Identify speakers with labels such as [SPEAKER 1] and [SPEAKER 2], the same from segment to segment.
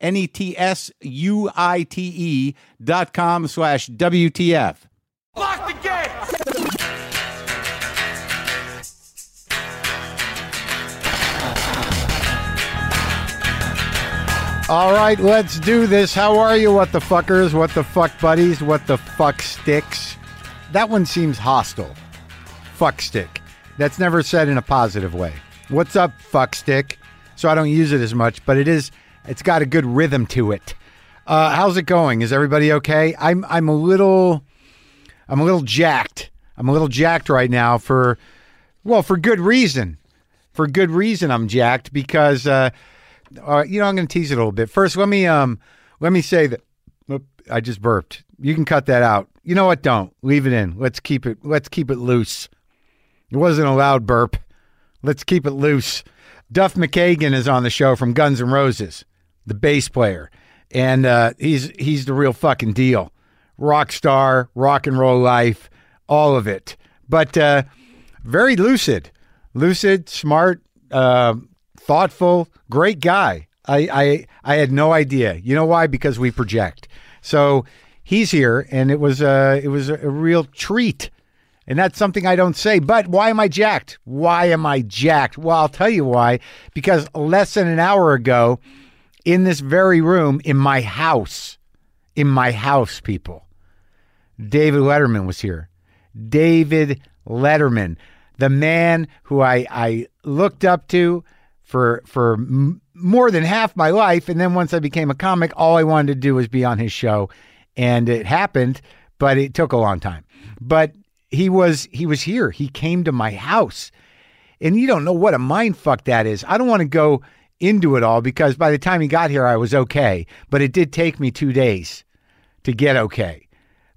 [SPEAKER 1] N E T S U I T E dot com slash WTF.
[SPEAKER 2] Lock the gate!
[SPEAKER 1] All right, let's do this. How are you, what the fuckers? What the fuck buddies? What the fuck sticks? That one seems hostile. Fuck stick. That's never said in a positive way. What's up, fuck stick? So I don't use it as much, but it is. It's got a good rhythm to it. Uh, how's it going? Is everybody okay? I'm. I'm a little. I'm a little jacked. I'm a little jacked right now for, well, for good reason. For good reason, I'm jacked because, uh, uh, you know, I'm going to tease it a little bit. First, let me um, let me say that Oop, I just burped. You can cut that out. You know what? Don't leave it in. Let's keep it. Let's keep it loose. It wasn't a loud burp. Let's keep it loose. Duff McKagan is on the show from Guns N' Roses, the bass player, and uh, he's he's the real fucking deal, rock star, rock and roll life, all of it. But uh, very lucid, lucid, smart, uh, thoughtful, great guy. I, I I had no idea. You know why? Because we project. So he's here, and it was uh, it was a, a real treat. And that's something I don't say. But why am I jacked? Why am I jacked? Well, I'll tell you why. Because less than an hour ago, in this very room, in my house, in my house, people, David Letterman was here. David Letterman, the man who I, I looked up to for for m- more than half my life, and then once I became a comic, all I wanted to do was be on his show, and it happened, but it took a long time. But he was he was here. He came to my house, and you don't know what a mind fuck that is. I don't want to go into it all because by the time he got here, I was okay, but it did take me two days to get okay.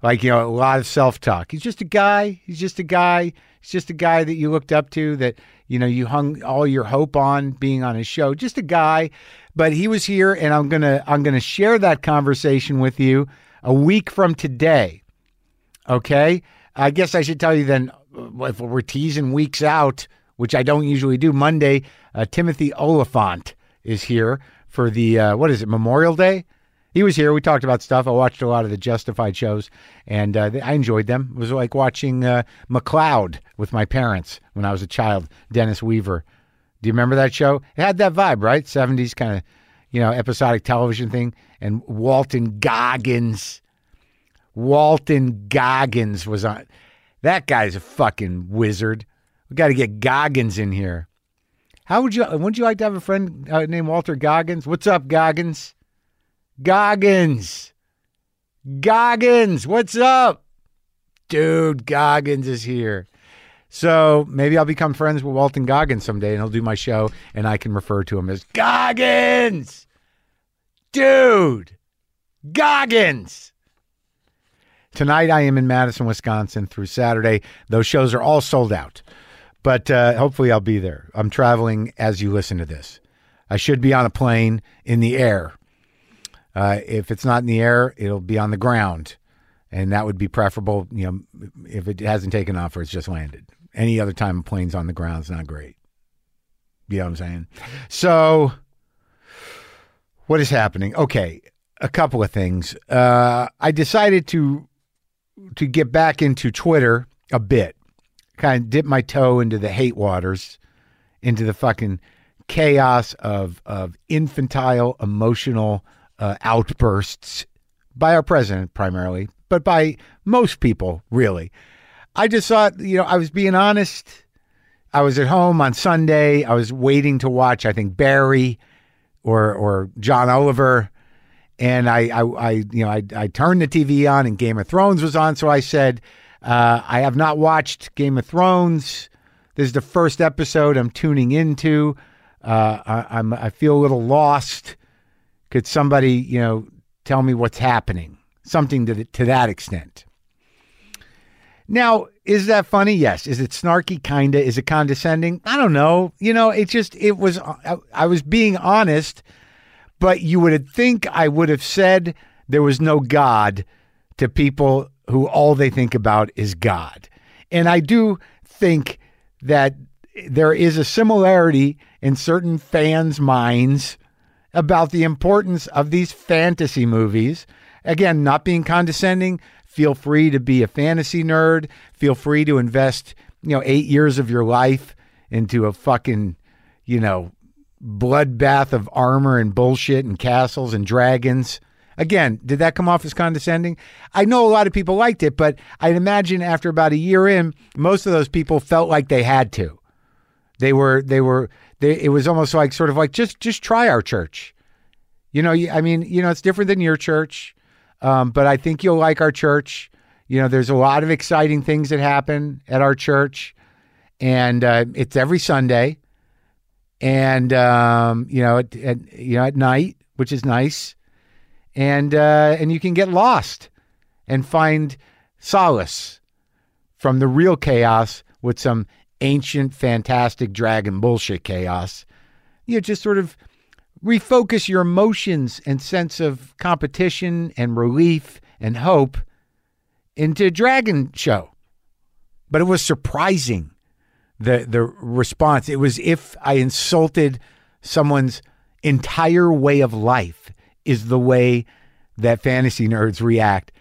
[SPEAKER 1] Like, you know, a lot of self talk. He's just a guy. He's just a guy. He's just a guy that you looked up to that, you know, you hung all your hope on being on his show. Just a guy. But he was here and I'm gonna I'm gonna share that conversation with you a week from today. Okay. I guess I should tell you then uh, if we're teasing weeks out, which I don't usually do, Monday, uh, Timothy Oliphant is here for the, uh, what is it, Memorial Day? He was here. We talked about stuff. I watched a lot of the Justified shows and uh, I enjoyed them. It was like watching uh, McLeod with my parents when I was a child, Dennis Weaver. Do you remember that show? It had that vibe, right? 70s kind of, you know, episodic television thing. And Walton Goggins. Walton Goggins was on. That guy's a fucking wizard. We got to get Goggins in here. How would you? Wouldn't you like to have a friend uh, named Walter Goggins? What's up, Goggins? Goggins. Goggins, what's up? Dude, Goggins is here. So maybe I'll become friends with Walton Goggins someday and he'll do my show and I can refer to him as Goggins. Dude, Goggins. Tonight I am in Madison, Wisconsin through Saturday. Those shows are all sold out, but uh, hopefully I'll be there. I'm traveling as you listen to this. I should be on a plane in the air. Uh, if it's not in the air, it'll be on the ground, and that would be preferable. You know, if it hasn't taken off or it's just landed. Any other time a plane's on the ground is not great. You know what I'm saying? So, what is happening? Okay, a couple of things. Uh, I decided to to get back into Twitter a bit, kind of dip my toe into the hate waters, into the fucking chaos of of infantile emotional uh, outbursts by our president primarily, but by most people, really. I just thought, you know, I was being honest. I was at home on Sunday. I was waiting to watch, I think, Barry or or John Oliver. And I, I, I you know, I, I turned the TV on and Game of Thrones was on. So I said, uh, I have not watched Game of Thrones. This is the first episode I'm tuning into. Uh, I, I'm, I feel a little lost. Could somebody, you know, tell me what's happening? Something to, the, to that extent. Now, is that funny? Yes. Is it snarky? Kinda. Is it condescending? I don't know. You know, it just it was. I, I was being honest, but you would think I would have said there was no God to people who all they think about is God, and I do think that there is a similarity in certain fans' minds about the importance of these fantasy movies. Again, not being condescending, feel free to be a fantasy nerd feel free to invest you know eight years of your life into a fucking you know bloodbath of armor and bullshit and castles and dragons again did that come off as condescending i know a lot of people liked it but i'd imagine after about a year in most of those people felt like they had to they were they were they it was almost like sort of like just just try our church you know you- i mean you know it's different than your church um, but I think you'll like our church. You know, there's a lot of exciting things that happen at our church, and uh, it's every Sunday, and um, you know, at, at you know at night, which is nice, and uh, and you can get lost and find solace from the real chaos with some ancient, fantastic dragon bullshit chaos. You know, just sort of refocus your emotions and sense of competition and relief and hope into Dragon Show. But it was surprising the the response. It was if I insulted someone's entire way of life is the way that fantasy nerds react.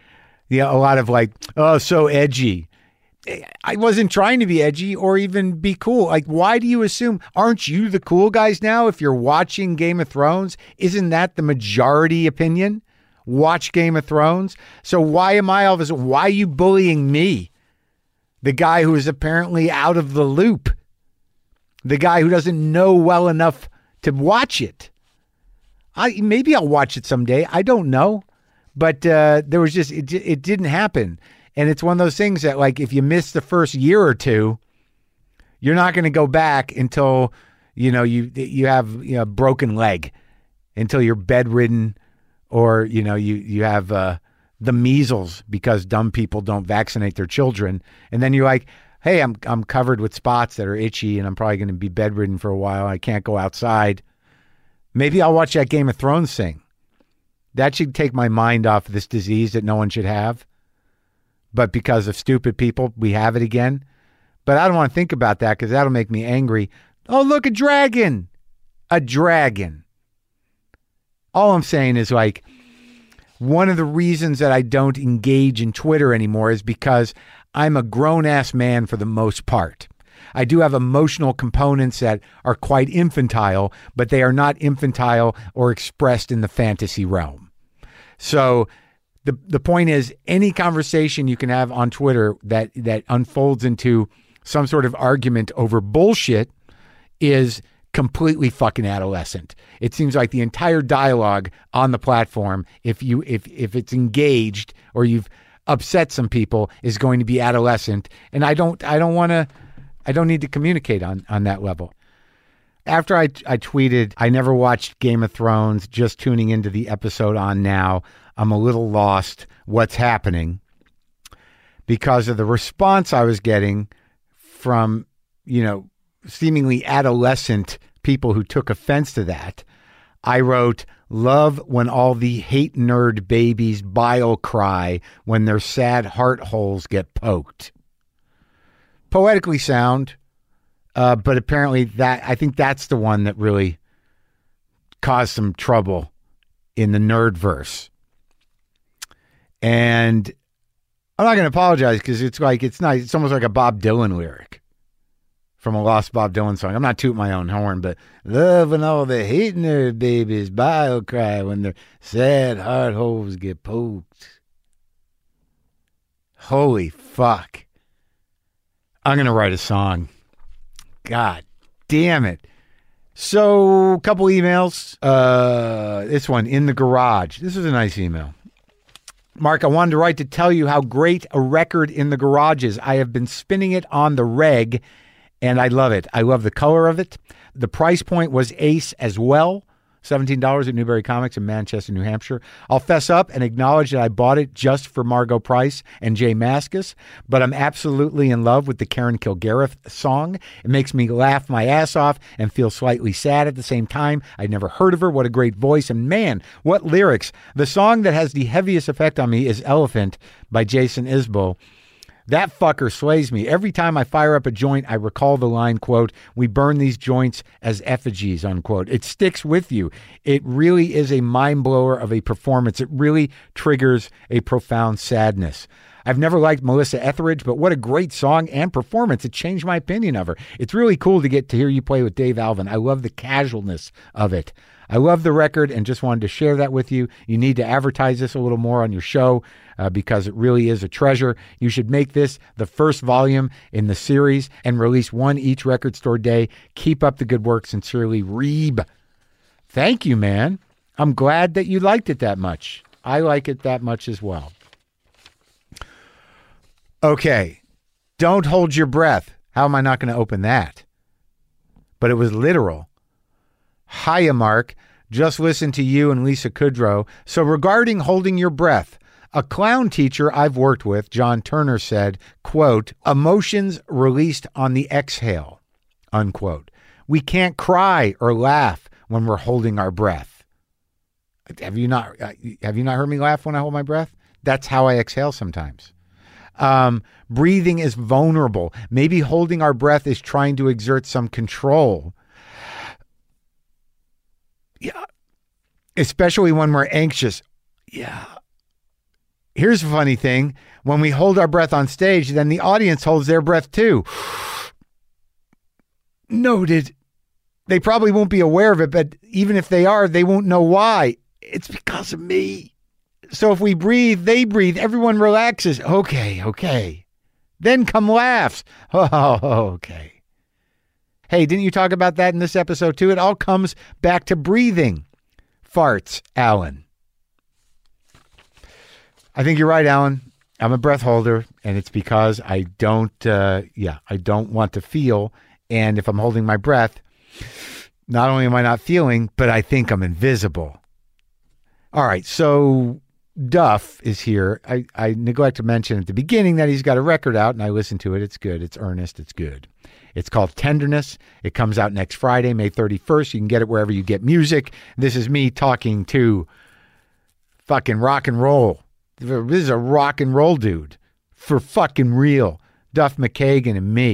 [SPEAKER 1] Yeah, a lot of like, oh, so edgy. I wasn't trying to be edgy or even be cool. Like, why do you assume? Aren't you the cool guys now if you're watching Game of Thrones? Isn't that the majority opinion? Watch Game of Thrones. So why am I all of a sudden? Why are you bullying me? The guy who is apparently out of the loop. The guy who doesn't know well enough to watch it. I maybe I'll watch it someday. I don't know, but uh, there was just it. di- It didn't happen, and it's one of those things that like if you miss the first year or two, you're not going to go back until you know you you have you know a broken leg, until you're bedridden, or you know you you have uh, the measles because dumb people don't vaccinate their children, and then you're like. Hey, I'm I'm covered with spots that are itchy, and I'm probably going to be bedridden for a while. I can't go outside. Maybe I'll watch that Game of Thrones thing. That should take my mind off this disease that no one should have. But because of stupid people, we have it again. But I don't want to think about that because that'll make me angry. Oh, look, a dragon. A dragon. All I'm saying is like, one of the reasons that I don't engage in Twitter anymore is because I'm a grown ass man for the most part. I do have emotional components that are quite infantile, but they are not infantile or expressed in the fantasy realm. So the the point is any conversation you can have on Twitter that that unfolds into some sort of argument over bullshit is completely fucking adolescent. It seems like the entire dialogue on the platform, if you if if it's engaged or you've upset some people, is going to be adolescent. And I don't I don't want to I don't need to communicate on on that level. After I I tweeted, I never watched Game of Thrones. Just tuning into the episode on now. I'm a little lost. What's happening? Because of the response I was getting from you know seemingly adolescent people who took offense to that. I wrote, Love when all the hate nerd babies bile cry when their sad heart holes get poked. Poetically sound, uh, but apparently that I think that's the one that really caused some trouble in the nerd verse. And I'm not going to apologize because it's like, it's nice. It's almost like a Bob Dylan lyric from a lost Bob Dylan song. I'm not tooting my own horn, but loving all the hating their babies, bile cry when their sad hard holes get poked. Holy fuck. I'm going to write a song. God damn it. So, couple emails. Uh, this one in the garage. This is a nice email. Mark, I wanted to write to tell you how great a record in the garage is. I have been spinning it on the reg, and I love it. I love the color of it. The price point was ace as well. $17 at Newberry Comics in Manchester, New Hampshire. I'll fess up and acknowledge that I bought it just for Margot Price and Jay Maskus, but I'm absolutely in love with the Karen Kilgareth song. It makes me laugh my ass off and feel slightly sad at the same time. I'd never heard of her. What a great voice. And man, what lyrics. The song that has the heaviest effect on me is Elephant by Jason Isbell. That fucker slays me. Every time I fire up a joint, I recall the line, quote, we burn these joints as effigies, unquote. It sticks with you. It really is a mind blower of a performance. It really triggers a profound sadness. I've never liked Melissa Etheridge, but what a great song and performance. It changed my opinion of her. It's really cool to get to hear you play with Dave Alvin. I love the casualness of it. I love the record and just wanted to share that with you. You need to advertise this a little more on your show uh, because it really is a treasure. You should make this the first volume in the series and release one each record store day. Keep up the good work. Sincerely, Reeb. Thank you, man. I'm glad that you liked it that much. I like it that much as well. Okay. Don't hold your breath. How am I not going to open that? But it was literal. Hiya, Mark. Just listen to you and Lisa Kudrow. So, regarding holding your breath, a clown teacher I've worked with, John Turner, said, quote, emotions released on the exhale, unquote. We can't cry or laugh when we're holding our breath. Have you not uh, have you not heard me laugh when I hold my breath? That's how I exhale sometimes. Um, breathing is vulnerable. Maybe holding our breath is trying to exert some control. Yeah. Especially when we're anxious. Yeah. Here's a funny thing when we hold our breath on stage, then the audience holds their breath too. Noted. They probably won't be aware of it, but even if they are, they won't know why. It's because of me. So if we breathe, they breathe, everyone relaxes. Okay, okay. Then come laughs. Oh, okay. Hey, didn't you talk about that in this episode too? It all comes back to breathing. Farts, Alan. I think you're right, Alan. I'm a breath holder, and it's because I don't, uh, yeah, I don't want to feel. And if I'm holding my breath, not only am I not feeling, but I think I'm invisible. All right, so Duff is here. I, I neglect to mention at the beginning that he's got a record out, and I listened to it. It's good. It's earnest. It's good. It's called Tenderness. It comes out next Friday, May 31st. You can get it wherever you get music. This is me talking to fucking rock and roll. This is a rock and roll dude for fucking real. Duff McKagan and me.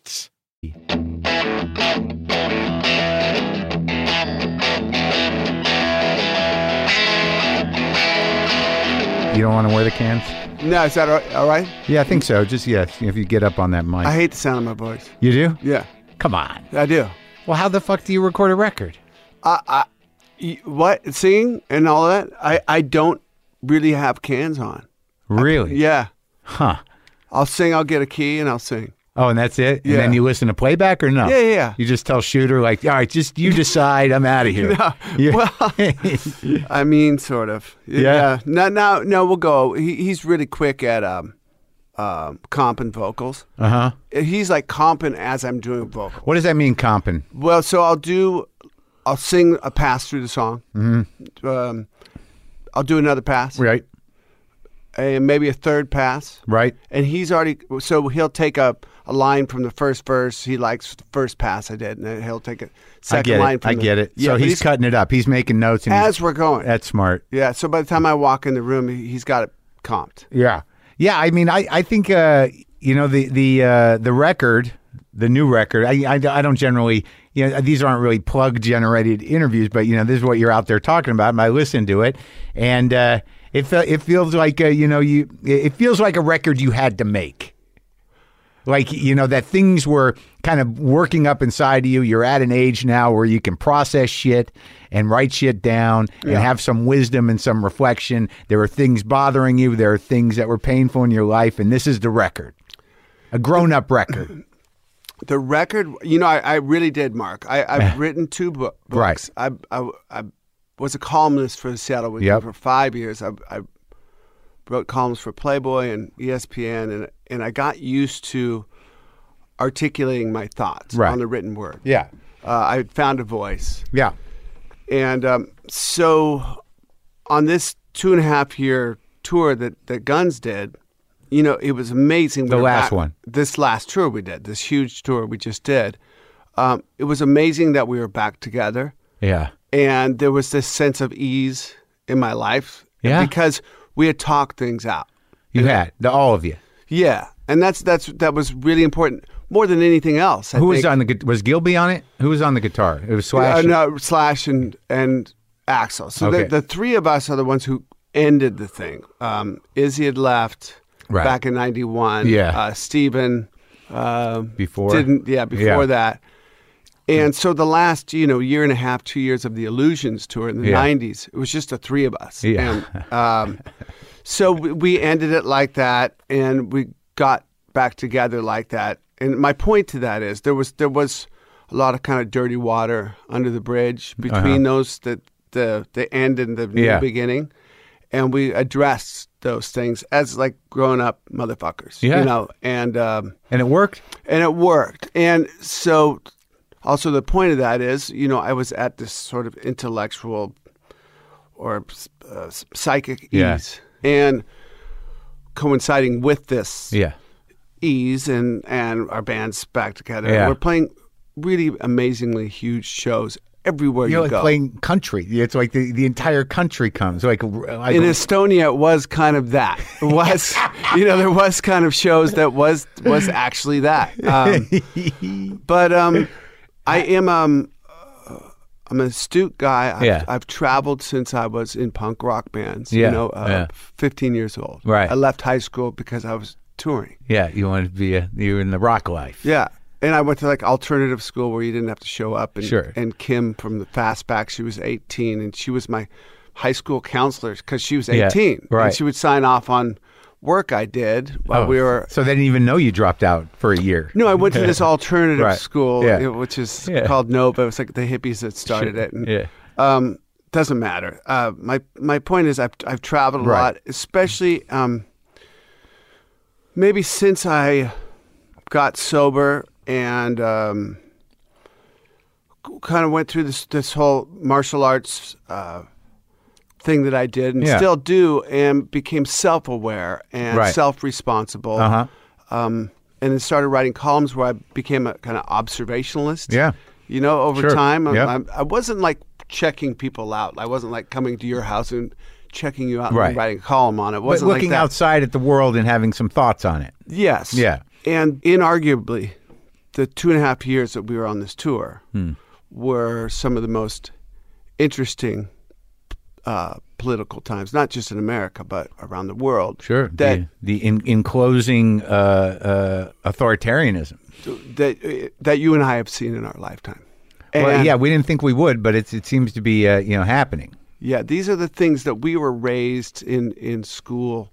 [SPEAKER 1] You don't want to wear the cans?
[SPEAKER 2] No, is that all right? all right?
[SPEAKER 1] Yeah, I think so. Just yes, if you get up on that mic.
[SPEAKER 2] I hate the sound of my voice.
[SPEAKER 1] you do?
[SPEAKER 2] Yeah,
[SPEAKER 1] Come on.
[SPEAKER 2] I do.
[SPEAKER 1] Well, how the fuck do you record a record?
[SPEAKER 2] I, I y- what singing and all that. I, I don't really have cans on.
[SPEAKER 1] Really?
[SPEAKER 2] Yeah,
[SPEAKER 1] Huh.
[SPEAKER 2] I'll sing. I'll get a key and I'll sing.
[SPEAKER 1] Oh, and that's it. And then
[SPEAKER 2] Yeah.
[SPEAKER 1] you listen to playback or no?
[SPEAKER 2] Yeah, yeah, yeah.
[SPEAKER 1] You just tell shooter like, all right, just you decide. I'm out of here. You-
[SPEAKER 2] I mean, sort of. Yeah. No, no, no. We'll go. He, he's really quick at um, um, comping vocals.
[SPEAKER 1] uh huh.
[SPEAKER 2] He's like comping as I'm doing a vocal.
[SPEAKER 1] What does that mean, comping?
[SPEAKER 2] Well, so I'll do. I'll sing a pass through the song. Mm-hmm. Um, I'll do another pass,
[SPEAKER 1] Right.
[SPEAKER 2] and maybe a third pass.
[SPEAKER 1] Right.
[SPEAKER 2] And he's already so he'll take a, a line from the first verse. He likes the first pass I did, and then he'll take a
[SPEAKER 1] I
[SPEAKER 2] second
[SPEAKER 1] get
[SPEAKER 2] line.
[SPEAKER 1] it.
[SPEAKER 2] From
[SPEAKER 1] I
[SPEAKER 2] the-
[SPEAKER 1] get it.
[SPEAKER 2] Yeah,
[SPEAKER 1] so
[SPEAKER 2] but
[SPEAKER 1] he's, cutting it up. He's making notes. And he's,
[SPEAKER 2] as we're going.
[SPEAKER 1] that's smart.
[SPEAKER 2] Yeah. So by the time I walk in the room, he- he's got it comped.
[SPEAKER 1] Yeah. Yeah. I mean, I, I think, uh, you know, the, the, uh, the record, the new record, I, I, I don't generally, you know, these aren't really plug generated interviews, but you know, this is what you're out there talking about. And I listened to it and, uh, it, fe- it feels like, uh, you know, you, it feels like a record you had to make. Like, you know, that things were kind of working up inside of you. You're at an age now where you can process shit and write shit down and have some wisdom and some reflection. There are things bothering you, there are things that were painful in your life, and this is the record a grown up record.
[SPEAKER 2] The record, you know, I, I really did, Mark. I, I've written two bo-
[SPEAKER 1] Right.
[SPEAKER 2] books. I, I, I was a columnist for the Seattle Weekly
[SPEAKER 1] Yep.
[SPEAKER 2] for five years. I, I wrote columns for Playboy and E ESPN, and, and I got used to articulating my thoughts
[SPEAKER 1] Right.
[SPEAKER 2] on the written word.
[SPEAKER 1] Yeah.
[SPEAKER 2] Uh, I found a voice.
[SPEAKER 1] Yeah.
[SPEAKER 2] And um, so on this two and a half year tour that, that Guns did, you know, it was amazing.
[SPEAKER 1] The
[SPEAKER 2] We were
[SPEAKER 1] last one.
[SPEAKER 2] This last tour we did, this huge tour we just did. Um, it was amazing that we were back together.
[SPEAKER 1] Yeah.
[SPEAKER 2] And there was this sense of ease in my life
[SPEAKER 1] Yeah.
[SPEAKER 2] because we had talked things out.
[SPEAKER 1] You had, the, all of you.
[SPEAKER 2] Yeah. And that's that's that was really important more than anything else. I
[SPEAKER 1] Who was
[SPEAKER 2] think.
[SPEAKER 1] on the, gu- was Gilby on it? Who was on the guitar? It was Slash.
[SPEAKER 2] Uh,
[SPEAKER 1] and-
[SPEAKER 2] no, Slash and and Axel. So
[SPEAKER 1] Okay.
[SPEAKER 2] the, the three of us are the ones who ended the thing. Um, Izzy had left
[SPEAKER 1] Right.
[SPEAKER 2] back in '91.
[SPEAKER 1] Yeah.
[SPEAKER 2] uh, Stephen um,
[SPEAKER 1] Before?
[SPEAKER 2] didn't yeah before
[SPEAKER 1] Yeah.
[SPEAKER 2] that. And so the last you know year and a half, two years of the Illusions tour in the
[SPEAKER 1] Yeah.
[SPEAKER 2] '90s, it was just the three of us.
[SPEAKER 1] Yeah.
[SPEAKER 2] And, um, so we- we ended it like that, and we got back together like that. And my point to that is there was there was a lot of kind of dirty water under the bridge between those that the the end and the new
[SPEAKER 1] Uh-huh. Yeah.
[SPEAKER 2] beginning, and we addressed those things as like grown up motherfuckers,
[SPEAKER 1] Yeah.
[SPEAKER 2] you know, and. Um,
[SPEAKER 1] and it worked?
[SPEAKER 2] and it worked. And so, also the point of that is, you know, I was at this sort of intellectual or uh, psychic
[SPEAKER 1] Yeah.
[SPEAKER 2] ease, and coinciding with this
[SPEAKER 1] Yeah.
[SPEAKER 2] ease, and and our band's back together. And
[SPEAKER 1] Yeah.
[SPEAKER 2] We're playing really amazingly huge shows everywhere
[SPEAKER 1] You're
[SPEAKER 2] you
[SPEAKER 1] like
[SPEAKER 2] go.
[SPEAKER 1] playing country. It's like the, the entire country comes. Like, like
[SPEAKER 2] in Estonia, it was kind of that. It was, you know, there was kind of shows that was was actually that. Um, but um, I am um, uh, I'm an astute guy. I've,
[SPEAKER 1] Yeah.
[SPEAKER 2] I've traveled since I was in punk rock bands.
[SPEAKER 1] Yeah,
[SPEAKER 2] You know, uh,
[SPEAKER 1] yeah.
[SPEAKER 2] 15 years old.
[SPEAKER 1] Right.
[SPEAKER 2] I left high school because I was touring.
[SPEAKER 1] Yeah, you wanted to be a, you were in the rock life.
[SPEAKER 2] Yeah. And I went to like alternative school where you didn't have to show up. And,
[SPEAKER 1] Sure.
[SPEAKER 2] And Kim from the Fastback, she was 18, and she was my high school counselor because she was 18.
[SPEAKER 1] Yeah, right.
[SPEAKER 2] And she would sign off on work I did while
[SPEAKER 1] Oh,
[SPEAKER 2] we were.
[SPEAKER 1] So they didn't even know you dropped out for a year.
[SPEAKER 2] No, I went to this alternative
[SPEAKER 1] Right.
[SPEAKER 2] school,
[SPEAKER 1] Yeah.
[SPEAKER 2] you know, which is
[SPEAKER 1] Yeah.
[SPEAKER 2] called Nova. It was like the hippies that started it. And,
[SPEAKER 1] Yeah.
[SPEAKER 2] Um, doesn't matter. Uh, my my point is, I've I've traveled a
[SPEAKER 1] Right.
[SPEAKER 2] lot, especially um, maybe since I got sober and um, kind of went through this this whole martial arts uh, thing that I did and
[SPEAKER 1] Yeah.
[SPEAKER 2] still do, and became self aware and
[SPEAKER 1] Right.
[SPEAKER 2] self responsible.
[SPEAKER 1] Uh huh.
[SPEAKER 2] Um, and then started writing columns where I became a kind of observationalist
[SPEAKER 1] Yeah.
[SPEAKER 2] you know, over
[SPEAKER 1] Sure.
[SPEAKER 2] time. I'm,
[SPEAKER 1] Yep.
[SPEAKER 2] I'm, I wasn't like checking people out. I wasn't like coming to your house and checking you out
[SPEAKER 1] Right.
[SPEAKER 2] and writing a column on it. it
[SPEAKER 1] But
[SPEAKER 2] wasn't
[SPEAKER 1] looking
[SPEAKER 2] like that.
[SPEAKER 1] outside at the world and having some thoughts on it.
[SPEAKER 2] Yes.
[SPEAKER 1] Yeah.
[SPEAKER 2] And inarguably, the two and a half years that we were on this tour
[SPEAKER 1] Hmm.
[SPEAKER 2] were some of the most interesting uh, political times, not just in America, but around the world. That
[SPEAKER 1] the the in, enclosing uh, uh, authoritarianism.
[SPEAKER 2] that that you and I have seen in our lifetime.
[SPEAKER 1] Well,
[SPEAKER 2] And-
[SPEAKER 1] yeah, we didn't think we would, but it's, it seems to be uh, you know happening.
[SPEAKER 2] Yeah, these are the things that we were raised in in school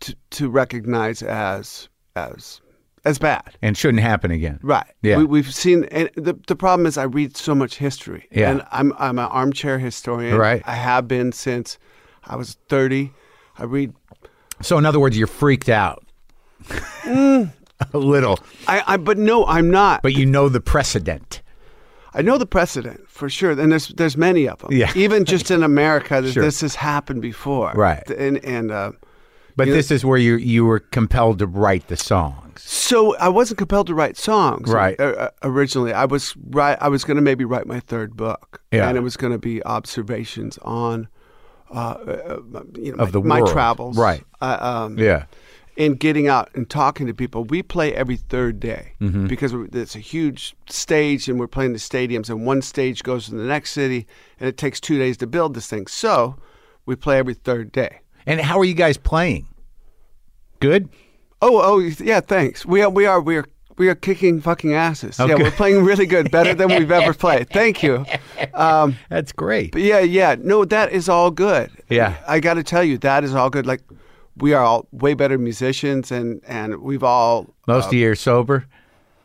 [SPEAKER 2] to to recognize as as as bad.
[SPEAKER 1] and shouldn't happen again.
[SPEAKER 2] Right.
[SPEAKER 1] Yeah.
[SPEAKER 2] We, we've seen, and the, the problem is I read so much history.
[SPEAKER 1] Yeah.
[SPEAKER 2] And I'm I'm an armchair historian.
[SPEAKER 1] Right.
[SPEAKER 2] I have been since I was 30. I read.
[SPEAKER 1] So, in other words, you're freaked out.
[SPEAKER 2] Mm.
[SPEAKER 1] A little,
[SPEAKER 2] I, I but no, I'm not.
[SPEAKER 1] but you know the precedent.
[SPEAKER 2] I know the precedent for sure, and there's there's many of them.
[SPEAKER 1] Yeah.
[SPEAKER 2] Even just in America, this
[SPEAKER 1] Sure.
[SPEAKER 2] this has happened before.
[SPEAKER 1] Right.
[SPEAKER 2] And and uh,
[SPEAKER 1] But this is where you you were compelled to write the songs.
[SPEAKER 2] so I wasn't compelled to write songs.
[SPEAKER 1] Right.
[SPEAKER 2] uh, uh, originally, I was right. I was going to maybe write my third book.
[SPEAKER 1] Yeah.
[SPEAKER 2] And it was going to be observations on, uh, uh, you know,
[SPEAKER 1] Of
[SPEAKER 2] my,
[SPEAKER 1] the
[SPEAKER 2] my
[SPEAKER 1] world.
[SPEAKER 2] travels.
[SPEAKER 1] Right.
[SPEAKER 2] Uh, um,
[SPEAKER 1] Yeah.
[SPEAKER 2] and getting out and talking to people. We play every third day
[SPEAKER 1] Mm-hmm.
[SPEAKER 2] because we- it's a huge stage and we're playing the stadiums, and one stage goes to the next city, and it takes two days to build this thing. So we play every third day.
[SPEAKER 1] And how are you guys playing? Good.
[SPEAKER 2] Oh, oh, yeah. Thanks. We are, we are, we are, we are kicking fucking asses. Yeah,
[SPEAKER 1] Okay.
[SPEAKER 2] we're playing really good, better than we've ever played. Thank you. Um,
[SPEAKER 1] That's great.
[SPEAKER 2] But yeah, yeah. No, that is all good.
[SPEAKER 1] Yeah.
[SPEAKER 2] I got to tell you, that is all good. Like, we are all way better musicians, and and we've all,
[SPEAKER 1] Most of you are sober.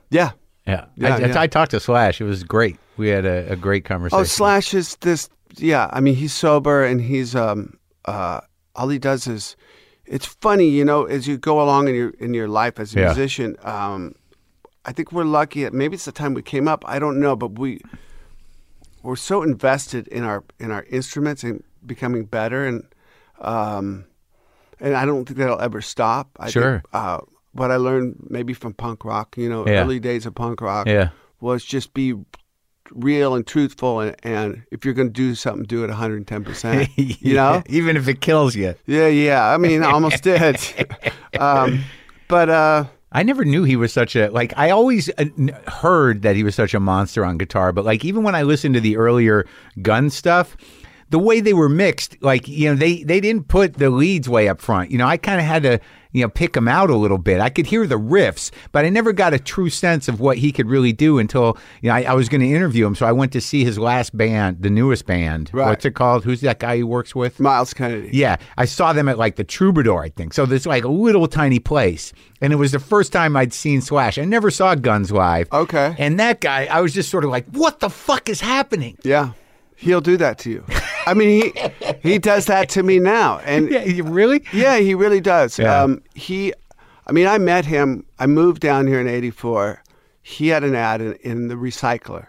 [SPEAKER 2] yeah.
[SPEAKER 1] Yeah.
[SPEAKER 2] Yeah,
[SPEAKER 1] I,
[SPEAKER 2] yeah.
[SPEAKER 1] I talked to Slash. It was great. We had a, a great conversation.
[SPEAKER 2] Oh, Slash is this. Yeah, I mean, he's sober and he's um uh all he does is, it's funny, you know, as you go along in your in your life as a
[SPEAKER 1] Yeah.
[SPEAKER 2] musician. Um, I think we're lucky. Maybe it's the time we came up. I don't know, but we we're so invested in our in our instruments and becoming better and um and I don't think that'll ever stop. I
[SPEAKER 1] Sure.
[SPEAKER 2] Think, uh, what I learned maybe from punk rock, you know,
[SPEAKER 1] Yeah.
[SPEAKER 2] early days of punk rock
[SPEAKER 1] Yeah.
[SPEAKER 2] was just be real and truthful and, and if you're going to do something do it 110% you know
[SPEAKER 1] even if it kills you.
[SPEAKER 2] yeah yeah i mean I almost did um, but uh,
[SPEAKER 1] I never knew he was such a like. I always uh, n- heard that he was such a monster on guitar, but like even when I listened to the earlier gun stuff, the way they were mixed, like you know, they they didn't put the leads way up front. You know, I kind of had to you know pick them out a little bit. I could hear the riffs, but I never got a true sense of what he could really do until you know I, I was going to interview him. So I went to see his last band, the newest band.
[SPEAKER 2] Right.
[SPEAKER 1] What's it called? Who's that guy he works with?
[SPEAKER 2] miles kennedy
[SPEAKER 1] Yeah, I saw them at like the Troubadour, I think. So this like a little tiny place, and it was the first time I'd seen Slash. I never saw Guns live.
[SPEAKER 2] Okay.
[SPEAKER 1] And that guy, I was just sort of like, what the fuck is happening?
[SPEAKER 2] yeah he'll do that to you i mean he he does that to me now and
[SPEAKER 1] Yeah, you- really?
[SPEAKER 2] Yeah, he really does.
[SPEAKER 1] Yeah.
[SPEAKER 2] Um, he, I mean, I met him. I moved down here in '84. He had an ad in, in the Recycler,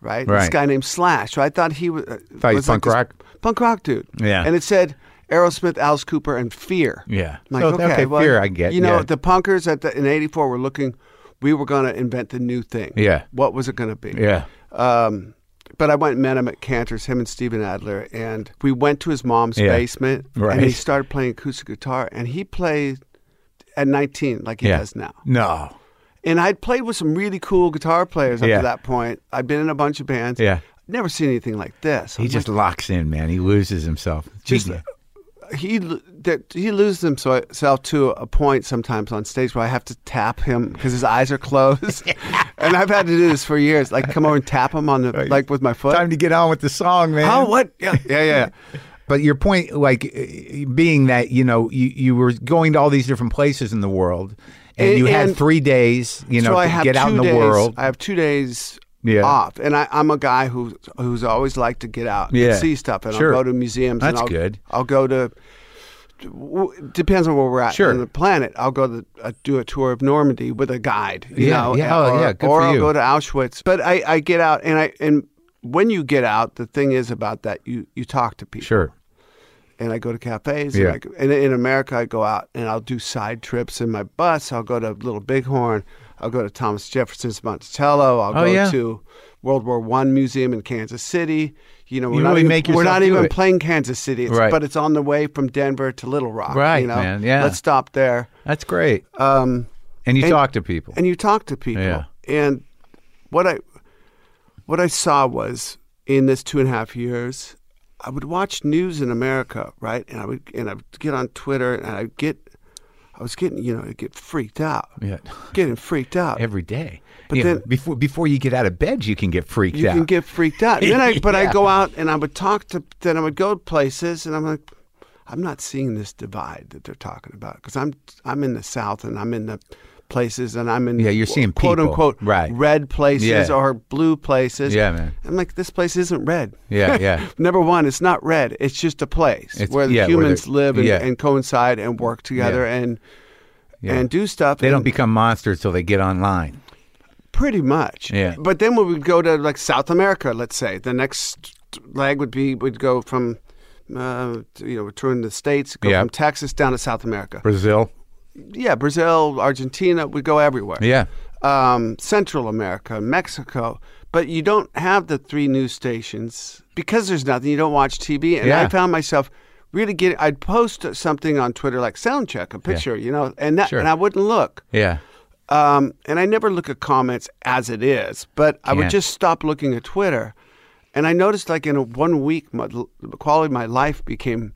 [SPEAKER 2] right? This
[SPEAKER 1] Right.
[SPEAKER 2] guy named Slash. So I thought he was,
[SPEAKER 1] Thought he was
[SPEAKER 2] was like
[SPEAKER 1] punk
[SPEAKER 2] this
[SPEAKER 1] rock?
[SPEAKER 2] punk rock dude.
[SPEAKER 1] Yeah.
[SPEAKER 2] and it said Aerosmith, Alice Cooper, and Fear.
[SPEAKER 1] Yeah.
[SPEAKER 2] I'm like
[SPEAKER 1] So,
[SPEAKER 2] okay,
[SPEAKER 1] okay,
[SPEAKER 2] well,
[SPEAKER 1] Fear I get,
[SPEAKER 2] You know,
[SPEAKER 1] yeah.
[SPEAKER 2] the punkers at the, in '84 were looking. We were going to invent the new thing.
[SPEAKER 1] Yeah.
[SPEAKER 2] What was it going to be?
[SPEAKER 1] Yeah.
[SPEAKER 2] Um, but I went and met him at Cantor's, him and Steven Adler, and we went to his mom's
[SPEAKER 1] Yeah.
[SPEAKER 2] basement,
[SPEAKER 1] Right.
[SPEAKER 2] and he started playing acoustic guitar, and he played at 19 like he
[SPEAKER 1] Yeah.
[SPEAKER 2] does now.
[SPEAKER 1] No.
[SPEAKER 2] And I'd played with some really cool guitar players up
[SPEAKER 1] Yeah.
[SPEAKER 2] to that point. I'd been in a bunch of bands.
[SPEAKER 1] Yeah.
[SPEAKER 2] Never seen anything like this.
[SPEAKER 1] He
[SPEAKER 2] I'm
[SPEAKER 1] just locks in, man. He loses himself.
[SPEAKER 2] Just-
[SPEAKER 1] Big-
[SPEAKER 2] like, he lo- that he loses himself to a point sometimes on stage where I have to tap him because his eyes are closed. and I've had to do this for years, like come over and tap him on the like with my foot.
[SPEAKER 1] time to get on with the song, man.
[SPEAKER 2] oh, what? Yeah, yeah, yeah.
[SPEAKER 1] But your point, like eh, being that you know you, you were going to all these different places in the world, and,
[SPEAKER 2] And-
[SPEAKER 1] you had
[SPEAKER 2] and-
[SPEAKER 1] three days, you know,
[SPEAKER 2] so I
[SPEAKER 1] to
[SPEAKER 2] have
[SPEAKER 1] get out in
[SPEAKER 2] two
[SPEAKER 1] the
[SPEAKER 2] days,
[SPEAKER 1] world.
[SPEAKER 2] I have two days
[SPEAKER 1] Yeah.
[SPEAKER 2] off, and I, I'm a guy who who's always liked to get out
[SPEAKER 1] Yeah.
[SPEAKER 2] and see stuff, and
[SPEAKER 1] Sure.
[SPEAKER 2] I'll go to museums. and
[SPEAKER 1] That's
[SPEAKER 2] I'll,
[SPEAKER 1] good.
[SPEAKER 2] I'll go to. w- Depends on where we're at
[SPEAKER 1] Sure.
[SPEAKER 2] on the planet. I'll go to uh, do a tour of Normandy with a guide. You
[SPEAKER 1] Yeah,
[SPEAKER 2] know,
[SPEAKER 1] yeah,
[SPEAKER 2] or,
[SPEAKER 1] oh, yeah, good
[SPEAKER 2] or
[SPEAKER 1] for
[SPEAKER 2] I'll
[SPEAKER 1] you.
[SPEAKER 2] go to Auschwitz. But I, I get out, and I and when you get out, the thing is about that you you talk to people
[SPEAKER 1] sure.
[SPEAKER 2] and I go to cafes.
[SPEAKER 1] Yeah.
[SPEAKER 2] And, I, go- and in America, I go out and I'll do side trips in my bus. I'll go to Little Bighorn. I'll go to Thomas Jefferson's Monticello. I'll
[SPEAKER 1] Oh,
[SPEAKER 2] go
[SPEAKER 1] yeah.
[SPEAKER 2] to World War One Museum in Kansas City. You know, we're
[SPEAKER 1] You
[SPEAKER 2] not
[SPEAKER 1] really
[SPEAKER 2] even,
[SPEAKER 1] make
[SPEAKER 2] we're
[SPEAKER 1] yourself
[SPEAKER 2] not
[SPEAKER 1] do
[SPEAKER 2] even
[SPEAKER 1] it.
[SPEAKER 2] playing Kansas City, It's-
[SPEAKER 1] Right.
[SPEAKER 2] but it's on the way from Denver to Little Rock.
[SPEAKER 1] Right,
[SPEAKER 2] you know?
[SPEAKER 1] man. Yeah.
[SPEAKER 2] Let's stop there.
[SPEAKER 1] That's great.
[SPEAKER 2] Um,
[SPEAKER 1] And you
[SPEAKER 2] and-
[SPEAKER 1] talk to people.
[SPEAKER 2] and you talk to people.
[SPEAKER 1] Yeah.
[SPEAKER 2] And what I what I saw was in this two and a half years, I would watch news in America, right? And I would and I would get on Twitter and I'd get I was getting you know, I'd get freaked out.
[SPEAKER 1] yeah.
[SPEAKER 2] Getting freaked out.
[SPEAKER 1] Every day.
[SPEAKER 2] But
[SPEAKER 1] Yeah,
[SPEAKER 2] then-
[SPEAKER 1] before before you get out of bed, you can get freaked
[SPEAKER 2] you
[SPEAKER 1] out.
[SPEAKER 2] can get freaked out. And then I but
[SPEAKER 1] Yeah.
[SPEAKER 2] I go out and I would talk to then I would go places and I'm like I'm not seeing this divide that they're talking about because I'm I'm in the South and I'm in the places and I'm in
[SPEAKER 1] Yeah, you're seeing
[SPEAKER 2] quote
[SPEAKER 1] people.
[SPEAKER 2] unquote
[SPEAKER 1] Right.
[SPEAKER 2] red places
[SPEAKER 1] Yeah.
[SPEAKER 2] or blue places.
[SPEAKER 1] Yeah, man.
[SPEAKER 2] I'm like, this place isn't red.
[SPEAKER 1] Yeah, yeah.
[SPEAKER 2] Number one, it's not red. It's just a place
[SPEAKER 1] It's-
[SPEAKER 2] where the
[SPEAKER 1] yeah, where
[SPEAKER 2] humans
[SPEAKER 1] they're-
[SPEAKER 2] live and,
[SPEAKER 1] yeah.
[SPEAKER 2] and coincide and work together and
[SPEAKER 1] Yeah.
[SPEAKER 2] and do stuff.
[SPEAKER 1] They
[SPEAKER 2] and
[SPEAKER 1] don't become monsters till they get online.
[SPEAKER 2] pretty much.
[SPEAKER 1] Yeah.
[SPEAKER 2] But then when we go to like South America, let's say the next leg would be would go from uh, you know touring the states, go
[SPEAKER 1] Yeah.
[SPEAKER 2] from Texas down to South America.
[SPEAKER 1] Brazil.
[SPEAKER 2] yeah, Brazil, Argentina, we go everywhere.
[SPEAKER 1] Yeah.
[SPEAKER 2] um, Central America, Mexico, but you don't have the three news stations because there's nothing. You don't watch TV, and
[SPEAKER 1] Yeah.
[SPEAKER 2] I found myself really getting. I'd post something on Twitter like sound check, a picture, you know, and that,
[SPEAKER 1] Sure.
[SPEAKER 2] and I wouldn't look.
[SPEAKER 1] Yeah.
[SPEAKER 2] Um, and I never look at comments as it is, but I
[SPEAKER 1] Yeah.
[SPEAKER 2] would just stop looking at Twitter, and I noticed like in a one week, my, the quality of my life became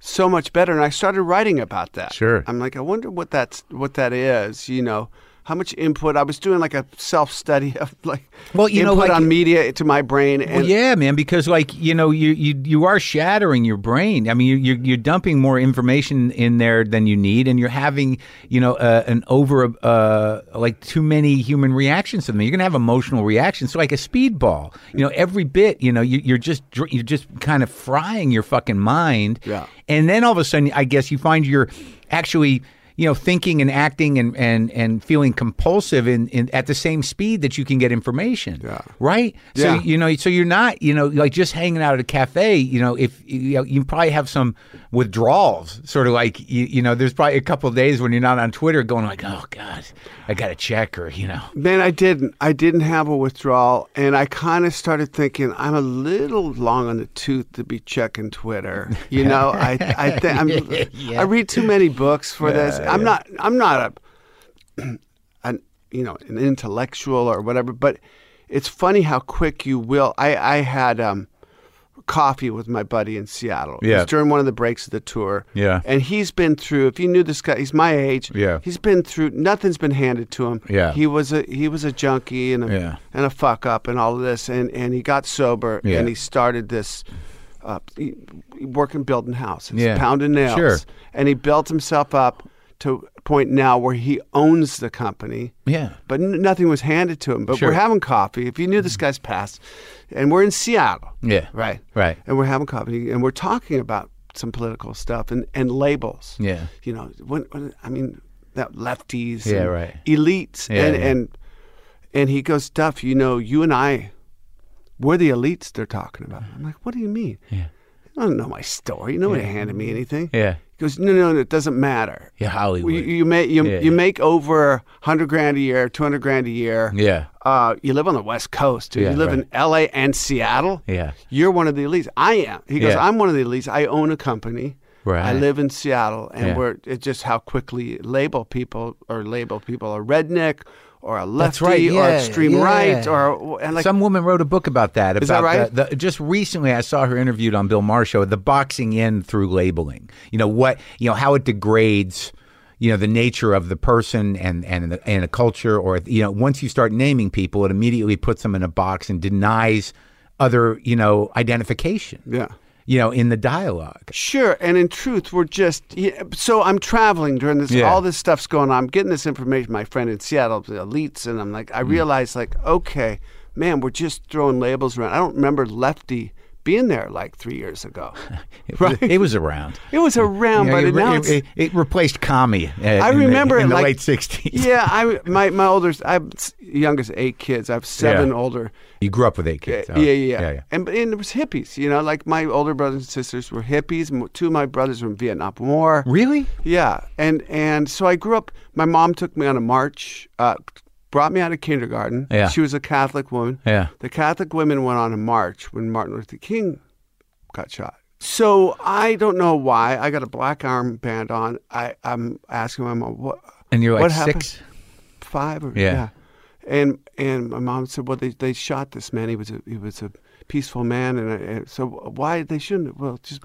[SPEAKER 2] so much better, and I started writing about that.
[SPEAKER 1] Sure.
[SPEAKER 2] I'm like, I wonder what that's what that is. You know, how much input I was doing like a self study of like
[SPEAKER 1] Well, you know,
[SPEAKER 2] input
[SPEAKER 1] like-
[SPEAKER 2] on media to my brain, and
[SPEAKER 1] Well, yeah, man, because like you know, you you you are shattering your brain. I mean, you you're, you're dumping more information in there than you need, and you're having you know uh, an over uh, like too many human reactions to them. You're gonna have emotional reactions, so like a speedball. You know, every bit. You know, you, you're just dr- you're just kind of frying your fucking mind.
[SPEAKER 2] Yeah.
[SPEAKER 1] And then all of a sudden, I guess you find you're actually, you know, thinking and acting and and and feeling compulsive in, in at the same speed that you can get information.
[SPEAKER 2] Yeah.
[SPEAKER 1] Right.
[SPEAKER 2] Yeah.
[SPEAKER 1] So you know, so you're not, you know, like just hanging out at a cafe. You know, if you know, you probably have some withdrawals, sort of like you, you know, there's probably a couple of days when you're not on Twitter, going like, oh god, I got to check, or you know,
[SPEAKER 2] Man, I didn't. I didn't have a withdrawal, and I kind of started thinking I'm a little long on the tooth to be checking Twitter. You know, I I think I'm,
[SPEAKER 1] Yeah.
[SPEAKER 2] I read too many books for this. I'm not. I'm not a an you know an intellectual or whatever. But it's funny how quick you will. I I had um coffee with my buddy in Seattle. It was
[SPEAKER 1] Yeah.
[SPEAKER 2] during one of the breaks of the tour.
[SPEAKER 1] Yeah.
[SPEAKER 2] and he's been through. If you knew this guy, he's my age.
[SPEAKER 1] Yeah.
[SPEAKER 2] he's been through. Nothing's been handed to him.
[SPEAKER 1] Yeah.
[SPEAKER 2] He was a he was a junkie and a
[SPEAKER 1] Yeah.
[SPEAKER 2] and a fuck up and all of this and and he got sober
[SPEAKER 1] Yeah.
[SPEAKER 2] and he started this uh, he- he working building houses,
[SPEAKER 1] Yeah.
[SPEAKER 2] pounding nails.
[SPEAKER 1] Sure.
[SPEAKER 2] And he built himself up to a point now where he owns the company.
[SPEAKER 1] yeah,
[SPEAKER 2] But n- nothing was handed to him. But
[SPEAKER 1] Sure. Mm.
[SPEAKER 2] we're having coffee. If you knew this guy's past, and we're in Seattle.
[SPEAKER 1] Yeah.
[SPEAKER 2] Right.
[SPEAKER 1] Right.
[SPEAKER 2] And we're having coffee and we're talking about some political stuff and, and labels.
[SPEAKER 1] Yeah.
[SPEAKER 2] You know, when, when, I mean, that lefties.
[SPEAKER 1] Yeah,
[SPEAKER 2] and
[SPEAKER 1] right.
[SPEAKER 2] Elites.
[SPEAKER 1] Yeah,
[SPEAKER 2] and,
[SPEAKER 1] yeah.
[SPEAKER 2] and and he goes, Duff, you know, you and I, we're the elites they're talking about. I'm like, what do you mean?
[SPEAKER 1] Yeah.
[SPEAKER 2] I don't know my story. Nobody handed me anything.
[SPEAKER 1] yeah,
[SPEAKER 2] He goes, no, no, no, it doesn't matter.
[SPEAKER 1] yeah,
[SPEAKER 2] You,
[SPEAKER 1] Hollywood.
[SPEAKER 2] you make you,
[SPEAKER 1] Yeah.
[SPEAKER 2] you make over hundred grand a year, two hundred grand a year.
[SPEAKER 1] yeah,
[SPEAKER 2] Uh, you live on the West Coast. Dude.
[SPEAKER 1] Yeah,
[SPEAKER 2] you live in L.A. and Seattle.
[SPEAKER 1] Yeah.
[SPEAKER 2] You're one of the elites. I am. He goes,
[SPEAKER 1] Yeah.
[SPEAKER 2] I'm one of the elites. I own a company.
[SPEAKER 1] Right.
[SPEAKER 2] I live in Seattle, and
[SPEAKER 1] Yeah.
[SPEAKER 2] we're it's just how quickly label people or label people a redneck or a
[SPEAKER 1] That's
[SPEAKER 2] lefty
[SPEAKER 1] right,
[SPEAKER 2] or
[SPEAKER 1] yeah,
[SPEAKER 2] extreme
[SPEAKER 1] yeah.
[SPEAKER 2] right or and like
[SPEAKER 1] Some woman wrote a book about that. About
[SPEAKER 2] Is that right?
[SPEAKER 1] The, the, just recently, I saw her interviewed on Bill Maher show. The boxing in through labeling. You know what? You know how it degrades. You know the nature of the person and and the, and a culture, or you know, once you start naming people, it immediately puts them in a box and denies other you know identification.
[SPEAKER 2] yeah.
[SPEAKER 1] You know, in the dialogue.
[SPEAKER 2] Sure, and in truth, we're just yeah, so I'm traveling during this.
[SPEAKER 1] Yeah.
[SPEAKER 2] All this stuff's going on. I'm getting this information. My friend in Seattle, the elites, and I'm like,
[SPEAKER 1] Mm.
[SPEAKER 2] I realize, like, okay, man, we're just throwing labels around. I don't remember lefty being there like three years ago.
[SPEAKER 1] It, it was around.
[SPEAKER 2] It was around,
[SPEAKER 1] You know,
[SPEAKER 2] but
[SPEAKER 1] it,
[SPEAKER 2] it, now
[SPEAKER 1] it-
[SPEAKER 2] it's,
[SPEAKER 1] it- it replaced commie. uh,
[SPEAKER 2] I
[SPEAKER 1] in the-
[SPEAKER 2] remember
[SPEAKER 1] in the,
[SPEAKER 2] it, like-
[SPEAKER 1] late '60s.
[SPEAKER 2] yeah. I my my older, I have s- youngest eight kids. I have seven older.
[SPEAKER 1] You grew up with eight kids.
[SPEAKER 2] Yeah,
[SPEAKER 1] huh?
[SPEAKER 2] yeah, yeah.
[SPEAKER 1] yeah, yeah.
[SPEAKER 2] And, and it was hippies, you know, like my older brothers and sisters were hippies. M- Two of my brothers were in Vietnam War.
[SPEAKER 1] Really?
[SPEAKER 2] Yeah, and and so I grew up. My mom took me on a march, uh, brought me out of kindergarten.
[SPEAKER 1] Yeah.
[SPEAKER 2] she was a Catholic woman.
[SPEAKER 1] Yeah.
[SPEAKER 2] the Catholic women went on a march when Martin Luther King got shot. So I don't know why I got a black armband on. I I'm asking my mom what
[SPEAKER 1] And you're like
[SPEAKER 2] What happened?
[SPEAKER 1] six.
[SPEAKER 2] five or
[SPEAKER 1] Yeah.
[SPEAKER 2] and and my mom said, well they they shot this man. He was a he was a peaceful man, and, I, and so why they shouldn't? Well, just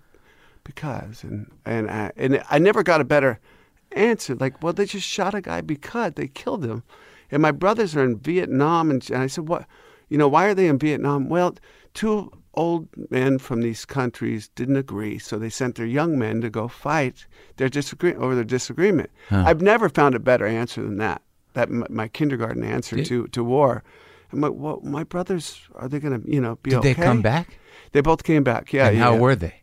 [SPEAKER 2] because and and I and I never got a better answer. Like, well, they just shot a guy because they killed him, and my brothers are in Vietnam, and, and I said, what, you know, why are they in Vietnam? Well, two old men from these countries didn't agree, so they sent their young men to go fight their disagree over their disagreement. I've never found a better answer than that. that m- my kindergarten answer to to war. I'm like, well, my brothers are they going to you know be
[SPEAKER 1] Did
[SPEAKER 2] okay?
[SPEAKER 1] they come back?
[SPEAKER 2] They both came back. Yeah.
[SPEAKER 1] and
[SPEAKER 2] yeah,
[SPEAKER 1] how
[SPEAKER 2] yeah.
[SPEAKER 1] were they?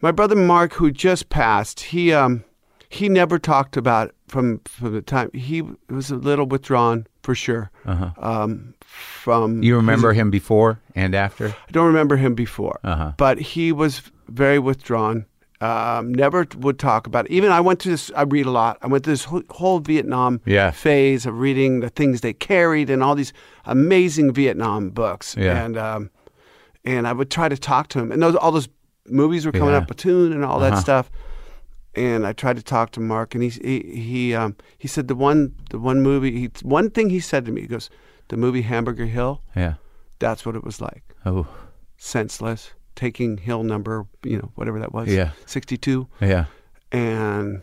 [SPEAKER 2] My brother Mark, who just passed, he um he never talked about it from from the time he was a little withdrawn for sure. Uh-huh. Um, from
[SPEAKER 1] You remember him before and after?
[SPEAKER 2] I don't remember him before,
[SPEAKER 1] Uh-huh.
[SPEAKER 2] but he was very withdrawn. Um, never t- would talk about it. Even I went to this. I read a lot. I went to this whole, whole Vietnam
[SPEAKER 1] Yeah.
[SPEAKER 2] phase of reading the things they carried and all these amazing Vietnam books.
[SPEAKER 1] Yeah.
[SPEAKER 2] And um, and I would try to talk to him. And those all those movies were coming
[SPEAKER 1] Yeah. Uh-huh.
[SPEAKER 2] up, Platoon and all that stuff. And I tried to talk to Mark, and he he he, um, he said the one the one movie he, one thing he said to me he goes the movie Hamburger Hill
[SPEAKER 1] Yeah.
[SPEAKER 2] that's what it was like
[SPEAKER 1] Oh,
[SPEAKER 2] senseless, taking hill number, you know, whatever that was,
[SPEAKER 1] Yeah.
[SPEAKER 2] 62,
[SPEAKER 1] yeah.
[SPEAKER 2] and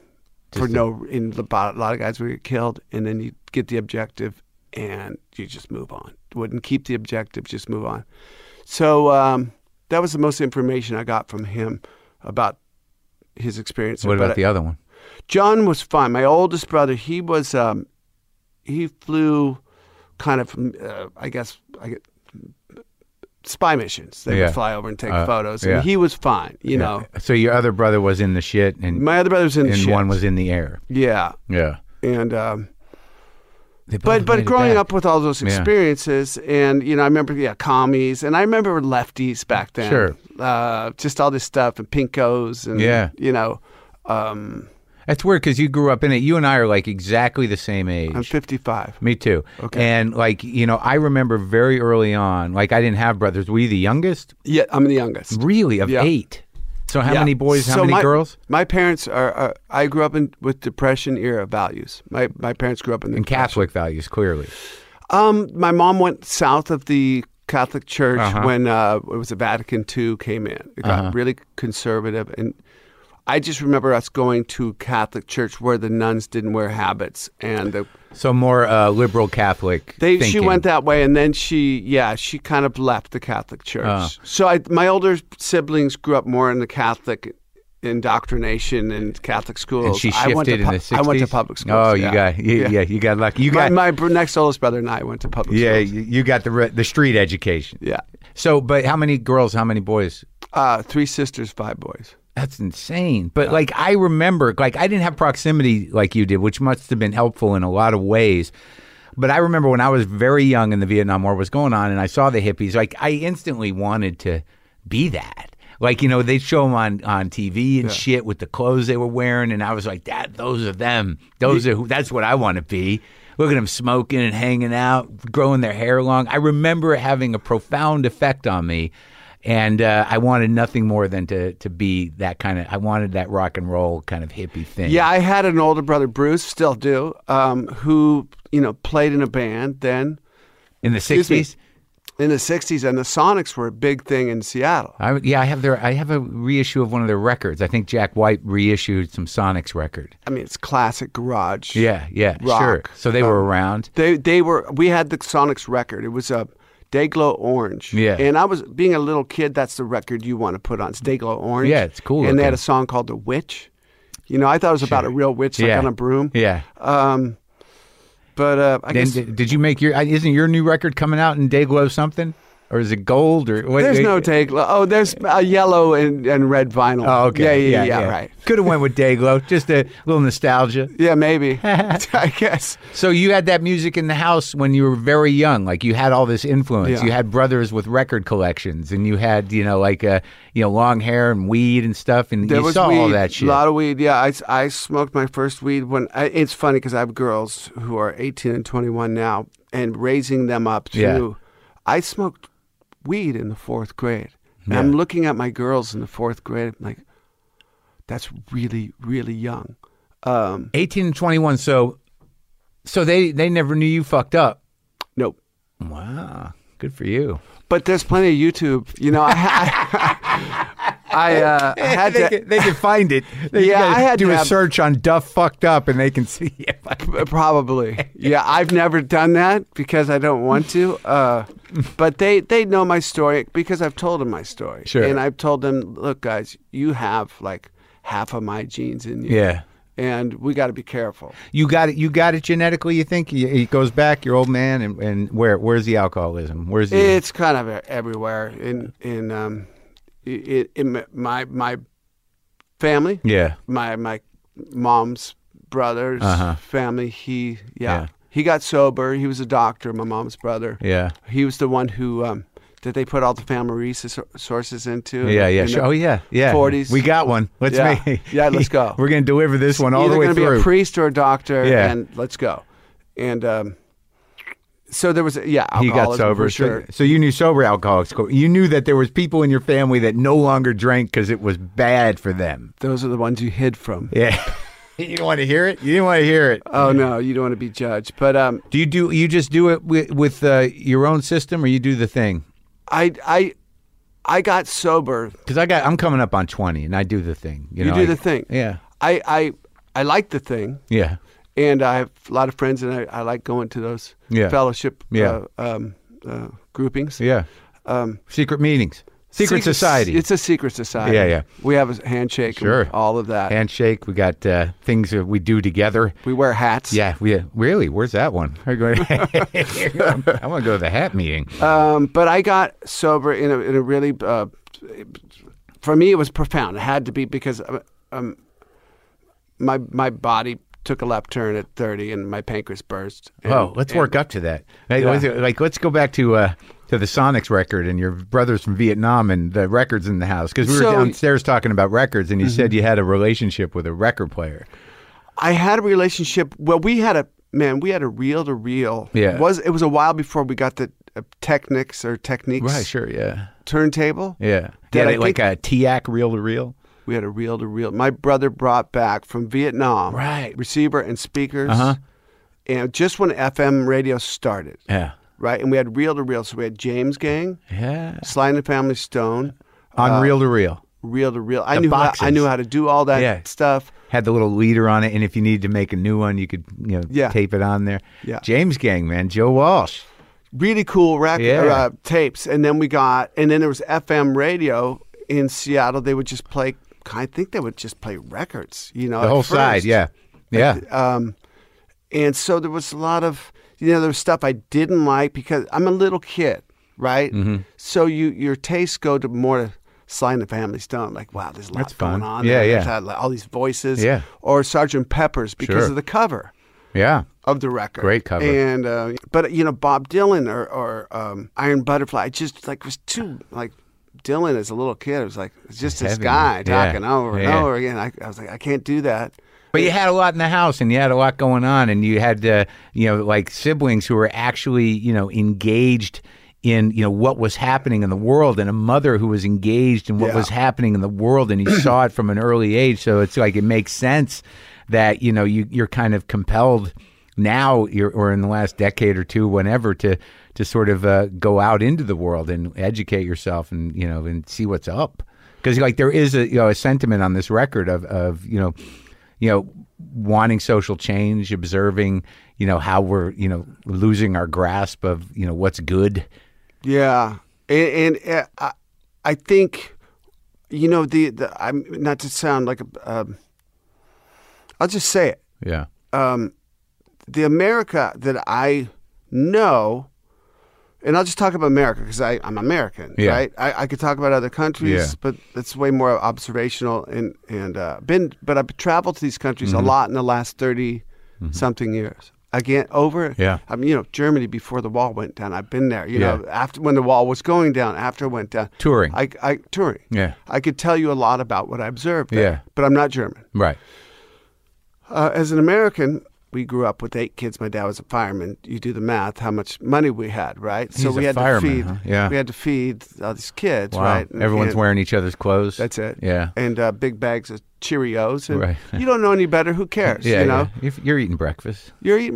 [SPEAKER 2] for no, in the, bo- a lot of guys would get killed, and then you get the objective, and you just move on. Wouldn't keep the objective, just move on. So um, that was the most information I got from him about his experience.
[SPEAKER 1] What
[SPEAKER 2] But I-
[SPEAKER 1] about the other one?
[SPEAKER 2] John was fine. My oldest brother, he was, um, he flew kind of, uh, I guess, I get, spy missions. They
[SPEAKER 1] Yeah.
[SPEAKER 2] would fly over and take
[SPEAKER 1] Uh,
[SPEAKER 2] photos.
[SPEAKER 1] yeah.
[SPEAKER 2] And he was fine, you know.
[SPEAKER 1] So your other brother was in the shit, and
[SPEAKER 2] My other brother was in the
[SPEAKER 1] and
[SPEAKER 2] shit.
[SPEAKER 1] one was in the air.
[SPEAKER 2] Yeah.
[SPEAKER 1] Yeah.
[SPEAKER 2] And, um,
[SPEAKER 1] They both
[SPEAKER 2] but
[SPEAKER 1] made
[SPEAKER 2] but
[SPEAKER 1] it
[SPEAKER 2] growing
[SPEAKER 1] back.
[SPEAKER 2] up with all those
[SPEAKER 1] Yeah.
[SPEAKER 2] experiences, and you know, I remember yeah, commies, and I remember lefties back then.
[SPEAKER 1] Sure.
[SPEAKER 2] uh, just all this stuff and pinkos, and
[SPEAKER 1] Yeah.
[SPEAKER 2] you know, um,
[SPEAKER 1] That's weird because you grew up in it. You and I are like exactly the same age.
[SPEAKER 2] I'm 55.
[SPEAKER 1] Me too. Okay. And like you know, I remember very early on. Like I didn't have brothers. Were you the youngest?
[SPEAKER 2] Yeah, I'm the youngest.
[SPEAKER 1] Really, of
[SPEAKER 2] Yeah.
[SPEAKER 1] eight. So how
[SPEAKER 2] Yeah.
[SPEAKER 1] many boys? How
[SPEAKER 2] So
[SPEAKER 1] many
[SPEAKER 2] my-
[SPEAKER 1] girls?
[SPEAKER 2] My parents are, are. I grew up in with Depression era values. My my parents grew up in the
[SPEAKER 1] And Catholic values, clearly.
[SPEAKER 2] Um, my mom went south of the Catholic Church
[SPEAKER 1] Uh-huh.
[SPEAKER 2] when uh, it was the Vatican II came in. It got really conservative, and I just remember us going to Catholic Church where the nuns didn't wear habits, and the,
[SPEAKER 1] So more uh, liberal Catholic.
[SPEAKER 2] they she
[SPEAKER 1] thinking.
[SPEAKER 2] went that way, and then she yeah she kind of left the Catholic Church.
[SPEAKER 1] Ah.
[SPEAKER 2] So I, my older siblings grew up more in the Catholic. Indoctrination and Catholic schools.
[SPEAKER 1] And she shifted
[SPEAKER 2] I went to
[SPEAKER 1] in
[SPEAKER 2] pu-
[SPEAKER 1] the sixties.
[SPEAKER 2] I went to public schools.
[SPEAKER 1] Oh,
[SPEAKER 2] yeah.
[SPEAKER 1] you got you, yeah. you got lucky. You got
[SPEAKER 2] my, my br- next oldest brother and I went to public
[SPEAKER 1] yeah,
[SPEAKER 2] schools.
[SPEAKER 1] you, you got the re- the street education.
[SPEAKER 2] Yeah.
[SPEAKER 1] So, but how many girls? How many boys?
[SPEAKER 2] Uh, three sisters, five boys.
[SPEAKER 1] That's insane. But like I remember, like I didn't have proximity like you did, which must have been helpful in a lot of ways. But I remember when I was very young and the Vietnam War was going on, and I saw the hippies. Like I instantly wanted to be that. Like you know, they'd show them on on TV and shit with the clothes they were wearing, and I was like, "That, those are them. Those are who. That's what I want to be." Look at them smoking and hanging out, growing their hair long. I remember it having a profound effect on me and uh, I wanted nothing more than to to be that kind of. I wanted that rock and roll kind of hippie thing.
[SPEAKER 2] Yeah, I had an older brother, Bruce, still do, um, who you know played in a band then
[SPEAKER 1] in the
[SPEAKER 2] Excuse me.
[SPEAKER 1] sixties.
[SPEAKER 2] in the '60s, and the Sonics were a big thing in Seattle.
[SPEAKER 1] I, yeah, I have their. I have a reissue of one of their records. I think Jack White reissued some Sonics record.
[SPEAKER 2] I mean, it's classic garage.
[SPEAKER 1] Yeah, yeah,
[SPEAKER 2] Rock. Uh,
[SPEAKER 1] sure. So they were around.
[SPEAKER 2] They they were we had the Sonics record. It was a Dayglow Orange.
[SPEAKER 1] Yeah.
[SPEAKER 2] And I was being a little kid, that's the record you want to put on. It's Dayglow Orange.
[SPEAKER 1] Yeah, it's cool
[SPEAKER 2] And they had
[SPEAKER 1] looking.
[SPEAKER 2] a song called The Witch. You know, I thought it was about a real witch like
[SPEAKER 1] Yeah.
[SPEAKER 2] on a broom.
[SPEAKER 1] Yeah.
[SPEAKER 2] Um but uh I
[SPEAKER 1] Then
[SPEAKER 2] guess
[SPEAKER 1] did, did you make your? uh, Isn't your new record coming out in Dayglow something, or is it gold or? What,
[SPEAKER 2] there's no Dayglow. Oh, there's a yellow and, and red vinyl.
[SPEAKER 1] Oh, okay.
[SPEAKER 2] Yeah, yeah, yeah, right.
[SPEAKER 1] Could have went with Dayglow. Just a little nostalgia.
[SPEAKER 2] Yeah, maybe. I guess.
[SPEAKER 1] So you had that music in the house when you were very young. Like you had all this influence.
[SPEAKER 2] Yeah.
[SPEAKER 1] You had brothers with record collections, and you had you know like uh, you know long hair and weed and stuff, and
[SPEAKER 2] There
[SPEAKER 1] you
[SPEAKER 2] was
[SPEAKER 1] saw
[SPEAKER 2] weed,
[SPEAKER 1] all that shit.
[SPEAKER 2] A lot of weed. Yeah, I, I smoked my first weed when I, it's funny because I have girls who are 18 and 21 now, and raising them up
[SPEAKER 1] Yeah.
[SPEAKER 2] too. I smoked weed in the fourth grade, and I'm looking at my girls in the fourth grade. I'm like, that's really really young. Um,
[SPEAKER 1] Eighteen and twenty one. So, so they they never knew you fucked up.
[SPEAKER 2] nope.
[SPEAKER 1] Wow, good for you.
[SPEAKER 2] But there's plenty of YouTube. You know, I I, I, uh, I had
[SPEAKER 1] they,
[SPEAKER 2] to.
[SPEAKER 1] can, they can find it. They
[SPEAKER 2] Yeah,
[SPEAKER 1] gotta
[SPEAKER 2] I had
[SPEAKER 1] do
[SPEAKER 2] to
[SPEAKER 1] a
[SPEAKER 2] have-
[SPEAKER 1] search on Duff fucked up, and they can see. Yeah, fuck.
[SPEAKER 2] P- Probably. Yeah, I've never done that because I don't want to. Uh, but they, they know my story because I've told them my story.
[SPEAKER 1] Sure.
[SPEAKER 2] And I've told them, look, guys, you have like half of my genes in you.
[SPEAKER 1] yeah.
[SPEAKER 2] and we got to be careful.
[SPEAKER 1] You got it. You got it genetically. You think Y- it goes back? Your old man, and, and where? Where's the alcoholism? Where's the?
[SPEAKER 2] It's kind of e- everywhere in in um in, in my my family,
[SPEAKER 1] yeah.
[SPEAKER 2] my my mom's brother's family. He yeah,
[SPEAKER 1] Uh-huh. Yeah.
[SPEAKER 2] he got sober. He was a doctor. My mom's brother.
[SPEAKER 1] Yeah.
[SPEAKER 2] He was the one who um, that they put all the family resources into.
[SPEAKER 1] Yeah, yeah,
[SPEAKER 2] in
[SPEAKER 1] sure.
[SPEAKER 2] the
[SPEAKER 1] Oh, yeah, yeah.
[SPEAKER 2] 40s.
[SPEAKER 1] We got one. Let's
[SPEAKER 2] Yeah.
[SPEAKER 1] make.
[SPEAKER 2] Yeah, let's go.
[SPEAKER 1] We're gonna deliver this one all
[SPEAKER 2] either
[SPEAKER 1] the way
[SPEAKER 2] gonna be
[SPEAKER 1] through.
[SPEAKER 2] a priest or a doctor.
[SPEAKER 1] Yeah.
[SPEAKER 2] and let's go. And um, so there was yeah,
[SPEAKER 1] he got
[SPEAKER 2] alcoholism
[SPEAKER 1] sober.
[SPEAKER 2] for
[SPEAKER 1] So-
[SPEAKER 2] sure.
[SPEAKER 1] So, you knew sober alcoholics. Co- You knew that there was people in your family that no longer drank because it was bad for them.
[SPEAKER 2] Those are the ones you hid from.
[SPEAKER 1] Yeah. you didn't want to hear it. You didn't want to hear it.
[SPEAKER 2] Oh no, you don't want to be judged. But um,
[SPEAKER 1] Do you do you just do it with, with uh, your own system, or you do the thing?
[SPEAKER 2] I I I got sober.
[SPEAKER 1] Because I got I'm coming up on twenty, and I do the thing. You,
[SPEAKER 2] You
[SPEAKER 1] know,
[SPEAKER 2] do
[SPEAKER 1] I-
[SPEAKER 2] the thing.
[SPEAKER 1] Yeah.
[SPEAKER 2] I I I like the thing,
[SPEAKER 1] Yeah.
[SPEAKER 2] and I have a lot of friends, and I, I like going to those
[SPEAKER 1] Yeah.
[SPEAKER 2] fellowship
[SPEAKER 1] Yeah.
[SPEAKER 2] Uh, um, uh, groupings.
[SPEAKER 1] Yeah.
[SPEAKER 2] Um,
[SPEAKER 1] Secret meetings. Secret, society.
[SPEAKER 2] It's a secret society.
[SPEAKER 1] Yeah, yeah.
[SPEAKER 2] We have a handshake. and
[SPEAKER 1] Sure.
[SPEAKER 2] all of that.
[SPEAKER 1] handshake. We got uh, things that we do together.
[SPEAKER 2] we wear hats.
[SPEAKER 1] Yeah, we really. Where's that one? I want to go to the hat meeting.
[SPEAKER 2] Um, but I got sober in a, in a really, uh, for me, it was profound. It had to be because uh, um, my my body took a left turn at 30 and my pancreas burst. And,
[SPEAKER 1] Whoa, let's work up to that. Like, was it- like, let's go back to uh, to the Sonics record and your brothers from Vietnam and the records in the house because we were
[SPEAKER 2] So- Mm-hmm.
[SPEAKER 1] downstairs talking about records and you said you had a relationship with a record player.
[SPEAKER 2] I had a relationship. Well, we had a, man, we had a reel to reel.
[SPEAKER 1] Yeah.
[SPEAKER 2] Was, it was a while before we got the uh, Technics or Techniques
[SPEAKER 1] sure, yeah,
[SPEAKER 2] turntable.
[SPEAKER 1] yeah.
[SPEAKER 2] Did
[SPEAKER 1] Yeah,
[SPEAKER 2] I
[SPEAKER 1] like, like a TAC reel to reel.
[SPEAKER 2] We had a reel to reel. My brother brought back from Vietnam
[SPEAKER 1] Right.
[SPEAKER 2] receiver and speakers.
[SPEAKER 1] Uh-huh.
[SPEAKER 2] And just when FM radio started.
[SPEAKER 1] Yeah,
[SPEAKER 2] right? And we had reel to reel. So we had James Gang,
[SPEAKER 1] yeah.
[SPEAKER 2] Sly and the Family Stone, Uh,
[SPEAKER 1] On reel to reel,
[SPEAKER 2] reel to reel. I knew how,
[SPEAKER 1] boxes.
[SPEAKER 2] I knew how to do all that
[SPEAKER 1] Yeah.
[SPEAKER 2] stuff.
[SPEAKER 1] had the little leader on it, and if you needed to make a new one, you could you know
[SPEAKER 2] Yeah.
[SPEAKER 1] tape it on there.
[SPEAKER 2] Yeah.
[SPEAKER 1] James Gang, man, Joe Walsh.
[SPEAKER 2] Really cool record
[SPEAKER 1] Yeah.
[SPEAKER 2] uh, tapes. And then we got, and then there was FM radio in Seattle. They would just play. I think they would just play records. You know,
[SPEAKER 1] The
[SPEAKER 2] at
[SPEAKER 1] whole
[SPEAKER 2] first.
[SPEAKER 1] side, yeah, yeah.
[SPEAKER 2] Um, and so there was a lot of you know there was stuff I didn't like because I'm a little kid, right?
[SPEAKER 1] Mm-hmm.
[SPEAKER 2] So you your tastes go to more Sly and the Family Stone, like wow, there's a lot
[SPEAKER 1] That's
[SPEAKER 2] going
[SPEAKER 1] fun.
[SPEAKER 2] on.
[SPEAKER 1] Yeah,
[SPEAKER 2] there.
[SPEAKER 1] yeah.
[SPEAKER 2] There's a lot- all these voices.
[SPEAKER 1] Yeah.
[SPEAKER 2] Or Sergeant Pepper's because
[SPEAKER 1] Sure.
[SPEAKER 2] of the cover
[SPEAKER 1] Yeah.
[SPEAKER 2] of the record.
[SPEAKER 1] Great cover.
[SPEAKER 2] And uh, but you know Bob Dylan or, or um, Iron Butterfly, I just like was too like Dylan as a little kid. It was like it's just this
[SPEAKER 1] Heavy.
[SPEAKER 2] guy
[SPEAKER 1] Yeah.
[SPEAKER 2] talking over and
[SPEAKER 1] Yeah.
[SPEAKER 2] over again. I, I was like I can't do that.
[SPEAKER 1] But you had a lot in the house, and you had a lot going on, and you had uh, you know like siblings who were actually you know engaged in you know what was happening in the world, and a mother who was engaged in what
[SPEAKER 2] Yeah.
[SPEAKER 1] was happening in the world, and you saw it from an early age. So it's like it makes sense that you know you you're kind of compelled now you're, or in the last decade or two whenever to to sort of uh, go out into the world and educate yourself and you know and see what's up because like there is a you know a sentiment on this record of of you know you know wanting social change observing you know how we're you know losing our grasp of you know what's good
[SPEAKER 2] Yeah, and, and uh, I, I think, you know, the, the I'm not to sound like a, um, I'll just say it.
[SPEAKER 1] yeah
[SPEAKER 2] Um, the America that I know, and I'll just talk about America because I'm American,
[SPEAKER 1] Yeah.
[SPEAKER 2] right? I, I could talk about other countries,
[SPEAKER 1] Yeah.
[SPEAKER 2] but it's way more observational and and uh, been. But I've traveled to these countries
[SPEAKER 1] Mm-hmm.
[SPEAKER 2] a lot in the last 30 something years. Again, over.
[SPEAKER 1] Yeah.
[SPEAKER 2] I mean, you know, Germany before the wall went down. I've been there. You
[SPEAKER 1] Yeah.
[SPEAKER 2] know, after when the wall was going down, after it went down.
[SPEAKER 1] Touring.
[SPEAKER 2] I, I touring.
[SPEAKER 1] Yeah.
[SPEAKER 2] I could tell you a lot about what I observed. there,
[SPEAKER 1] Yeah.
[SPEAKER 2] But I'm not German.
[SPEAKER 1] right
[SPEAKER 2] Uh, as an American, we grew up with eight kids. My dad was a fireman. You do the math, how much money we had, right? so
[SPEAKER 1] He's
[SPEAKER 2] we
[SPEAKER 1] a
[SPEAKER 2] had
[SPEAKER 1] fireman,
[SPEAKER 2] to feed.
[SPEAKER 1] huh? Yeah.
[SPEAKER 2] We had to feed all these kids,
[SPEAKER 1] wow
[SPEAKER 2] right? And-
[SPEAKER 1] everyone's
[SPEAKER 2] and
[SPEAKER 1] wearing each other's clothes
[SPEAKER 2] That's it.
[SPEAKER 1] yeah
[SPEAKER 2] And uh, big bags of Cheerios. And
[SPEAKER 1] Right.
[SPEAKER 2] you don't know any better. Who cares?
[SPEAKER 1] yeah,
[SPEAKER 2] you know,
[SPEAKER 1] yeah. If you're eating breakfast
[SPEAKER 2] you're eating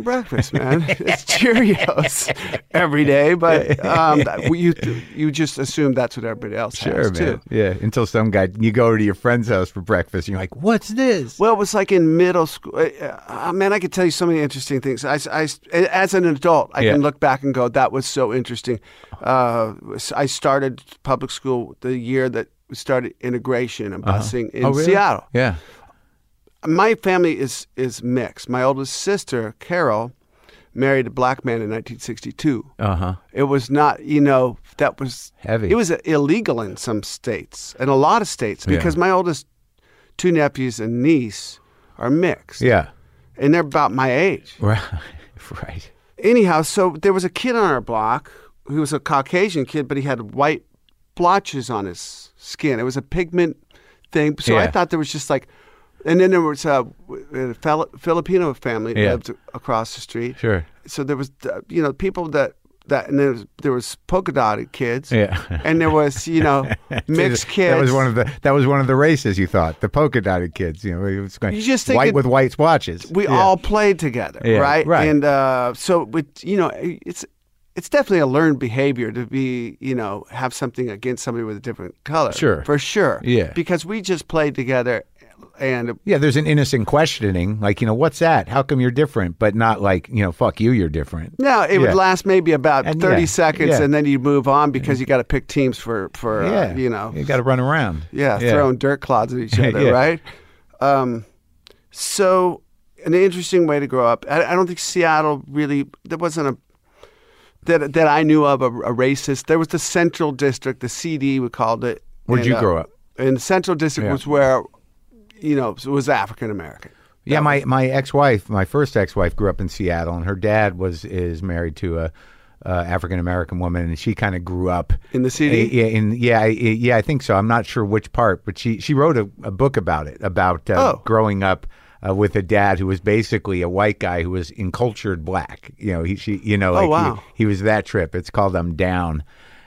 [SPEAKER 2] breakfast, man. it's Cheerios every day, but um, that- you you just assume that's what everybody else
[SPEAKER 1] Sure,
[SPEAKER 2] has
[SPEAKER 1] man.
[SPEAKER 2] too.
[SPEAKER 1] Yeah, until some guy you go to your friend's house for breakfast, and you're like, "What's this?"
[SPEAKER 2] Well, it was like in middle school. Uh, uh, man, I could tell you so many interesting things. I, I- as an adult, I
[SPEAKER 1] Yeah.
[SPEAKER 2] can look back and go, that was so interesting. Uh, I started public school the year that we started integration and busing in
[SPEAKER 1] Uh-huh. Oh, really?
[SPEAKER 2] Seattle.
[SPEAKER 1] Yeah,
[SPEAKER 2] my family is is mixed. My oldest sister, Carol, married a black man in 1962.
[SPEAKER 1] Uh huh.
[SPEAKER 2] It was not, you know, that was
[SPEAKER 1] Heavy.
[SPEAKER 2] It was uh, illegal in some states, in a lot of states, because my oldest two nephews and niece are mixed,
[SPEAKER 1] Yeah.
[SPEAKER 2] and they're about my age.
[SPEAKER 1] Right. right.
[SPEAKER 2] Anyhow, so there was a kid on our block who was a Caucasian kid, but he had white blotches on his skin. It was a pigment thing, so I
[SPEAKER 1] Yeah.
[SPEAKER 2] thought there was just like. And then there was a, a fel- Filipino family that
[SPEAKER 1] Yeah.
[SPEAKER 2] lived across the street
[SPEAKER 1] Sure.
[SPEAKER 2] so there was uh, you know people that that and there was, there was polka dotted kids
[SPEAKER 1] Yeah.
[SPEAKER 2] and there was you know mixed kids
[SPEAKER 3] That was one of the that was one of the races you thought the polka dotted kids. You know, it was going
[SPEAKER 2] You just think
[SPEAKER 3] white
[SPEAKER 2] it-
[SPEAKER 3] with white swatches.
[SPEAKER 2] we all played together
[SPEAKER 1] Yeah,
[SPEAKER 2] right
[SPEAKER 1] right.
[SPEAKER 2] and uh, so it, you know it's it's definitely a learned behavior to be you know have something against somebody with a different color
[SPEAKER 1] Sure.
[SPEAKER 2] for sure
[SPEAKER 1] Yeah.
[SPEAKER 2] because we just played together and
[SPEAKER 1] Yeah, there's an innocent questioning, like you know, what's that? How come you're different? But not like you know, fuck you, you're different.
[SPEAKER 2] no, it
[SPEAKER 1] Yeah.
[SPEAKER 2] would last maybe about
[SPEAKER 1] And
[SPEAKER 2] thirty
[SPEAKER 1] yeah,
[SPEAKER 2] seconds,
[SPEAKER 1] yeah.
[SPEAKER 2] and then you move on because you got to pick teams for for uh,
[SPEAKER 1] yeah,
[SPEAKER 2] you know
[SPEAKER 1] you got to run around.
[SPEAKER 2] Yeah, throwing dirt clods at each other,
[SPEAKER 1] Yeah.
[SPEAKER 2] right? Um, so, an interesting way to grow up. I, I don't think Seattle really there wasn't a that that I knew of a, a racist. There was the Central District, the CD we called it.
[SPEAKER 1] Where'd
[SPEAKER 2] And,
[SPEAKER 1] you
[SPEAKER 2] uh,
[SPEAKER 1] grow up?
[SPEAKER 2] And the Central District
[SPEAKER 1] Yeah.
[SPEAKER 2] was where, you know, it was African American.
[SPEAKER 1] Yeah, my, my ex wife, my first ex wife, grew up in Seattle, and her dad was is married to a uh, African American woman, and she kind of grew up
[SPEAKER 2] In the city?
[SPEAKER 1] Eh, Yeah, in yeah, I- eh, yeah, I think so. I'm not sure which part, but she she wrote a, a book about it about uh,
[SPEAKER 2] Oh.
[SPEAKER 1] growing up. Uh, with a dad who was basically a white guy who was encultured black, you know, he she, you know, like he-
[SPEAKER 2] Oh, wow.
[SPEAKER 1] he, was that trip. It's called "I'm Down,"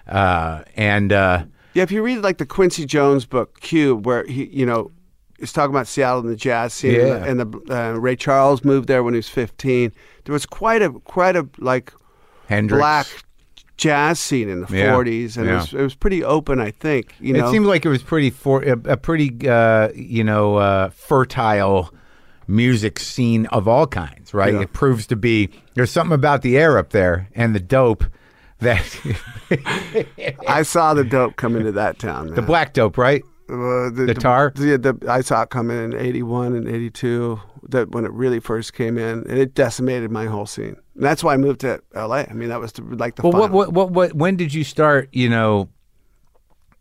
[SPEAKER 1] uh, and uh,
[SPEAKER 2] Yeah, if you read like the Quincy Jones book Q, where he, you know, is talking about Seattle and the jazz scene,
[SPEAKER 1] Yeah.
[SPEAKER 2] and the uh, Ray Charles moved there when he was fifteen. There was quite a quite a like
[SPEAKER 1] Hendrix.
[SPEAKER 2] black jazz scene in the
[SPEAKER 1] Yeah.
[SPEAKER 2] 40s, and it,
[SPEAKER 1] Yeah.
[SPEAKER 2] was, it was pretty open, I think. You know,
[SPEAKER 1] It seemed like it was pretty for a, a pretty uh, you know uh, fertile music scene of all kinds, right?
[SPEAKER 2] Yeah.
[SPEAKER 1] It proves to be there's something about the air up there and the dope that
[SPEAKER 2] I saw the dope come into that town.
[SPEAKER 1] the black dope, right?
[SPEAKER 2] uh,
[SPEAKER 1] the tar?
[SPEAKER 2] The, the, I saw it come in in '81 and '82. That when it really first came in, and it decimated my whole scene. And that's why I moved to LA. I mean, that was the, like the.
[SPEAKER 1] Well, what,
[SPEAKER 2] final-
[SPEAKER 1] what what what when did you start? You know.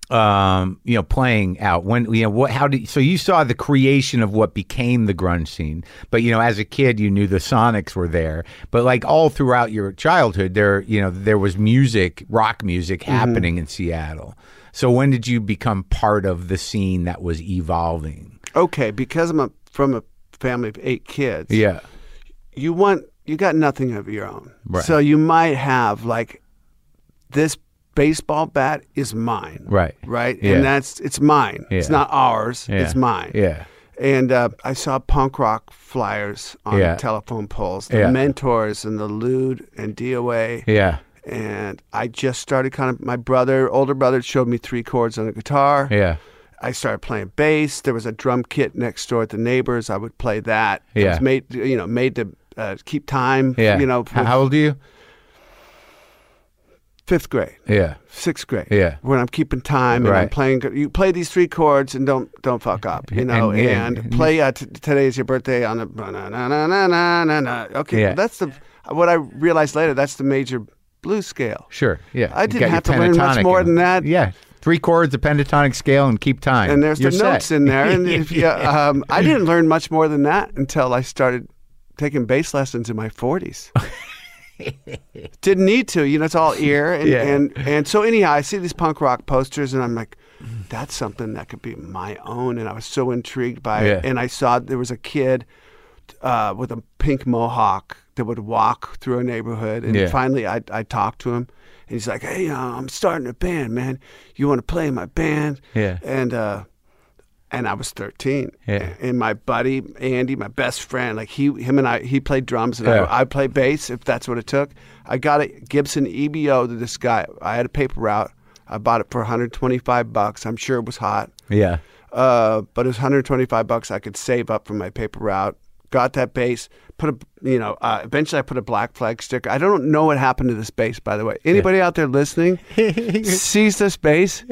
[SPEAKER 1] Um, you know, playing out when you know what? How did so you saw the creation of what became the grunge scene? But you know, as a kid, you knew the Sonics were there. But like all throughout your childhood, there you know there was music, rock music happening in Seattle. So when did you become part of the scene that was evolving?
[SPEAKER 2] okay, because I'm a, from a family of eight kids.
[SPEAKER 1] Yeah,
[SPEAKER 2] you want you got nothing of your own.
[SPEAKER 1] Right.
[SPEAKER 2] So you might have like this baseball bat is mine.
[SPEAKER 1] Right.
[SPEAKER 2] Right.
[SPEAKER 1] Yeah.
[SPEAKER 2] And that's it's mine. It's
[SPEAKER 1] Yeah.
[SPEAKER 2] not ours. It's
[SPEAKER 1] Yeah.
[SPEAKER 2] mine.
[SPEAKER 1] yeah,
[SPEAKER 2] And uh, I saw punk rock flyers on
[SPEAKER 1] Yeah.
[SPEAKER 2] telephone poles, the
[SPEAKER 1] Yeah.
[SPEAKER 2] mentors and the lewd and DOA.
[SPEAKER 1] yeah,
[SPEAKER 2] And I just started kind of, my brother, older brother, showed me three chords on a guitar.
[SPEAKER 1] yeah,
[SPEAKER 2] I started playing bass. There was a drum kit next door at the neighbors. I would play that. It
[SPEAKER 1] Yeah.
[SPEAKER 2] was made you know made to uh, keep time.
[SPEAKER 1] yeah.
[SPEAKER 2] you know,
[SPEAKER 1] how,
[SPEAKER 2] with
[SPEAKER 1] how old are you?
[SPEAKER 2] fifth grade,
[SPEAKER 1] Yeah,
[SPEAKER 2] sixth grade.
[SPEAKER 1] Yeah.
[SPEAKER 2] when I'm keeping time and I'm
[SPEAKER 1] Right.
[SPEAKER 2] playing. You play these three chords and don't don't fuck up. You know,
[SPEAKER 1] And-
[SPEAKER 2] and,
[SPEAKER 1] and-
[SPEAKER 2] play. Uh, t- today is your birthday on the. Na, na, na, na, na, na, na. Okay,
[SPEAKER 1] Yeah.
[SPEAKER 2] well, that's the what I realized later. That's the major blues scale.
[SPEAKER 1] sure. Yeah,
[SPEAKER 2] I
[SPEAKER 1] You
[SPEAKER 2] didn't
[SPEAKER 1] got your
[SPEAKER 2] have to learn much
[SPEAKER 1] pentatonic
[SPEAKER 2] more
[SPEAKER 1] and-
[SPEAKER 2] than that.
[SPEAKER 1] Yeah, three chords, a pentatonic scale, and keep time.
[SPEAKER 2] and there's
[SPEAKER 1] You're
[SPEAKER 2] the
[SPEAKER 1] set.
[SPEAKER 2] notes in there. And if you, um, I didn't learn much more than that until I started taking bass lessons in my 40s. didn't need to, you know. It's all ear, and,
[SPEAKER 1] Yeah.
[SPEAKER 2] and and so anyhow, I see these punk rock posters, and I'm like, that's something that could be my own. And I was so intrigued by it,
[SPEAKER 1] Yeah.
[SPEAKER 2] and I saw there was a kid uh, with a pink mohawk that would walk through a neighborhood. And
[SPEAKER 1] Yeah.
[SPEAKER 2] finally, I, I talked to him. And he's like, hey, uh, I'm starting a band, man. You want to play in my band?
[SPEAKER 1] Yeah.
[SPEAKER 2] And, uh, and I was 13.
[SPEAKER 1] Yeah.
[SPEAKER 2] And my buddy, Andy, my best friend, like he, him and I, he played drums and
[SPEAKER 1] Yeah.
[SPEAKER 2] I, I played bass if that's what it took. I got a Gibson EBO to this guy. I had a paper route. I bought it for 125 bucks. I'm sure it was hot.
[SPEAKER 1] Yeah.
[SPEAKER 2] Uh, but it was 125 bucks I could save up from my paper route. Got that bass. Put a you know. Uh, eventually, I put a black flag sticker. I don't know what happened to this bass, by the way. Anybody out there listening sees this bass?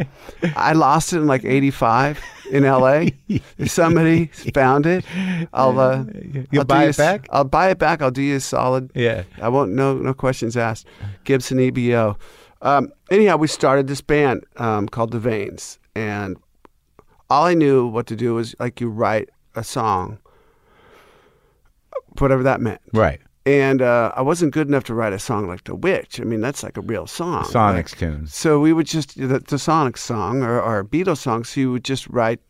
[SPEAKER 2] I lost it in like '85. in L.A. if somebody found it, I'll uh,
[SPEAKER 1] You'll
[SPEAKER 2] I'll do
[SPEAKER 1] buy
[SPEAKER 2] you
[SPEAKER 1] it
[SPEAKER 2] s-
[SPEAKER 1] back?
[SPEAKER 2] I'll buy it back. I'll do you a solid.
[SPEAKER 4] Yeah.
[SPEAKER 2] I won't. No, no questions asked. Gibson EBO. Um, anyhow, we started this band um, called The Veins, and all I knew what to do was like you write a song, whatever that meant.
[SPEAKER 4] Right.
[SPEAKER 2] And uh, I wasn't good enough to write a song like The Witch. I mean, that's like a real song.
[SPEAKER 4] Sonic's
[SPEAKER 2] Like,
[SPEAKER 4] tunes.
[SPEAKER 2] so we would just the, the Sonic song or, or a Beatles song. So you would just write.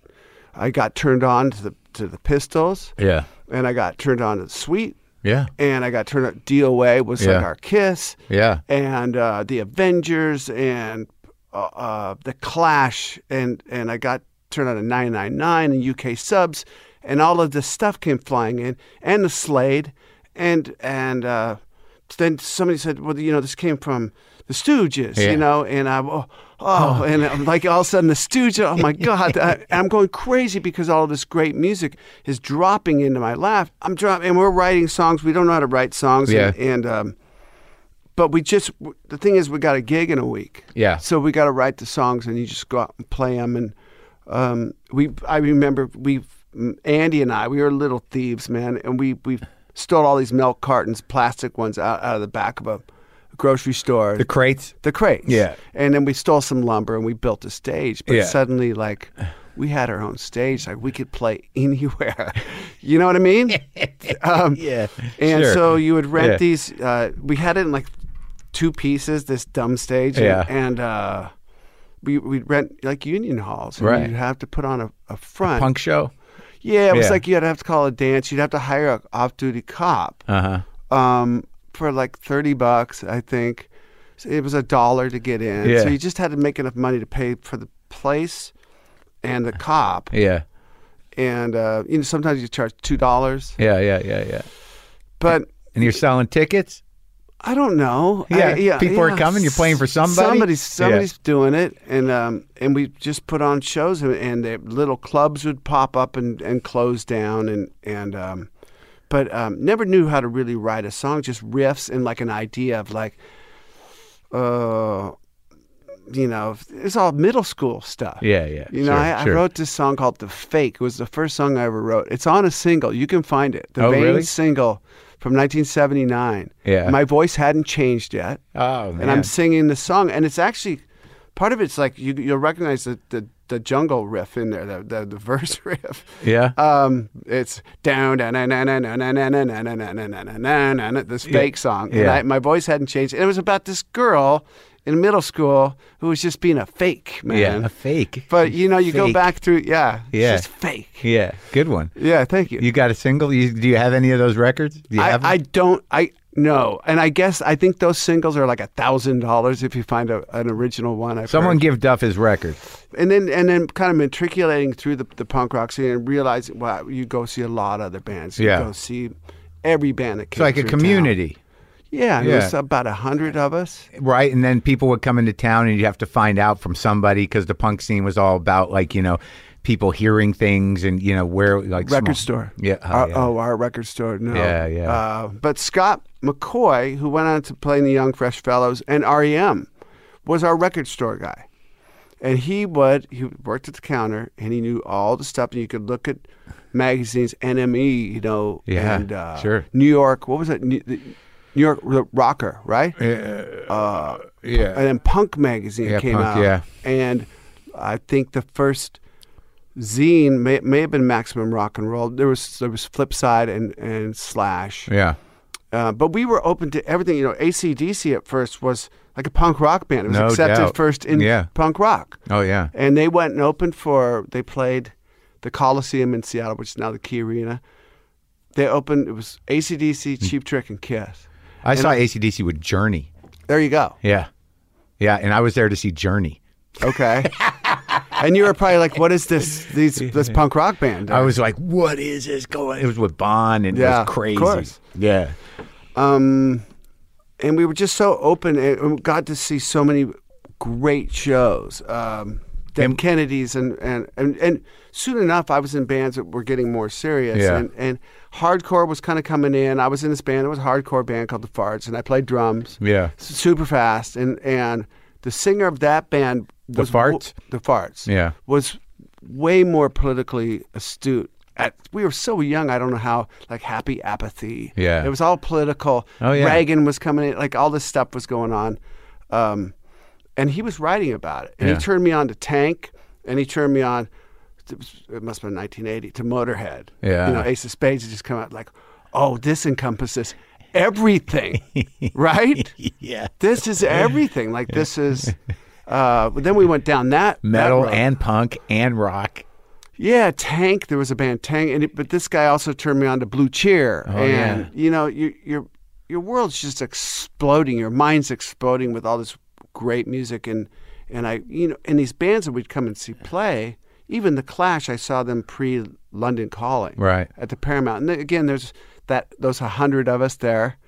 [SPEAKER 2] I got turned on to the to the Pistols,
[SPEAKER 4] Yeah.
[SPEAKER 2] and I got turned on to Sweet,
[SPEAKER 4] Yeah.
[SPEAKER 2] and I got turned on. DOA was
[SPEAKER 4] Yeah.
[SPEAKER 2] like our Kiss,
[SPEAKER 4] Yeah.
[SPEAKER 2] and uh, the Avengers, and uh, uh, the Clash, and and I got turned on to 999 and UK subs, and all of this stuff came flying in, and the Slade, and and uh, then somebody said, well, you know, this came from the Stooges,
[SPEAKER 4] Yeah.
[SPEAKER 2] you know, and I. Oh, Oh, and I'm like all of a sudden the Stooges. Oh my God! I, I'm going crazy because all of this great music is dropping into my lap. I'm dropping, and we're writing songs. We don't know how to write songs.
[SPEAKER 4] Yeah.
[SPEAKER 2] And, and um, but we just the thing is we got a gig in a week
[SPEAKER 4] Yeah.
[SPEAKER 2] so we got to write the songs and you just go out and play them and um, we i remember we andy and i we were little thieves man and we we stole all these milk cartons plastic ones out, out of the back of a grocery store
[SPEAKER 4] The crates.
[SPEAKER 2] the crates
[SPEAKER 4] Yeah.
[SPEAKER 2] and then we stole some lumber and we built a stage but
[SPEAKER 4] Yeah.
[SPEAKER 2] suddenly like we had our own stage like we could play anywhere you know what i mean um,
[SPEAKER 4] Yeah.
[SPEAKER 2] and
[SPEAKER 4] Sure.
[SPEAKER 2] so you would rent
[SPEAKER 4] Yeah.
[SPEAKER 2] these. Uh, we had it in like two pieces. This dumb stage, and-
[SPEAKER 4] Yeah.
[SPEAKER 2] and uh, we we'd rent like union halls. and
[SPEAKER 4] Right.
[SPEAKER 2] you'd have to put on a, a front.
[SPEAKER 4] punk show.
[SPEAKER 2] yeah, it was
[SPEAKER 4] Yeah.
[SPEAKER 2] like you'd have to call a dance. You'd have to hire a off-duty cop
[SPEAKER 4] Uh huh.
[SPEAKER 2] um, for like thirty bucks, I think. So it was a dollar to get in,
[SPEAKER 4] Yeah.
[SPEAKER 2] so you just had to make enough money to pay for the place and the cop.
[SPEAKER 4] Yeah.
[SPEAKER 2] And uh, you know, sometimes you charge two dollars,
[SPEAKER 4] Yeah. Yeah. Yeah. Yeah.
[SPEAKER 2] but
[SPEAKER 4] And you're selling tickets.
[SPEAKER 2] I don't know. I-
[SPEAKER 4] Yeah, people are coming, you're playing for somebody?
[SPEAKER 2] Somebody's
[SPEAKER 4] Yeah.
[SPEAKER 2] somebody's doing it, and um, and we just put on shows, and, and the little clubs would pop up and, and close down, and and um, but um, never knew how to really write a song, just riffs and like an idea of like, uh, you know, it's all middle school stuff.
[SPEAKER 4] Yeah. Yeah.
[SPEAKER 2] You know,
[SPEAKER 4] sure,
[SPEAKER 2] I,
[SPEAKER 4] sure.
[SPEAKER 2] I wrote this song called "The Fake." It was the first song I ever wrote. It's on a single. You can find it. The
[SPEAKER 4] Oh,
[SPEAKER 2] Veins
[SPEAKER 4] really?
[SPEAKER 2] single from 1979.
[SPEAKER 4] Yeah.
[SPEAKER 2] My voice hadn't changed yet,
[SPEAKER 4] Oh man.
[SPEAKER 2] and I'm singing the song. And it's actually part of it's like you you'll recognize the the, the jungle riff in there, the the, the verse riff.
[SPEAKER 4] yeah.
[SPEAKER 2] Um, it's down down down down down down down down down down down down down down down down this fake song, and
[SPEAKER 4] Yeah.
[SPEAKER 2] I, my voice hadn't changed. And it was about this girl in middle school who was just being a fake man.
[SPEAKER 4] yeah. A fake.
[SPEAKER 2] But you know, you go
[SPEAKER 4] Fake.
[SPEAKER 2] back through, yeah,
[SPEAKER 4] Yeah.
[SPEAKER 2] it's just fake.
[SPEAKER 4] Yeah. Good one.
[SPEAKER 2] Yeah, thank you.
[SPEAKER 4] You got a single? You, do you have any of those records? Do you
[SPEAKER 2] I,
[SPEAKER 4] have them?
[SPEAKER 2] I don't, I no, and I guess I think those singles are like a thousand dollars if you find a, an original one. I've
[SPEAKER 4] Someone
[SPEAKER 2] heard.
[SPEAKER 4] give Duff his record.
[SPEAKER 2] and then and then kind of matriculating through the, the punk rock scene and realizing, wow, you go see a lot of other bands.
[SPEAKER 4] Yeah.
[SPEAKER 2] you go see every band that came.
[SPEAKER 4] It's like a
[SPEAKER 2] through town.
[SPEAKER 4] community,
[SPEAKER 2] Yeah, and
[SPEAKER 4] Yeah.
[SPEAKER 2] it was about a hundred of us.
[SPEAKER 4] right? And then people would come into town, and you'd have to find out from somebody because the punk scene was all about like you know people hearing things and you know where like small-
[SPEAKER 2] record store.
[SPEAKER 4] Yeah. Oh,
[SPEAKER 2] Our-
[SPEAKER 4] yeah.
[SPEAKER 2] oh, our record store. No.
[SPEAKER 4] Yeah, yeah.
[SPEAKER 2] Uh, but Scott McCoy, who went on to play in the Young Fresh Fellows and REM, was our record store guy, and he would he worked at the counter and he knew all the stuff. And you could look at magazines, NME, you know,
[SPEAKER 4] Yeah,
[SPEAKER 2] and uh,
[SPEAKER 4] sure.
[SPEAKER 2] New York. What was it? New, the, New York the Rocker, right?
[SPEAKER 4] yeah.
[SPEAKER 2] and then Punk magazine
[SPEAKER 4] Yeah,
[SPEAKER 2] came
[SPEAKER 4] Punk,
[SPEAKER 2] out.
[SPEAKER 4] yeah.
[SPEAKER 2] And I think the first zine may, may have been Maximum Rock and Roll. There was there was Flipside and and Slash.
[SPEAKER 4] yeah.
[SPEAKER 2] Uh, but we were open to everything. You know, ACDC at first was like a punk rock band. It was
[SPEAKER 4] No
[SPEAKER 2] accepted
[SPEAKER 4] doubt.
[SPEAKER 2] first in
[SPEAKER 4] Yeah.
[SPEAKER 2] punk rock.
[SPEAKER 4] Oh yeah.
[SPEAKER 2] And they went and opened for they played the Coliseum in Seattle, which is now the Key Arena. They opened it was ACDC,
[SPEAKER 4] Mm.
[SPEAKER 2] Cheap Trick, and Kiss.
[SPEAKER 4] I saw ACDC with Journey.
[SPEAKER 2] There you go.
[SPEAKER 4] Yeah. Yeah, and I was there to see Journey.
[SPEAKER 2] Okay. and you were probably like, "What is this? These this punk rock band?"
[SPEAKER 4] I was like, "What is this going?" It was with Bond, and it
[SPEAKER 2] Yeah, of
[SPEAKER 4] was crazy.
[SPEAKER 2] course.
[SPEAKER 4] Yeah,
[SPEAKER 2] Um, and we were just so open and and got to see so many great shows. Um, Deb
[SPEAKER 4] And-
[SPEAKER 2] Kennedy's and, and and and soon enough, I was in bands that were getting more serious.
[SPEAKER 4] Yeah.
[SPEAKER 2] And, and hardcore was kind of coming in. I was in this band. It was a hardcore band called the Farts, and I played drums.
[SPEAKER 4] yeah,
[SPEAKER 2] S- super fast and and the singer of that band was
[SPEAKER 4] Farts?
[SPEAKER 2] the farts
[SPEAKER 4] Yeah.
[SPEAKER 2] was way more politically astute. At, we were so young, I don't know how, like happy apathy.
[SPEAKER 1] Yeah.
[SPEAKER 2] It was all political.
[SPEAKER 1] Oh, yeah.
[SPEAKER 2] Reagan was coming in, like all this stuff was going on. Um, and he was writing about it. And
[SPEAKER 1] Yeah.
[SPEAKER 2] he turned me on to Tank, and he turned me on, it, was- it must have been 1980, to Motorhead.
[SPEAKER 1] Yeah.
[SPEAKER 2] You know, Ace of Spades had just come out like, oh, this encompasses everything, right?
[SPEAKER 1] Yeah.
[SPEAKER 2] This is everything. Like, this is. Uh, but then we went down that that
[SPEAKER 1] Metal
[SPEAKER 2] road.
[SPEAKER 1] and punk and rock.
[SPEAKER 2] Yeah, Tank. There was a band Tank, and it, but this guy also turned me on to Blue Cheer, and you know, your your your world's just exploding. Your mind's exploding with all this great music, and and I, you know, and these bands that we'd come and see play, even the Clash, I saw them pre London Calling,
[SPEAKER 1] Right.
[SPEAKER 2] at the Paramount, and then, again, there's that those a hundred of us there,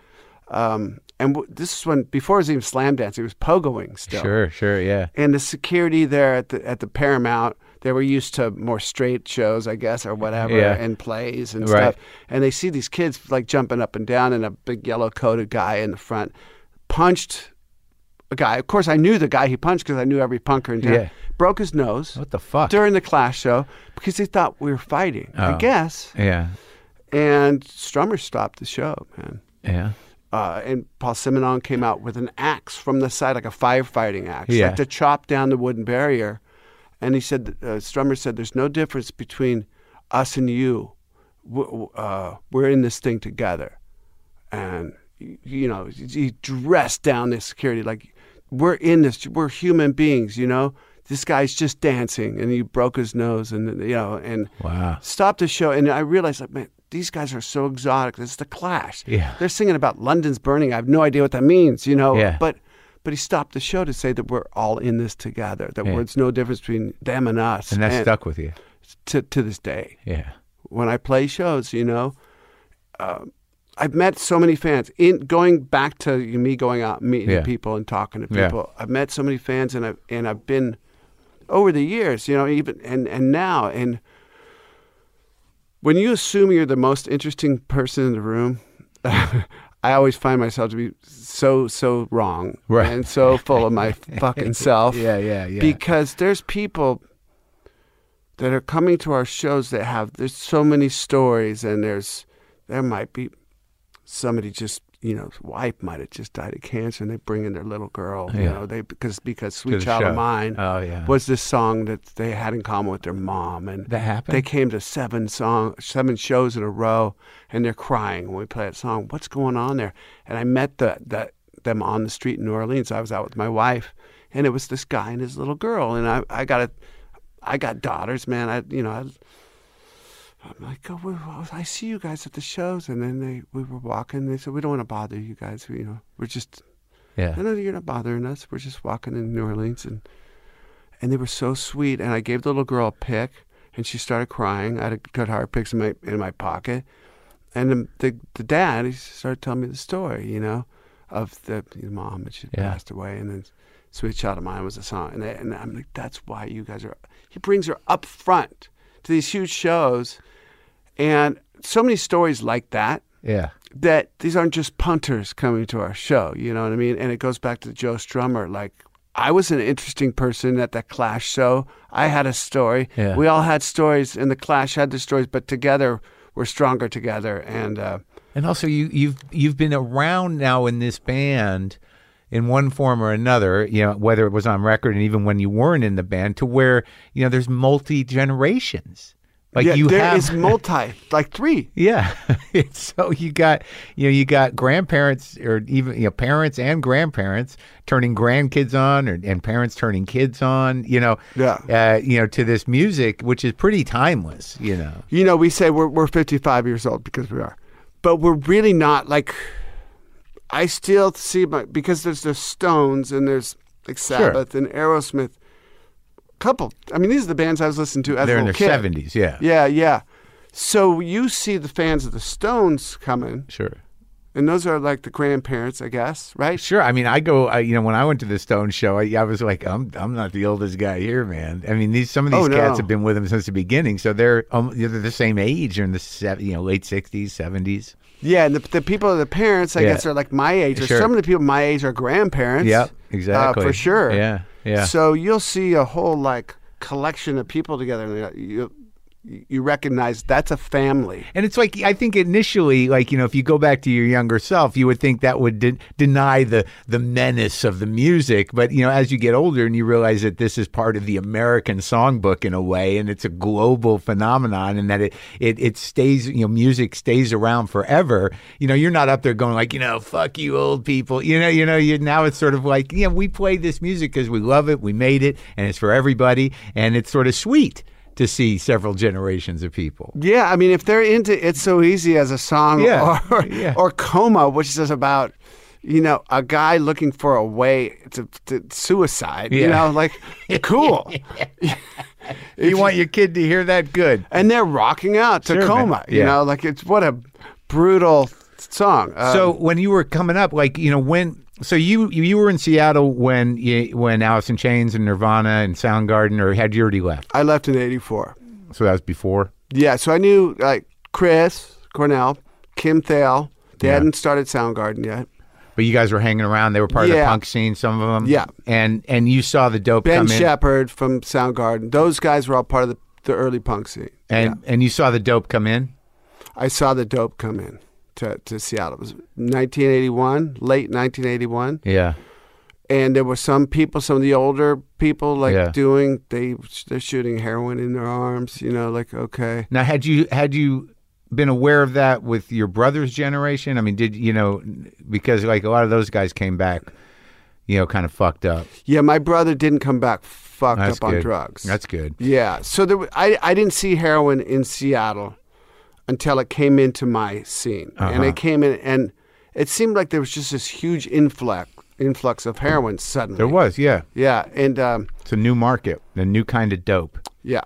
[SPEAKER 2] um, and w- this is when before it was even slam dancing, it was pogoing still
[SPEAKER 1] Sure, sure, yeah.
[SPEAKER 2] and the security there at the at the Paramount, they were used to more straight shows, I guess, or whatever,
[SPEAKER 1] Yeah.
[SPEAKER 2] and plays and
[SPEAKER 1] Right.
[SPEAKER 2] stuff. And they see these kids like jumping up and down, and a big yellow coated guy in the front punched a guy. Of course, I knew the guy he punched because I knew every punker in town.
[SPEAKER 1] Yeah.
[SPEAKER 2] Broke his nose
[SPEAKER 1] What the Oh. fuck?
[SPEAKER 2] during the Clash show because they thought we were fighting. I guess.
[SPEAKER 1] Yeah.
[SPEAKER 2] And Strummer stopped the show, man
[SPEAKER 1] Yeah.
[SPEAKER 2] uh, and Paul Simonon came out with an axe from the side, like a firefighting axe,
[SPEAKER 1] Yeah.
[SPEAKER 2] like to chop down the wooden barrier. And he said, uh, Strummer said, there's no difference between us and you. W- w- uh, we're in this thing together. And, y- you know, he dressed down the security like, we're in this, we're human beings, you know? This guy's just dancing, and he broke his nose, and, you know, and
[SPEAKER 1] Wow.
[SPEAKER 2] stopped the show and I realized like man these guys are so exotic this is the clash
[SPEAKER 1] Yeah.
[SPEAKER 2] they're singing about London's burning I have no idea what that means you know
[SPEAKER 1] Yeah.
[SPEAKER 2] but but he stopped the show to say that we're all in this together that there's no difference between them and us
[SPEAKER 1] And that stuck with you.
[SPEAKER 2] to, to this day
[SPEAKER 1] Yeah.
[SPEAKER 2] when I play shows you know um, I've met so many fans in going back to me going out and meeting
[SPEAKER 1] Yeah.
[SPEAKER 2] people and talking to
[SPEAKER 1] Yeah.
[SPEAKER 2] people I've met so many fans and I've and I've been over the years you know even and and now and when you assume you're the most interesting person in the room, I always find myself to be so so wrong
[SPEAKER 1] Right.
[SPEAKER 2] and so full of my fucking self.
[SPEAKER 5] Yeah, yeah, yeah.
[SPEAKER 2] Because there's people that are coming to our shows that have there's so many stories and there's there might be somebody just you know his wife might have just died of cancer and they bring in their little girl you
[SPEAKER 1] Yeah.
[SPEAKER 2] know they because because
[SPEAKER 1] To
[SPEAKER 2] sweet
[SPEAKER 1] the
[SPEAKER 2] child
[SPEAKER 1] show.
[SPEAKER 2] of mine
[SPEAKER 1] Oh, yeah.
[SPEAKER 2] was this song that they had in common with their mom and
[SPEAKER 1] That happened?
[SPEAKER 2] they came to seven song seven shows in a row and they're crying when we play that song what's going on there and i met the, the them on the street in new orleans i was out with my wife and it was this guy and his little girl and i, I got a I got daughters, man. I, you know, I, I'm like, oh, we- I see you guys at the shows, and then they, we were walking. And they said, we don't want to bother you guys. We, you know, we're just
[SPEAKER 1] Yeah.
[SPEAKER 2] no, no, you're not bothering us. We're just walking in New Orleans, and and they were so sweet. And I gave the little girl a pick, and she started crying. I had a good heart picks in my in my pocket, and the the, the dad he started telling me the story, you know, of the his mom and she
[SPEAKER 1] Yeah.
[SPEAKER 2] passed away, and then "Sweet Child of Mine" was a song, and I, and I'm like, that's why you guys are. He brings her up front to these huge shows, and so many stories like that
[SPEAKER 1] Yeah.
[SPEAKER 2] that these aren't just punters coming to our show. You know what I mean? And it goes back to Joe Strummer. Like, I was an interesting person at that Clash show. I had a story.
[SPEAKER 1] Yeah.
[SPEAKER 2] We all had stories, and the Clash had their stories, but together we're stronger together. And uh,
[SPEAKER 1] And also, you, you've you've been around now in this band, in one form or another. You know, whether it was on record and even when you weren't in the band, to where you know there's multi generations. Like
[SPEAKER 2] yeah,
[SPEAKER 1] you
[SPEAKER 2] there
[SPEAKER 1] have
[SPEAKER 2] is multi, like three.
[SPEAKER 1] Yeah. It's- so you got you know you got grandparents or even you know parents and grandparents turning grandkids on or and parents turning kids on, you know.
[SPEAKER 2] Yeah.
[SPEAKER 1] Uh, you know to this music which is pretty timeless, you know.
[SPEAKER 2] You know, we say we're, we're 55 years old because we are, but we're really not. Like, I still see my, because there's the Stones and there's like Sabbath and Aerosmith. Couple, I mean, these are the bands I was listening to as
[SPEAKER 1] They're
[SPEAKER 2] a
[SPEAKER 1] in
[SPEAKER 2] little
[SPEAKER 1] their
[SPEAKER 2] kid.
[SPEAKER 1] 70s, yeah.
[SPEAKER 2] Yeah, yeah. So you see the fans of the Stones coming,
[SPEAKER 1] Sure.
[SPEAKER 2] and those are like the grandparents, I guess, right?
[SPEAKER 1] Sure. I mean, I go. I, you know, when I went to the Stone Show, I, I was like, I'm I'm not the oldest guy here, man. I mean, these some of these
[SPEAKER 2] Oh, no.
[SPEAKER 1] cats have been with him since the beginning, so they're um, they're the same age, or in the se- you know late sixties, seventies.
[SPEAKER 2] Yeah, and the, the people, the parents, I
[SPEAKER 1] Yeah.
[SPEAKER 2] guess, are like my age, or
[SPEAKER 1] Sure.
[SPEAKER 2] some of the people my age are grandparents.
[SPEAKER 1] Yep,
[SPEAKER 2] uh,
[SPEAKER 1] exactly.
[SPEAKER 2] for sure.
[SPEAKER 1] Yeah, yeah.
[SPEAKER 2] So you'll see a whole like collection of people together, and they're- you you recognize that's a family.
[SPEAKER 1] And it's like I think initially, like you know, if you go back to your younger self, you would think that would de- deny the the menace of the music. But you know, as you get older and you realize that this is part of the American songbook in a way, and it's a global phenomenon, and that it it, it stays, you know, music stays around forever. You know, you're not up there going like, you know, fuck you, old people. You know, you know, you now it's sort of like, yeah, we play this music because we love it, we made it, and it's for everybody, and it's sort of sweet to see several generations of people.
[SPEAKER 2] Yeah, I mean, if they're into "It's So Easy" as a song,
[SPEAKER 1] Yeah,
[SPEAKER 2] or
[SPEAKER 1] yeah.
[SPEAKER 2] or "Coma," which is about you know a guy looking for a way to, to suicide. You
[SPEAKER 1] Yeah.
[SPEAKER 2] know, like cool.
[SPEAKER 1] you want your kid to hear that good.
[SPEAKER 2] and they're rocking out to
[SPEAKER 1] Sure, man.
[SPEAKER 2] coma. You
[SPEAKER 1] Yeah.
[SPEAKER 2] know, like it's what a brutal song. Uh,
[SPEAKER 1] so when you were coming up, like you know when. So you you you were in Seattle when you, when Alice in Chains and Nirvana and Soundgarden or had you already left?
[SPEAKER 2] I left in '84.
[SPEAKER 1] So that was before.
[SPEAKER 2] Yeah, so I knew like Chris Cornell, Kim Thale. They hadn't started Soundgarden yet.
[SPEAKER 1] But you guys were hanging around. They were part of the
[SPEAKER 2] Yeah.
[SPEAKER 1] punk scene. Some of them.
[SPEAKER 2] Yeah.
[SPEAKER 1] And and you saw the dope come
[SPEAKER 2] Ben
[SPEAKER 1] in.
[SPEAKER 2] Shepherd from Soundgarden. Those guys were all part of the, the early punk scene.
[SPEAKER 1] And and you saw the dope come in.
[SPEAKER 2] I saw the dope come in to, to Seattle. It was 1981, late 1981.
[SPEAKER 1] Yeah.
[SPEAKER 2] And there were some people, some of the older people, like
[SPEAKER 1] Yeah.
[SPEAKER 2] doing, they, they're shooting heroin in their arms, you know, like, okay.
[SPEAKER 1] Now had you had you been aware of that with your brother's generation? I mean, did you know because like a lot of those guys came back, you know, kind of fucked up.
[SPEAKER 2] Yeah, my brother didn't come back fucked
[SPEAKER 1] That's
[SPEAKER 2] up on
[SPEAKER 1] good.
[SPEAKER 2] drugs.
[SPEAKER 1] That's good.
[SPEAKER 2] Yeah. So there, wa- I I didn't see heroin in Seattle until it came into my scene, and
[SPEAKER 1] Uh-huh.
[SPEAKER 2] it came in, and it seemed like there was just this huge influx influx of heroin suddenly.
[SPEAKER 1] There was, yeah.
[SPEAKER 2] Yeah, and um,
[SPEAKER 1] It's a new market, a new kind of dope.
[SPEAKER 2] yeah,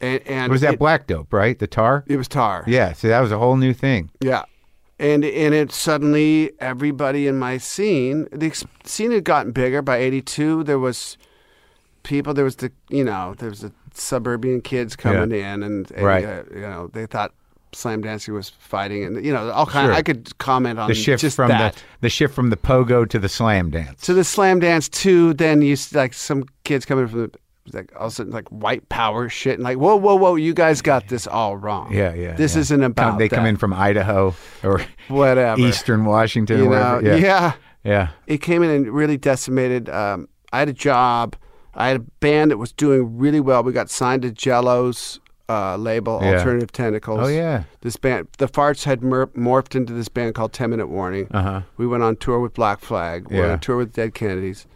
[SPEAKER 2] and, and
[SPEAKER 1] was that
[SPEAKER 2] it,
[SPEAKER 1] black dope, right? The tar?
[SPEAKER 2] it was tar.
[SPEAKER 1] Yeah, so that was a whole new thing.
[SPEAKER 2] Yeah. And and it suddenly everybody in my scene, the ex- scene had gotten bigger by 82. There was people, there was the, you know, there was the suburban kids coming in and, and,
[SPEAKER 1] Right.
[SPEAKER 2] uh, you know, they thought slam dancing was fighting and you know, all kind
[SPEAKER 1] Sure.
[SPEAKER 2] I could comment on
[SPEAKER 1] The shift
[SPEAKER 2] just
[SPEAKER 1] from
[SPEAKER 2] that.
[SPEAKER 1] the the shift from the pogo to the slam dance.
[SPEAKER 2] So the slam dance too. Then you s- like some kids coming from the like all of a sudden like white power shit and like whoa whoa whoa you guys got this all wrong.
[SPEAKER 1] Yeah, yeah.
[SPEAKER 2] This
[SPEAKER 1] yeah.
[SPEAKER 2] isn't
[SPEAKER 1] Come-
[SPEAKER 2] about
[SPEAKER 1] they come
[SPEAKER 2] that.
[SPEAKER 1] in from Idaho or
[SPEAKER 2] whatever.
[SPEAKER 1] Eastern Washington
[SPEAKER 2] you
[SPEAKER 1] or
[SPEAKER 2] know,
[SPEAKER 1] wherever. Yeah.
[SPEAKER 2] yeah.
[SPEAKER 1] Yeah.
[SPEAKER 2] it came in and really decimated. Um, I had a job. I had a band that was doing really well. We got signed to Jello's uh, label,
[SPEAKER 1] Yeah.
[SPEAKER 2] Alternative Tentacles.
[SPEAKER 1] Oh yeah.
[SPEAKER 2] This band, the Farts, had mer- morphed into this band called Ten Minute Warning.
[SPEAKER 1] Uh-huh.
[SPEAKER 2] We went on tour with Black Flag. We
[SPEAKER 1] Yeah.
[SPEAKER 2] went on tour with Dead Kennedys.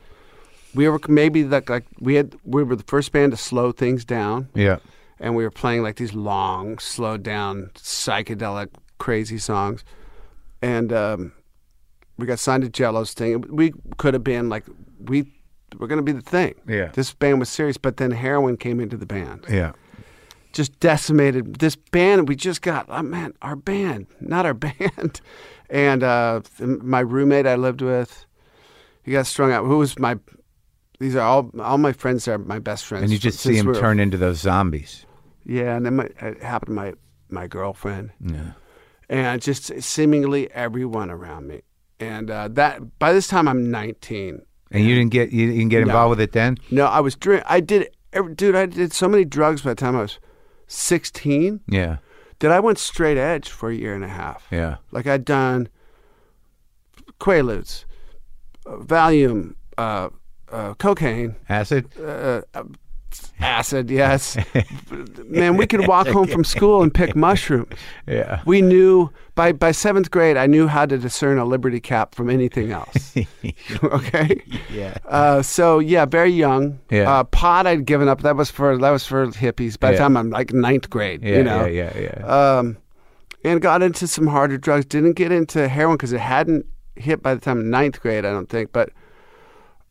[SPEAKER 2] We were maybe like, like we had we were the first band to slow things down,
[SPEAKER 1] Yeah.
[SPEAKER 2] and we were playing like these long, slowed down, psychedelic, crazy songs. And um, we got signed to Jello's thing. We could have been like, we we're gonna be the thing.
[SPEAKER 1] Yeah.
[SPEAKER 2] This band was serious, but then heroin came into the band,
[SPEAKER 1] Yeah.
[SPEAKER 2] just decimated this band. We just got, oh man, our band, not our band. And uh, my roommate I lived with, he got strung out. Who was my? These are all all my friends are my best friends.
[SPEAKER 1] And you just see
[SPEAKER 2] since
[SPEAKER 1] them
[SPEAKER 2] we were-
[SPEAKER 1] turn into those zombies.
[SPEAKER 2] yeah, and then my, it happened to my my girlfriend,
[SPEAKER 1] Yeah.
[SPEAKER 2] and just seemingly everyone around me. And uh, that by this time I'm 19.
[SPEAKER 1] And you didn't get you didn't get
[SPEAKER 2] No.
[SPEAKER 1] involved with it then?
[SPEAKER 2] No, I was drink. I did, ev- dude. I did so many drugs by the time I was 16
[SPEAKER 1] Yeah.
[SPEAKER 2] that I went straight edge for a year and a half.
[SPEAKER 1] Yeah.
[SPEAKER 2] Like I'd done Quaaludes, uh, Valium, uh, uh, cocaine,
[SPEAKER 1] Acid?
[SPEAKER 2] uh, uh, acid. Yes, man, we could walk home from school and pick mushrooms.
[SPEAKER 1] Yeah.
[SPEAKER 2] we knew by, by seventh grade i knew how to discern a liberty cap from anything else okay
[SPEAKER 1] Yeah.
[SPEAKER 2] uh, so yeah very young
[SPEAKER 1] Yeah.
[SPEAKER 2] uh, pot i'd given up that was for that was for hippies by
[SPEAKER 1] Yeah.
[SPEAKER 2] the time i'm like ninth grade
[SPEAKER 1] Yeah,
[SPEAKER 2] you know
[SPEAKER 1] yeah, yeah, yeah.
[SPEAKER 2] Um, and got into some harder drugs didn't get into heroin because it hadn't hit by the time of ninth grade i don't think but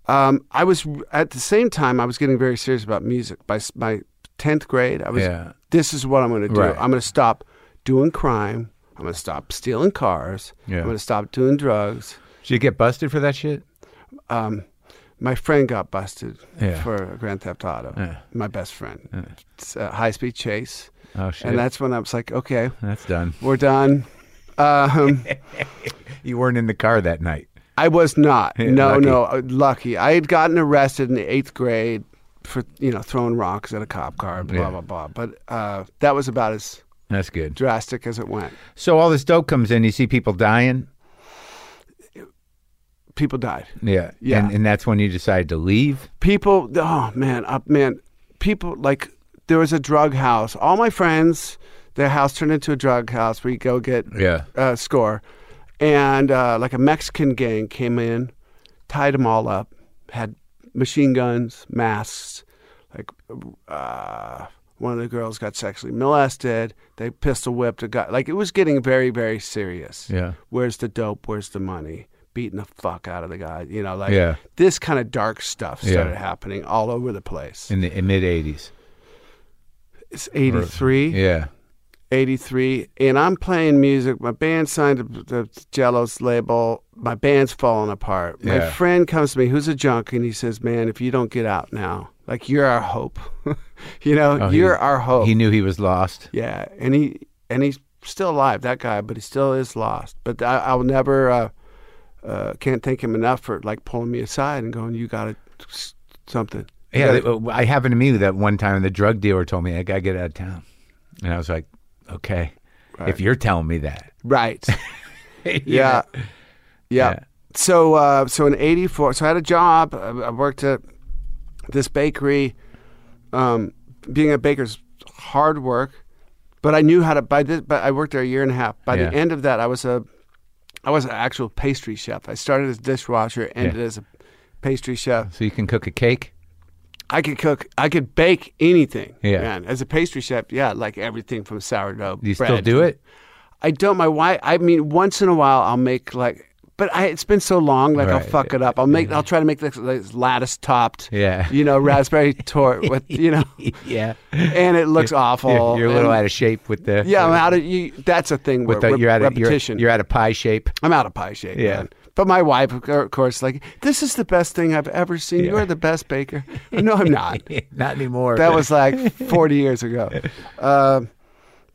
[SPEAKER 2] um, i was at the same time i was getting very serious about music by s- my 10th grade i was
[SPEAKER 1] Yeah.
[SPEAKER 2] this is what I'm going to do.
[SPEAKER 1] Right.
[SPEAKER 2] I'm going to stop doing crime. I'm going to stop stealing cars.
[SPEAKER 1] Yeah.
[SPEAKER 2] I'm going to stop doing drugs.
[SPEAKER 1] Did you get busted for that shit?
[SPEAKER 2] Um, my friend got busted
[SPEAKER 1] Yeah.
[SPEAKER 2] for a Grand Theft Auto.
[SPEAKER 1] Yeah.
[SPEAKER 2] My best friend. It's a high speed chase.
[SPEAKER 1] Oh shit.
[SPEAKER 2] And that's when I was like, okay,
[SPEAKER 1] that's done.
[SPEAKER 2] we're done. Um,
[SPEAKER 1] You weren't in the car that night.
[SPEAKER 2] I was not.
[SPEAKER 1] Yeah,
[SPEAKER 2] no,
[SPEAKER 1] lucky.
[SPEAKER 2] no, uh, lucky. I had gotten arrested in the eighth grade for you know throwing rocks at a cop car, blah
[SPEAKER 4] Yeah.
[SPEAKER 2] blah blah. But uh, that was about as
[SPEAKER 4] That's good.
[SPEAKER 2] drastic as it went.
[SPEAKER 4] So all this dope comes in. You see people dying.
[SPEAKER 2] People died.
[SPEAKER 4] Yeah.
[SPEAKER 2] Yeah.
[SPEAKER 4] And, and that's when you decide to leave.
[SPEAKER 2] people oh man up man people like there was a drug house all my friends their house turned into a drug house where you go get
[SPEAKER 4] Yeah.
[SPEAKER 2] uh, score and uh, like a mexican gang came in tied them all up had machine guns masks like uh, one of the girls got sexually molested they pistol whipped a guy like it was getting very very serious
[SPEAKER 4] Yeah.
[SPEAKER 2] where's the dope where's the money beating the fuck out of the guy you know like
[SPEAKER 4] Yeah.
[SPEAKER 2] this kind of dark stuff started
[SPEAKER 4] Yeah.
[SPEAKER 2] happening all over the place
[SPEAKER 4] In the in mid '80s.
[SPEAKER 2] it's 83
[SPEAKER 4] Yeah.
[SPEAKER 2] 83 and i'm playing music my band signed to the jello's label my band's falling apart my
[SPEAKER 4] Yeah.
[SPEAKER 2] friend comes to me who's a junk and he says man if you don't get out now like you're our hope you know
[SPEAKER 4] Oh, he-
[SPEAKER 2] you're our hope
[SPEAKER 4] He knew he was lost.
[SPEAKER 2] Yeah, and he and he's still alive, that guy, but he still is lost. But I, I'll never uh, uh, can't thank him enough for like pulling me aside and going, "You got to something." You
[SPEAKER 4] Yeah,
[SPEAKER 2] gotta-
[SPEAKER 4] that- I happened to me that one time. The drug dealer told me I gotta get out of town, and I was like, "Okay, if you're telling me that,
[SPEAKER 2] right.
[SPEAKER 4] yeah,
[SPEAKER 2] Yeah. yeah.
[SPEAKER 4] Yeah.
[SPEAKER 2] So uh, so in '84, so I had a job. I, I worked at this bakery. Um, being a baker's hard work, but I knew how to. By this, but I worked there a year and a half. By
[SPEAKER 4] Yeah.
[SPEAKER 2] the end of that, I was a, I was an actual pastry chef. I started as dishwasher, ended as a pastry chef.
[SPEAKER 4] so you can cook a cake."
[SPEAKER 2] I could cook. I could bake anything.
[SPEAKER 4] Yeah.
[SPEAKER 2] Man. As a pastry chef, yeah, like everything from sourdough.
[SPEAKER 4] Do you
[SPEAKER 2] bread
[SPEAKER 4] still
[SPEAKER 2] to-
[SPEAKER 4] do it?
[SPEAKER 2] I don't. My wife. I mean, once in a while, I'll make like, but I, it's been so long. Like I'll
[SPEAKER 4] Right.
[SPEAKER 2] fuck it up. I'll make. I'll try to make this, this lattice topped.
[SPEAKER 4] Yeah.
[SPEAKER 2] You know, raspberry tort with you know,
[SPEAKER 4] yeah,
[SPEAKER 2] and it looks awful.
[SPEAKER 4] you're, you're a little
[SPEAKER 2] and-
[SPEAKER 4] out of shape with the
[SPEAKER 2] Yeah, I'm out of. You, that's a thing
[SPEAKER 4] with
[SPEAKER 2] where
[SPEAKER 4] the,
[SPEAKER 2] re-
[SPEAKER 4] you're out of you're,
[SPEAKER 2] repetition.
[SPEAKER 4] you're out of pie shape.
[SPEAKER 2] I'm out of pie shape.
[SPEAKER 4] Yeah.
[SPEAKER 2] Man. But my wife, of course, like this is the best thing I've ever seen.
[SPEAKER 4] Yeah.
[SPEAKER 2] You're the best baker. no, I'm not.
[SPEAKER 4] Not anymore.
[SPEAKER 2] That was like 40 years ago. Um,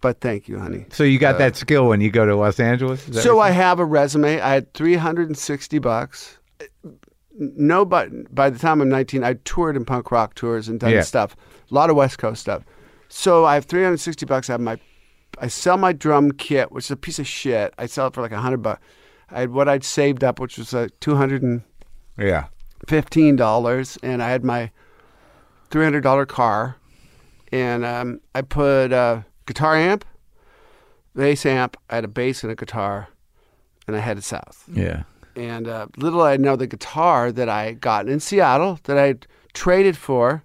[SPEAKER 2] but thank you, honey.
[SPEAKER 4] so you got that skill when you go to Los Angeles. Is that
[SPEAKER 2] Uh, So
[SPEAKER 4] what-
[SPEAKER 2] I have a resume. I had 360 bucks. No, but by the time I'm 19, I toured in punk rock tours and done
[SPEAKER 4] Yeah.
[SPEAKER 2] stuff, a lot of West Coast stuff. So I have 360 bucks. I have my, I sell my drum kit, which is a piece of shit. I sell it for like 100 bucks. I had what I'd saved up, which was like 200 and
[SPEAKER 4] yeah,
[SPEAKER 2] fifteen dollars, and I had my three hundred dollar car, and um, I put a guitar amp, bass amp. I had a bass and a guitar, and I headed south.
[SPEAKER 4] yeah,
[SPEAKER 2] And uh, little I know the guitar that I had gotten in Seattle that I had traded for.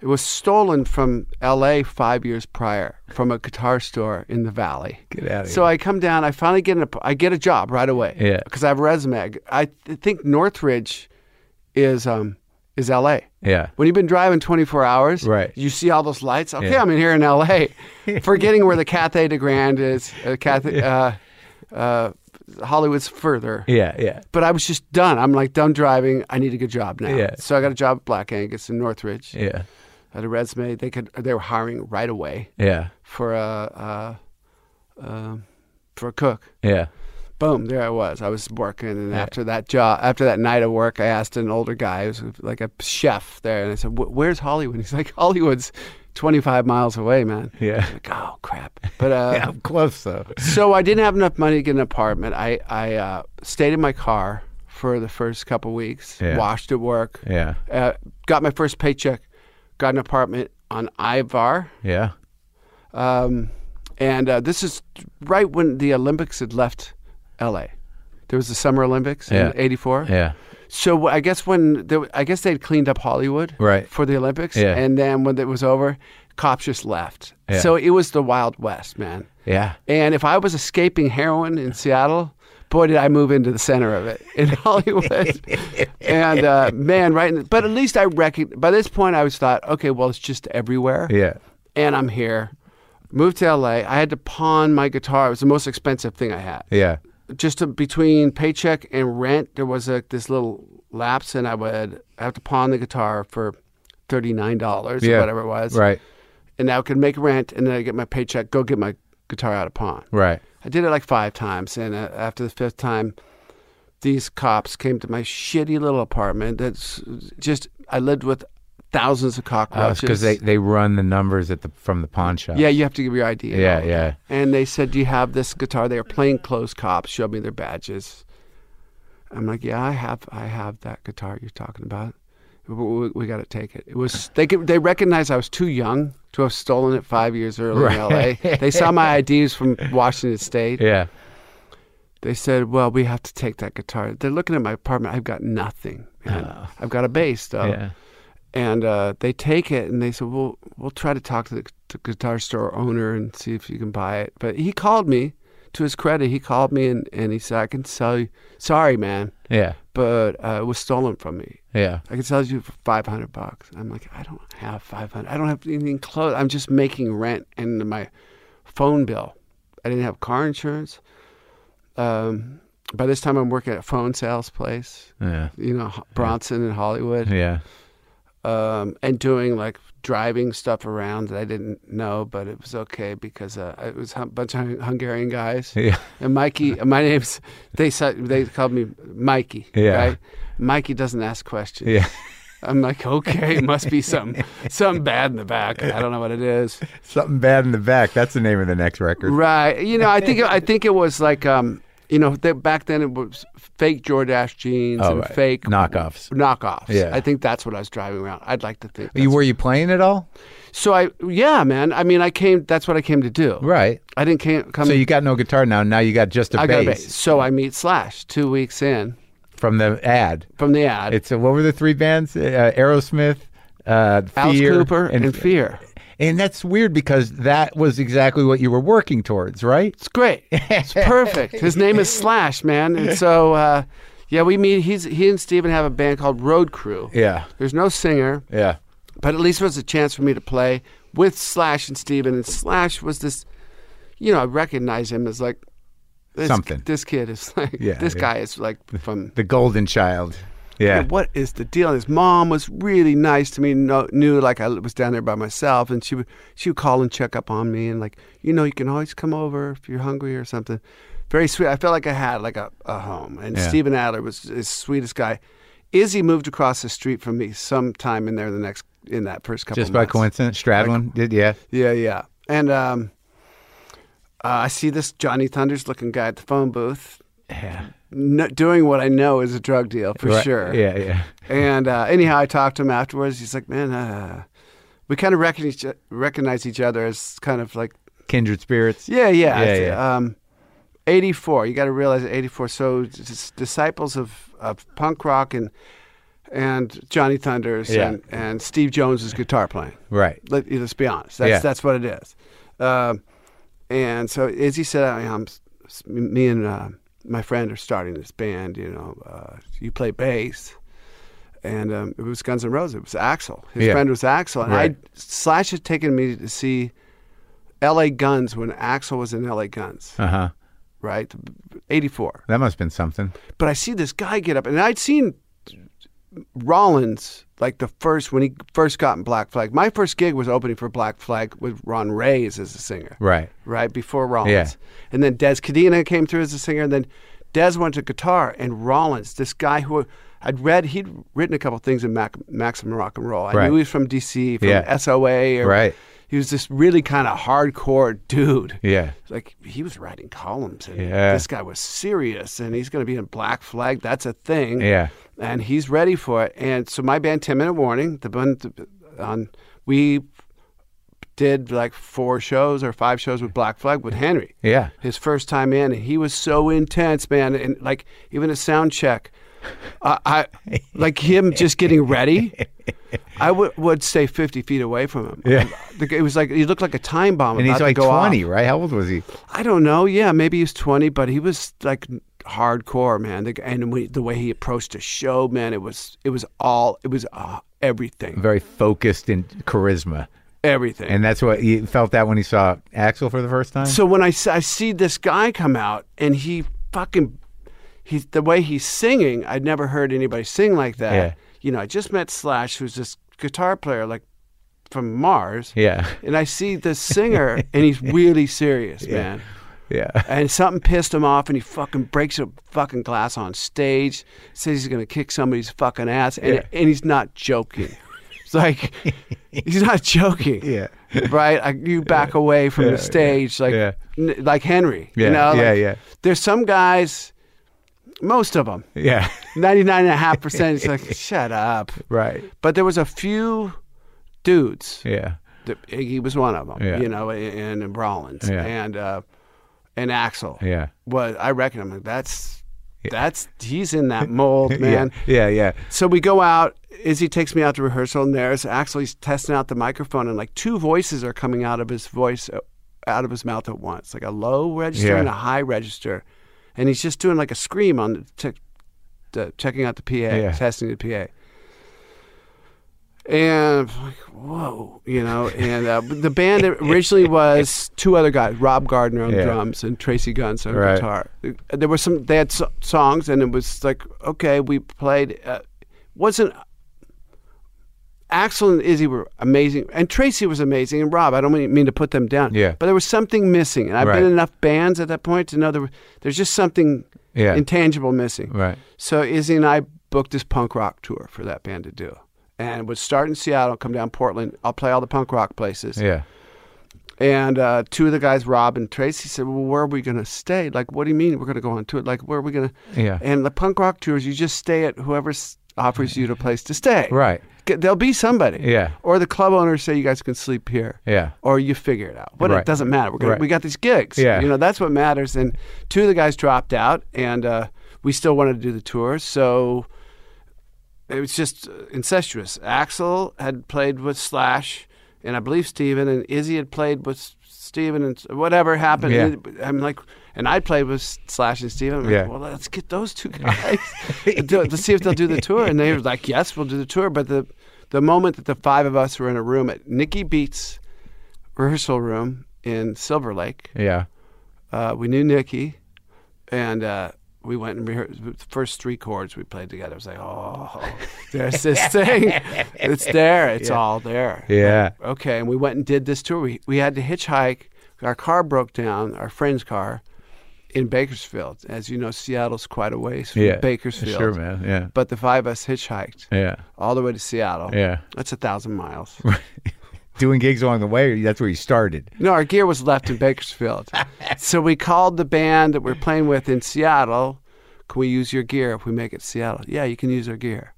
[SPEAKER 2] It was stolen from L.A. five years prior from a guitar store in the Valley.
[SPEAKER 4] Get outta
[SPEAKER 2] So I come down. I finally get an, app- I get a job right away.
[SPEAKER 4] Yeah.
[SPEAKER 2] Because I have a resume. I g- I th- think Northridge is um is L.A.
[SPEAKER 4] yeah.
[SPEAKER 2] When you've been driving 24 hours,
[SPEAKER 4] Right.
[SPEAKER 2] You see all those lights. Okay, I'm in here in L.A. Forgetting where the Cathay de Grand is. Uh, Cathay, uh, uh, Hollywood's further.
[SPEAKER 4] Yeah, yeah,
[SPEAKER 2] But I was just done. I'm like done driving. I need a good job now.
[SPEAKER 4] Yeah.
[SPEAKER 2] So I got a job at Black Angus in Northridge.
[SPEAKER 4] yeah,
[SPEAKER 2] I had a resume. They could they were hiring right away
[SPEAKER 4] yeah,
[SPEAKER 2] for a uh, um for a cook
[SPEAKER 4] yeah.
[SPEAKER 2] boom, there I was. I was working, and after that job, after that night of work, I asked an older guy, who's like a chef there, and I said, "Wh- "Where's Hollywood?" He's like, "Hollywood's 25 miles away, man."
[SPEAKER 4] Yeah.
[SPEAKER 2] I'm like, oh crap. But uh,
[SPEAKER 4] yeah I'm close though.
[SPEAKER 2] so I didn't have enough money to get an apartment. I I uh, stayed in my car for the first couple weeks,
[SPEAKER 4] Yeah.
[SPEAKER 2] washed at work,
[SPEAKER 4] Yeah,
[SPEAKER 2] uh, got my first paycheck, got an apartment on Ivar.
[SPEAKER 4] yeah,
[SPEAKER 2] Um, and uh, this is right when the Olympics had left LA. There was the Summer Olympics
[SPEAKER 4] Yeah.
[SPEAKER 2] in '84.
[SPEAKER 4] yeah.
[SPEAKER 2] So I guess when there, I guess they'd cleaned up Hollywood
[SPEAKER 4] Right.
[SPEAKER 2] for the Olympics,
[SPEAKER 4] Yeah.
[SPEAKER 2] and then when it was over, cops just left.
[SPEAKER 4] Yeah.
[SPEAKER 2] So it was the Wild West, man.
[SPEAKER 4] Yeah.
[SPEAKER 2] And if I was escaping heroin in Seattle, boy, did I move into the center of it in Hollywood. and uh, man, right. In, but at least I recog By this point, I was thought, okay, well, it's just everywhere
[SPEAKER 4] Yeah.
[SPEAKER 2] and I'm here. Moved to LA. I had to pawn my guitar. It was the most expensive thing I had.
[SPEAKER 4] Yeah.
[SPEAKER 2] Just to, between paycheck and rent, there was a, this little lapse, and I would have to pawn the guitar for thirty nine dollars
[SPEAKER 4] Yeah.
[SPEAKER 2] or whatever it was.
[SPEAKER 4] Right.
[SPEAKER 2] And now I could make rent, and then I get my paycheck. Go get my guitar out of pawn.
[SPEAKER 4] Right.
[SPEAKER 2] I did it like five times, and uh, after the fifth time, these cops came to my shitty little apartment. That's just I lived with thousands of cockroaches.
[SPEAKER 4] because Oh, they, they run the numbers at the from the pawn shop.
[SPEAKER 2] yeah, you have to give your ID. and all
[SPEAKER 4] yeah,
[SPEAKER 2] that.
[SPEAKER 4] yeah.
[SPEAKER 2] And they said, "Do you have this guitar?" They were plainclothes cops. Showed me their badges. I'm like, "Yeah, I have. I have that guitar you're talking about. We, got to take it." It was they. Could, they recognized I was too young to have stolen it five years earlier in L.A. They saw my IDs from Washington State.
[SPEAKER 4] Yeah.
[SPEAKER 2] They said, "Well, we have to take that guitar." They're looking at my apartment. I've got nothing. man. I've got a bass though.
[SPEAKER 4] Yeah.
[SPEAKER 2] And uh, they take it and they said, "Well, we'll try to talk to the, the guitar store owner and see if you can buy it." But he called me. To his credit, he called me and, and he said, "I can sell you. Sorry, man,
[SPEAKER 4] Yeah.
[SPEAKER 2] but uh, it was stolen from me.
[SPEAKER 4] Yeah.
[SPEAKER 2] I can sell you for five hundred bucks." I'm like, "I don't have five hundred. I don't have anything close. I'm just making rent and my phone bill. I didn't have car insurance. Um, by this time, I'm working at a phone sales place.
[SPEAKER 4] Yeah.
[SPEAKER 2] You know, Ho- Bronson in Hollywood."
[SPEAKER 4] Yeah.
[SPEAKER 2] um, and doing like driving stuff around that I didn't know, but it was okay because uh, it was a bunch of Hungarian guys.
[SPEAKER 4] Yeah.
[SPEAKER 2] And Mikey, my name's they said they called me Mikey.
[SPEAKER 4] Yeah.
[SPEAKER 2] Right? Mikey doesn't ask questions.
[SPEAKER 4] Yeah.
[SPEAKER 2] I'm like, okay, it must be something something bad in the back. I don't know what it is.
[SPEAKER 4] Something bad in the back. That's the name of the next record.
[SPEAKER 2] Right. You know, I think I think it was like um, you know, that back then it was fake Jordache jeans
[SPEAKER 4] Oh,
[SPEAKER 2] and
[SPEAKER 4] right.
[SPEAKER 2] fake
[SPEAKER 4] Knockoffs.
[SPEAKER 2] knockoffs.
[SPEAKER 4] Yeah.
[SPEAKER 2] I think that's what I was driving around. I'd like to think
[SPEAKER 4] You were you playing at all?
[SPEAKER 2] So I, yeah, man. I mean, I came. That's what I came to do.
[SPEAKER 4] Right.
[SPEAKER 2] I didn't came, come.
[SPEAKER 4] So you got no guitar now. Now you got just a
[SPEAKER 2] I got a
[SPEAKER 4] bass
[SPEAKER 2] bass. So I meet Slash two weeks in
[SPEAKER 4] from the ad.
[SPEAKER 2] from the ad.
[SPEAKER 4] It's uh what were the three bands? Uh, Aerosmith, uh,
[SPEAKER 2] Alice
[SPEAKER 4] Fear,
[SPEAKER 2] Cooper and, Fear.
[SPEAKER 4] And that's weird because that was exactly what you were working towards, right?
[SPEAKER 2] It's great. It's perfect. His name is Slash, man. And so, uh, yeah, we meet. He's he and Steven have a band called Road Crew.
[SPEAKER 4] Yeah.
[SPEAKER 2] There's no singer,
[SPEAKER 4] Yeah.
[SPEAKER 2] but at least there was a chance for me to play with Slash and Steven. And Slash was this, you know, I recognize him as like this,
[SPEAKER 4] Something.
[SPEAKER 2] This kid is like
[SPEAKER 4] Yeah,
[SPEAKER 2] this
[SPEAKER 4] yeah.
[SPEAKER 2] guy is like from
[SPEAKER 4] The Golden Child. Yeah.
[SPEAKER 2] "Hey, what is the deal? And his mom was really nice to me. No, knew like I was down there by myself, and she would she would call and check up on me, and like you know, you can always come over if you're hungry or something. Very sweet. I felt like I had like a, a home. And
[SPEAKER 4] Yeah.
[SPEAKER 2] Steven Adler was the sweetest guy. Izzy moved across the street from me sometime in there the next in that first couple.
[SPEAKER 4] Just by
[SPEAKER 2] months.
[SPEAKER 4] coincidence, Stradlin did. Yeah.
[SPEAKER 2] Yeah, yeah. And um, uh, I see this Johnny Thunders looking guy at the phone booth.
[SPEAKER 4] Yeah.
[SPEAKER 2] No, doing what I know is a drug deal for
[SPEAKER 4] Right.
[SPEAKER 2] sure.
[SPEAKER 4] Yeah. Yeah.
[SPEAKER 2] And uh, anyhow, I talked to him afterwards. He's like, man, uh, we kind of recognize recognize each other as kind of like,
[SPEAKER 4] Kindred spirits.
[SPEAKER 2] yeah, yeah,
[SPEAKER 4] Yeah,
[SPEAKER 2] it's,
[SPEAKER 4] yeah.
[SPEAKER 2] Um, 84. You got to realize 84. So dis- disciples of, of punk rock and and Johnny Thunders
[SPEAKER 4] Yeah.
[SPEAKER 2] and, and Steve Jones's guitar playing.
[SPEAKER 4] Right.
[SPEAKER 2] Let, let's be honest. That's
[SPEAKER 4] Yeah.
[SPEAKER 2] that's what it is. Um, and so Izzy said, I am me and uh, my friend are starting this band. You know, uh, you play bass, and um, it was Guns N' Roses. It was Axel. His
[SPEAKER 4] Yeah.
[SPEAKER 2] friend was Axel, and
[SPEAKER 4] Right.
[SPEAKER 2] I Slash had taken me to see L.A. Guns when Axel was in L.A. Guns,
[SPEAKER 4] Uh huh.
[SPEAKER 2] right, '84.
[SPEAKER 4] That must have been something.
[SPEAKER 2] But I see this guy get up, and I'd seen Rollins like the first when he first got in Black Flag. My first gig was opening for Black Flag with Ron Reyes as a singer,
[SPEAKER 4] Right.
[SPEAKER 2] right before Rollins,
[SPEAKER 4] Yeah.
[SPEAKER 2] and then Des Cadena came through as a singer, and then Des went to guitar, and Rollins, this guy who I'd read, he'd written a couple things in Mac, Maximum Rock and Roll. I
[SPEAKER 4] Right.
[SPEAKER 2] knew he was from DC, from
[SPEAKER 4] Yeah.
[SPEAKER 2] SOA, or
[SPEAKER 4] Right.
[SPEAKER 2] He was this really kind of hardcore dude
[SPEAKER 4] Yeah.
[SPEAKER 2] like he was writing columns and
[SPEAKER 4] Yeah.
[SPEAKER 2] this guy was serious and he's going to be in black flag that's a thing
[SPEAKER 4] Yeah.
[SPEAKER 2] and he's ready for it and so my band 10 minute warning the band on we did like four shows or five shows with black flag with henry
[SPEAKER 4] Yeah.
[SPEAKER 2] his first time in, and he was so intense, man. And like even a sound check, uh, I like him just getting ready. I would would stay fifty feet away from him.
[SPEAKER 4] Yeah.
[SPEAKER 2] The g- it was like he looked like a time bomb.
[SPEAKER 4] And he's
[SPEAKER 2] about
[SPEAKER 4] like
[SPEAKER 2] to go off.
[SPEAKER 4] twenty, right? How old was he?
[SPEAKER 2] I don't know. Yeah, maybe he was 20, but he was like hardcore, man. The, and we, the way he approached a show, man, it was it was all it was uh, everything,
[SPEAKER 4] Very focused in charisma,
[SPEAKER 2] everything.
[SPEAKER 4] and that's what he felt that when he saw Axel for the first time.
[SPEAKER 2] so when I, s- I see this guy come out and he fucking he's the way he's singing, I'd never heard anybody sing like that.
[SPEAKER 4] Yeah.
[SPEAKER 2] You know, I just met Slash, who's this guitar player like from Mars,
[SPEAKER 4] yeah.
[SPEAKER 2] and I see this singer and he's really serious, man.
[SPEAKER 4] Yeah.
[SPEAKER 2] and something pissed him off, and he fucking breaks a fucking glass on stage. Says he's gonna kick somebody's fucking ass, and, and he's not joking. It's like he's not joking.
[SPEAKER 1] Yeah.
[SPEAKER 2] Right. I, you back away from the stage, like
[SPEAKER 4] yeah.
[SPEAKER 2] n- like Henry.
[SPEAKER 4] Yeah,
[SPEAKER 2] You know.
[SPEAKER 4] yeah,
[SPEAKER 2] like,
[SPEAKER 4] yeah.
[SPEAKER 2] There's some guys, most of them,
[SPEAKER 4] Yeah.
[SPEAKER 2] 99.5%. It's like, shut up.
[SPEAKER 4] right.
[SPEAKER 2] But there was a few dudes.
[SPEAKER 4] Yeah.
[SPEAKER 2] that- Iggy was one of them,
[SPEAKER 4] Yeah.
[SPEAKER 2] you know, and, and Rollins
[SPEAKER 4] Yeah.
[SPEAKER 2] and uh, and Axel.
[SPEAKER 4] Yeah.
[SPEAKER 2] Was I reckon I'm like that's that's he's in that mold, man.
[SPEAKER 4] Yeah. Yeah. Yeah.
[SPEAKER 2] So we go out. Izzy takes me out to rehearsal, and there's actually he's testing out the microphone, and like two voices are coming out of his voice, uh, out of his mouth at once, like a low register
[SPEAKER 4] Yeah.
[SPEAKER 2] and a high register, and he's just doing like a scream on the, tech the checking out the PA,
[SPEAKER 4] Yeah.
[SPEAKER 2] testing the PA. And I'm like, whoa, you know, and uh, the band originally was two other guys, Rob Gardner on
[SPEAKER 4] Yeah.
[SPEAKER 2] drums and Tracy Guns on
[SPEAKER 4] Right.
[SPEAKER 2] guitar. There were some, they had so- songs, and it was like, okay, we played. Uh, wasn't Axel and Izzy were amazing, and Tracy was amazing, and Rob. I don't mean, mean to put them down,
[SPEAKER 4] Yeah.
[SPEAKER 2] but there was something missing, and I've
[SPEAKER 4] Right.
[SPEAKER 2] been in enough bands at that point to know there, were- there's just something
[SPEAKER 4] Yeah.
[SPEAKER 2] intangible missing.
[SPEAKER 4] Right.
[SPEAKER 2] So Izzy and I booked this punk rock tour for that band to do. And would start in Seattle, come down Portland. I'll play all the punk rock places.
[SPEAKER 4] Yeah.
[SPEAKER 2] And uh, two of the guys, Rob and Tracy, said, "Well, where are we going to stay? Like, what do you mean we're going to go on tour? Like, where are we going to?"
[SPEAKER 4] Yeah.
[SPEAKER 2] And the punk rock tours, you just stay at whoever's offers you a place to stay.
[SPEAKER 4] Right.
[SPEAKER 2] G- There'll be somebody.
[SPEAKER 4] Yeah.
[SPEAKER 2] Or the club owners say you guys can sleep here.
[SPEAKER 4] Yeah.
[SPEAKER 2] Or you figure it out. But
[SPEAKER 4] Right.
[SPEAKER 2] it doesn't matter. We're gonna,
[SPEAKER 4] Right.
[SPEAKER 2] We got these gigs.
[SPEAKER 4] Yeah.
[SPEAKER 2] You know that's what matters. And two of the guys dropped out, and uh, we still wanted to do the tour. So it was just uh, incestuous. Axel had played with Slash, and I believe Steven, and Izzy had played with S- Steven, and s- whatever happened.
[SPEAKER 4] Yeah.
[SPEAKER 2] and it- I'm like, and I played with S- Slash and Steven. I'm
[SPEAKER 4] Yeah.
[SPEAKER 2] like, well, let's get those two guys. Do- let's see if they'll do the tour. And they were like, yes, we'll do the tour. But the, the moment that the five of us were in a room at Nikki Beats rehearsal room in Silver Lake,
[SPEAKER 4] Yeah.
[SPEAKER 2] uh, we knew Nikki, and uh, we went and rehearsed the first three chords we played together. It was like, oh, there's this thing. It's there. It's all there.
[SPEAKER 4] Yeah.
[SPEAKER 2] Okay, and we went and did this tour. We, we had to hitchhike. Our car broke down, our friend's car, in Bakersfield. As you know, Seattle's quite a ways from
[SPEAKER 4] Yeah.
[SPEAKER 2] Bakersfield.
[SPEAKER 4] Sure, man. Yeah.
[SPEAKER 2] But the five of us hitchhiked
[SPEAKER 4] Yeah.
[SPEAKER 2] all the way to Seattle.
[SPEAKER 4] Yeah.
[SPEAKER 2] That's a thousand miles.
[SPEAKER 4] Doing gigs along the way. That's where you started.
[SPEAKER 2] No, our gear was left in Bakersfield. so we called the band that we're playing with in Seattle. Can we use your gear if we make it to Seattle? Yeah, you can use our gear.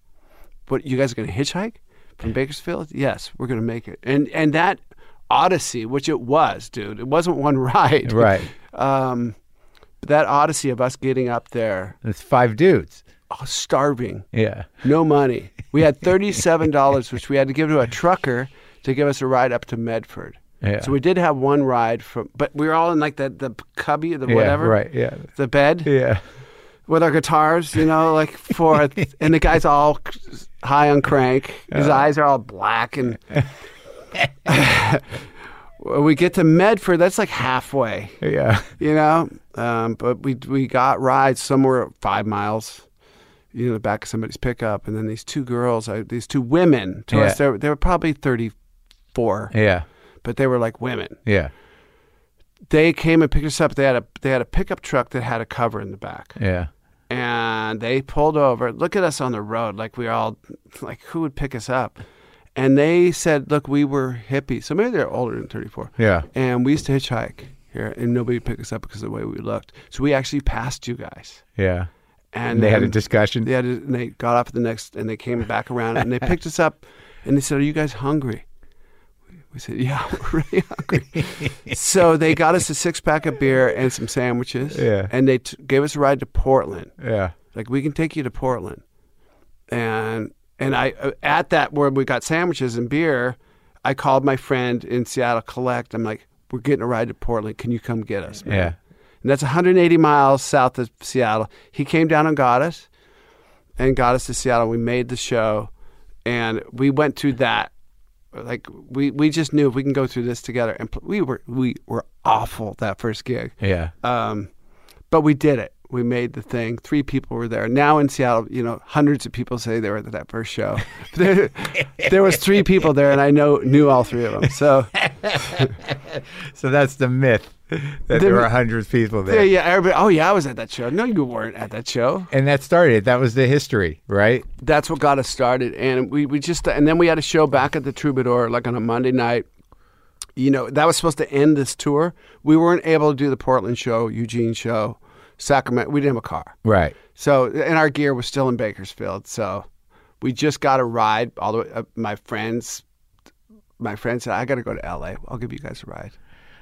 [SPEAKER 2] But you guys are going to hitchhike from Bakersfield? Yes, we're going to make it. And and that odyssey, which it was, dude, it wasn't one ride.
[SPEAKER 4] Right.
[SPEAKER 2] Um, but that odyssey of us getting up there,
[SPEAKER 4] It's five dudes.
[SPEAKER 2] oh, starving,
[SPEAKER 4] Yeah.
[SPEAKER 2] no money. We had thirty-seven dollars, which we had to give to a trucker to give us a ride up to Medford.
[SPEAKER 4] Yeah.
[SPEAKER 2] So we did have one ride from, but we were all in like the the cubby, the whatever,
[SPEAKER 4] Yeah, right. Yeah.
[SPEAKER 2] the bed
[SPEAKER 4] Yeah.
[SPEAKER 2] with our guitars, you know, like for, and the guy's all high on crank. His eyes are all black, and we get to Medford. That's like halfway,
[SPEAKER 4] Yeah.
[SPEAKER 2] you know. Um, but we we got rides somewhere five miles. You know, the back of somebody's pickup, and then these two girls, uh, these two women, to us, they
[SPEAKER 4] Yeah.
[SPEAKER 2] were, they were probably thirty-four,
[SPEAKER 4] Yeah.
[SPEAKER 2] but they were like women
[SPEAKER 4] Yeah.
[SPEAKER 2] they came and picked us up. They had a they had a pickup truck that had a cover in the back,
[SPEAKER 4] Yeah.
[SPEAKER 2] and they pulled over. Look at us on the road, like we were all like who would pick us up? And they said, look, we were hippies. So maybe they're older than thirty four.
[SPEAKER 4] Yeah.
[SPEAKER 2] And we used to hitchhike here, and nobody would pick us up because of the way we looked. So we actually passed you guys,
[SPEAKER 4] Yeah.
[SPEAKER 2] and
[SPEAKER 4] And they had a
[SPEAKER 2] then
[SPEAKER 4] discussion.
[SPEAKER 2] They had a, and they got off at the next, and they came back around, and they picked us up, and they said, are you guys hungry? We said, yeah, we're really hungry. so they got us a six pack of beer and some sandwiches.
[SPEAKER 4] Yeah.
[SPEAKER 2] And they t- gave us a ride to Portland.
[SPEAKER 4] Yeah.
[SPEAKER 2] Like we can take you to Portland. And and I uh, at that where we got sandwiches and beer, I called my friend in Seattle Collect. I'm like, we're getting a ride to Portland. Can you come get us? man?"
[SPEAKER 4] Yeah.
[SPEAKER 2] And that's 180 miles south of Seattle. He came down and got us, and got us to Seattle. We made the show, and we went to that. Like we, we just knew if we can go through this together, and pl- we were we were awful that first gig,
[SPEAKER 4] Yeah.
[SPEAKER 2] um, but we did it. We made the thing. Three people were there. Now in Seattle, you know, hundreds of people say they were at that first show. there, there was three people there, and I know knew all three of them. So
[SPEAKER 1] So that's the myth that there were hundreds of people there.
[SPEAKER 2] yeah, yeah, everybody. Oh yeah, I was at that show. No, you weren't at that show.
[SPEAKER 1] And that started. That was the history, right?
[SPEAKER 2] That's what got us started, and we we just and then we had a show back at the Troubadour like on a Monday night. You know that was supposed to end this tour. We weren't able to do the Portland show, Eugene show, Sacramento. We didn't have a car.
[SPEAKER 1] Right.
[SPEAKER 2] So, and our gear was still in Bakersfield. So, we just got a ride all the way. Uh, my friends, my friend said, "I got to go to L.A. I'll give you guys a ride."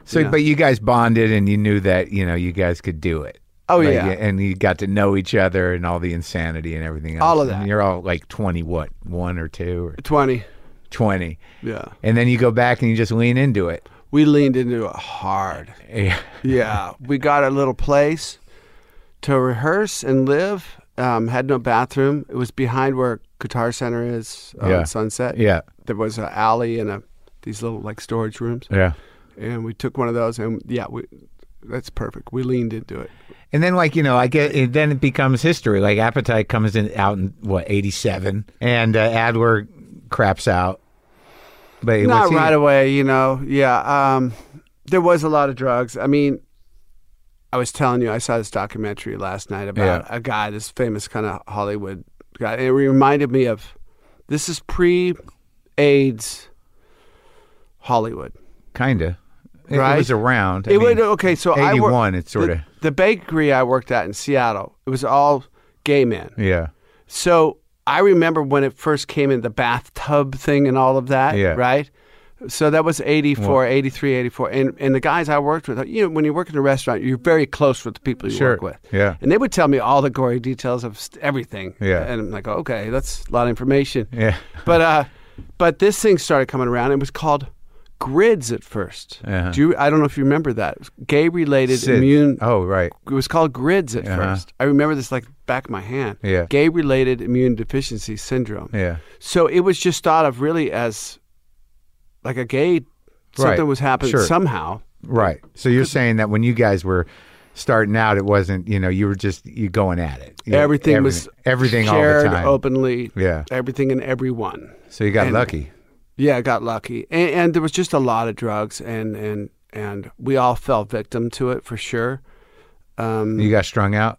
[SPEAKER 1] So, but you guys bonded, and you knew that you know you guys could do it.
[SPEAKER 2] Oh,
[SPEAKER 1] Like,
[SPEAKER 2] yeah.
[SPEAKER 1] and you got to know each other, and all the insanity and everything. Else.
[SPEAKER 2] All of
[SPEAKER 1] And
[SPEAKER 2] that.
[SPEAKER 1] you're all like twenty, what one or two or
[SPEAKER 2] Twenty.
[SPEAKER 1] twenty,
[SPEAKER 2] Yeah,
[SPEAKER 1] and then you go back and you just lean into it.
[SPEAKER 2] we leaned into it hard.
[SPEAKER 1] Yeah.
[SPEAKER 2] Yeah, we got a little place to rehearse and live. Um, had no bathroom. It was behind where Guitar Center is uh,
[SPEAKER 1] Yeah.
[SPEAKER 2] on Sunset.
[SPEAKER 1] Yeah.
[SPEAKER 2] there was an alley and a these little like storage rooms,
[SPEAKER 1] Yeah.
[SPEAKER 2] and we took one of those. And yeah, we that's perfect. We leaned into it.
[SPEAKER 1] And then, like you know, I get it, then it becomes history. Like Appetite comes in out in what eighty seven, and uh, Adler craps out. But it
[SPEAKER 2] Not
[SPEAKER 1] was-
[SPEAKER 2] right away, you know. Yeah, um, there was a lot of drugs. I mean, I was telling you, I saw this documentary last night about a guy, this famous kind of Hollywood guy. It reminded me of this is pre-AIDS Hollywood.
[SPEAKER 1] kinda. It,
[SPEAKER 2] Right.
[SPEAKER 1] was around. I
[SPEAKER 2] it would uh,
[SPEAKER 1] mean,
[SPEAKER 2] okay. So I wor-
[SPEAKER 1] 81, it's
[SPEAKER 2] the-
[SPEAKER 1] sorta-
[SPEAKER 2] the bakery I worked at in Seattle. It was all gay men.
[SPEAKER 1] Yeah.
[SPEAKER 2] So I remember when it first came in the bathtub thing and all of that,
[SPEAKER 1] Yeah.
[SPEAKER 2] right? So that was 84, 83, 84. And, and the guys I worked with, you know, when you work in a restaurant, you're very close with the people you
[SPEAKER 1] Sure.
[SPEAKER 2] work with.
[SPEAKER 1] Yeah.
[SPEAKER 2] And they would tell me all the gory details of st- everything.
[SPEAKER 1] Yeah.
[SPEAKER 2] And I'm like, okay, that's a lot of information.
[SPEAKER 1] Yeah.
[SPEAKER 2] But, uh, but this thing started coming around. It was called grids at 1st
[SPEAKER 1] Uh-huh.
[SPEAKER 2] Do you, I don't know if you remember that. It was gay related
[SPEAKER 1] Sid.
[SPEAKER 2] immune
[SPEAKER 1] Oh right.
[SPEAKER 2] it was called grids at first. I remember this like back of my hand.
[SPEAKER 1] Uh-huh. Yeah.
[SPEAKER 2] Gay related immune deficiency syndrome.
[SPEAKER 1] Yeah.
[SPEAKER 2] So it was just thought of really as like a gay something
[SPEAKER 1] Right.
[SPEAKER 2] was happening
[SPEAKER 1] Sure.
[SPEAKER 2] somehow.
[SPEAKER 1] Right. So you're saying that when you guys were starting out, it wasn't, you know, you were just you going at it. You-
[SPEAKER 2] everything, was
[SPEAKER 1] everything
[SPEAKER 2] shared
[SPEAKER 1] all the time.
[SPEAKER 2] openly.
[SPEAKER 1] Yeah.
[SPEAKER 2] Everything and everyone.
[SPEAKER 1] So you got
[SPEAKER 2] and-
[SPEAKER 1] lucky.
[SPEAKER 2] Yeah, I got lucky. And, and there was just a lot of drugs and and and we all fell victim to it for sure. Um,
[SPEAKER 1] You got strung out.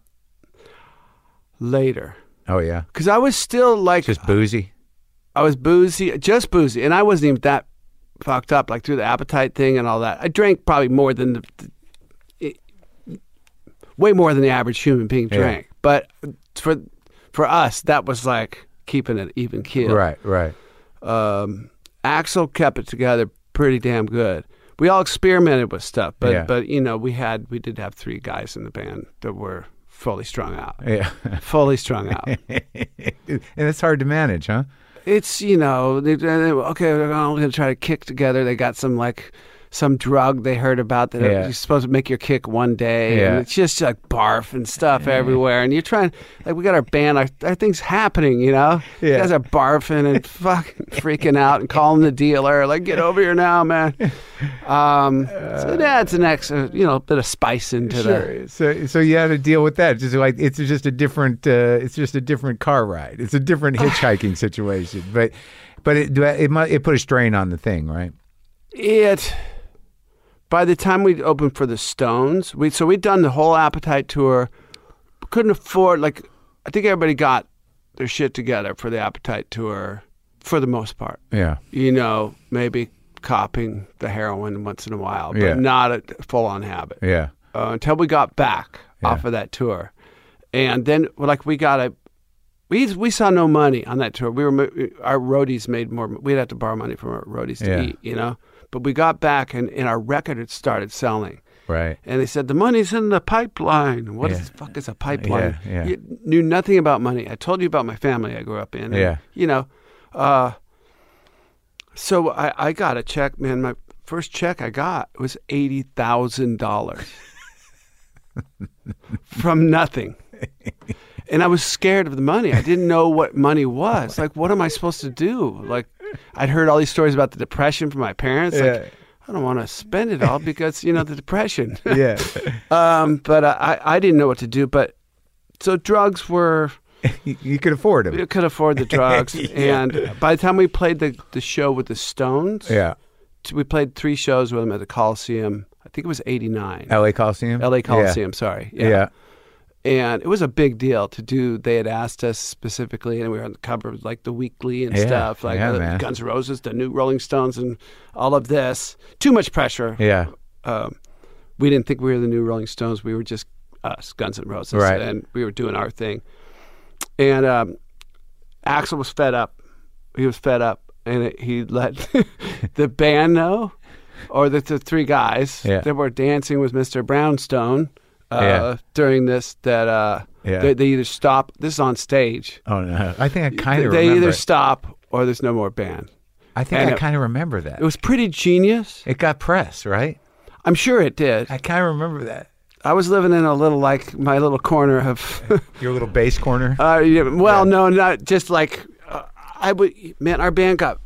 [SPEAKER 2] later.
[SPEAKER 1] Oh yeah. Uh,
[SPEAKER 2] Cuz I was still like
[SPEAKER 1] Just boozy.
[SPEAKER 2] I was boozy, just boozy, and I wasn't even that fucked up, like through the appetite thing and all that. I drank probably more than the, the- way more than the average human being drank. But for for us, that was like keeping it even keel.
[SPEAKER 1] Right. Right.
[SPEAKER 2] Um, Axel kept it together pretty damn good. We all experimented with stuff, but
[SPEAKER 1] Yeah.
[SPEAKER 2] but you know we had we did have three guys in the band that were fully strung out,
[SPEAKER 1] Yeah.
[SPEAKER 2] fully strung out.
[SPEAKER 1] and it's hard to manage, huh?
[SPEAKER 2] it's you know they, they, okay they're all gonna try to kick together they got some like some drug they heard about that uh,
[SPEAKER 1] Yeah.
[SPEAKER 2] you're supposed to make your kick one day
[SPEAKER 1] Yeah.
[SPEAKER 2] and it's just like barf and stuff everywhere and you're trying like we got our band our, our thing's happening you know
[SPEAKER 1] Yeah.
[SPEAKER 2] you guys are barfing and fucking freaking out and calling the dealer like get over here now man um so that's an extra you know bit of spice into the
[SPEAKER 1] Uh. Sure. So, so you had to deal with that. Just like it's just a different, uh, it's just a different car ride. It's a different hitchhiking situation. But, but it it mu- it put a strain on the thing, right?
[SPEAKER 2] it by the time we'd opened for the stones we so we'd done the whole appetite tour couldn't afford like i think everybody got their shit together for the appetite tour for the most part
[SPEAKER 1] Yeah.
[SPEAKER 2] you know maybe copying the heroin once in a while but
[SPEAKER 1] Yeah.
[SPEAKER 2] not a full-on habit
[SPEAKER 1] Yeah.
[SPEAKER 2] uh, until we got back off of that tour, and then like we got a we we saw no money on that tour. We were mo- our roadies made more. We'd have to borrow money from our roadies to
[SPEAKER 1] Yeah.
[SPEAKER 2] eat, you know. But we got back and, and our record had started selling.
[SPEAKER 1] Right.
[SPEAKER 2] And they said the money's in the pipeline. What
[SPEAKER 1] Yeah.
[SPEAKER 2] the fuck is a pipeline?
[SPEAKER 1] Yeah, yeah.
[SPEAKER 2] You knew nothing about money. I told you about my family I grew up in. and,
[SPEAKER 1] Yeah.
[SPEAKER 2] You know, uh, so I, I got a check, man. My first check I got was eighty thousand dollars from nothing. And I was scared of the money. I didn't know what money was. Like, what am I supposed to do? Like, I'd heard all these stories about the depression from my parents.
[SPEAKER 1] Yeah.
[SPEAKER 2] Like, I don't want to spend it all because you know the depression.
[SPEAKER 1] Yeah.
[SPEAKER 2] Um, but I, I didn't know what to do. But So drugs were
[SPEAKER 1] You, you could afford
[SPEAKER 2] we
[SPEAKER 1] them.
[SPEAKER 2] could afford the drugs, and by the time we played the the show with the Stones,
[SPEAKER 1] Yeah.
[SPEAKER 2] t- we played three shows with them at the Coliseum. I think it was '89.
[SPEAKER 1] L.A. Coliseum.
[SPEAKER 2] LA
[SPEAKER 1] Uh, Yeah.
[SPEAKER 2] Coliseum, sorry.
[SPEAKER 1] Yeah.
[SPEAKER 2] And it was a big deal to do. They had asked us specifically, and we were on the cover of like the Weekly and
[SPEAKER 1] Yeah,
[SPEAKER 2] stuff, like
[SPEAKER 1] yeah,
[SPEAKER 2] uh,
[SPEAKER 1] man.
[SPEAKER 2] Guns N' Roses, the new Rolling Stones, and all of this. Too much pressure.
[SPEAKER 1] Yeah.
[SPEAKER 2] Um, we didn't think we were the new Rolling Stones. We were just us, Guns N' Roses,
[SPEAKER 1] Right.
[SPEAKER 2] and we were doing our thing. And um, Axel was fed up. He was fed up, and it, he let the band know, or the, the three guys
[SPEAKER 1] Yeah.
[SPEAKER 2] that were dancing with Mr. Brownstone uh,
[SPEAKER 1] Yeah.
[SPEAKER 2] during this that uh,
[SPEAKER 1] Yeah.
[SPEAKER 2] they, they either stop. This is on stage.
[SPEAKER 1] Oh no. I think I kind of
[SPEAKER 2] they
[SPEAKER 1] remember.
[SPEAKER 2] either
[SPEAKER 1] it.
[SPEAKER 2] stop or there's no more band.
[SPEAKER 1] I think
[SPEAKER 2] and
[SPEAKER 1] I
[SPEAKER 2] it-
[SPEAKER 1] kind of remember that.
[SPEAKER 2] It was pretty genius.
[SPEAKER 1] It got press, right?
[SPEAKER 2] I'm sure it did.
[SPEAKER 1] I kind of remember that.
[SPEAKER 2] I was living in a little like my little corner of
[SPEAKER 1] Your little bass corner.
[SPEAKER 2] Uh, yeah, well, no, not just like uh, I would. Man, our band got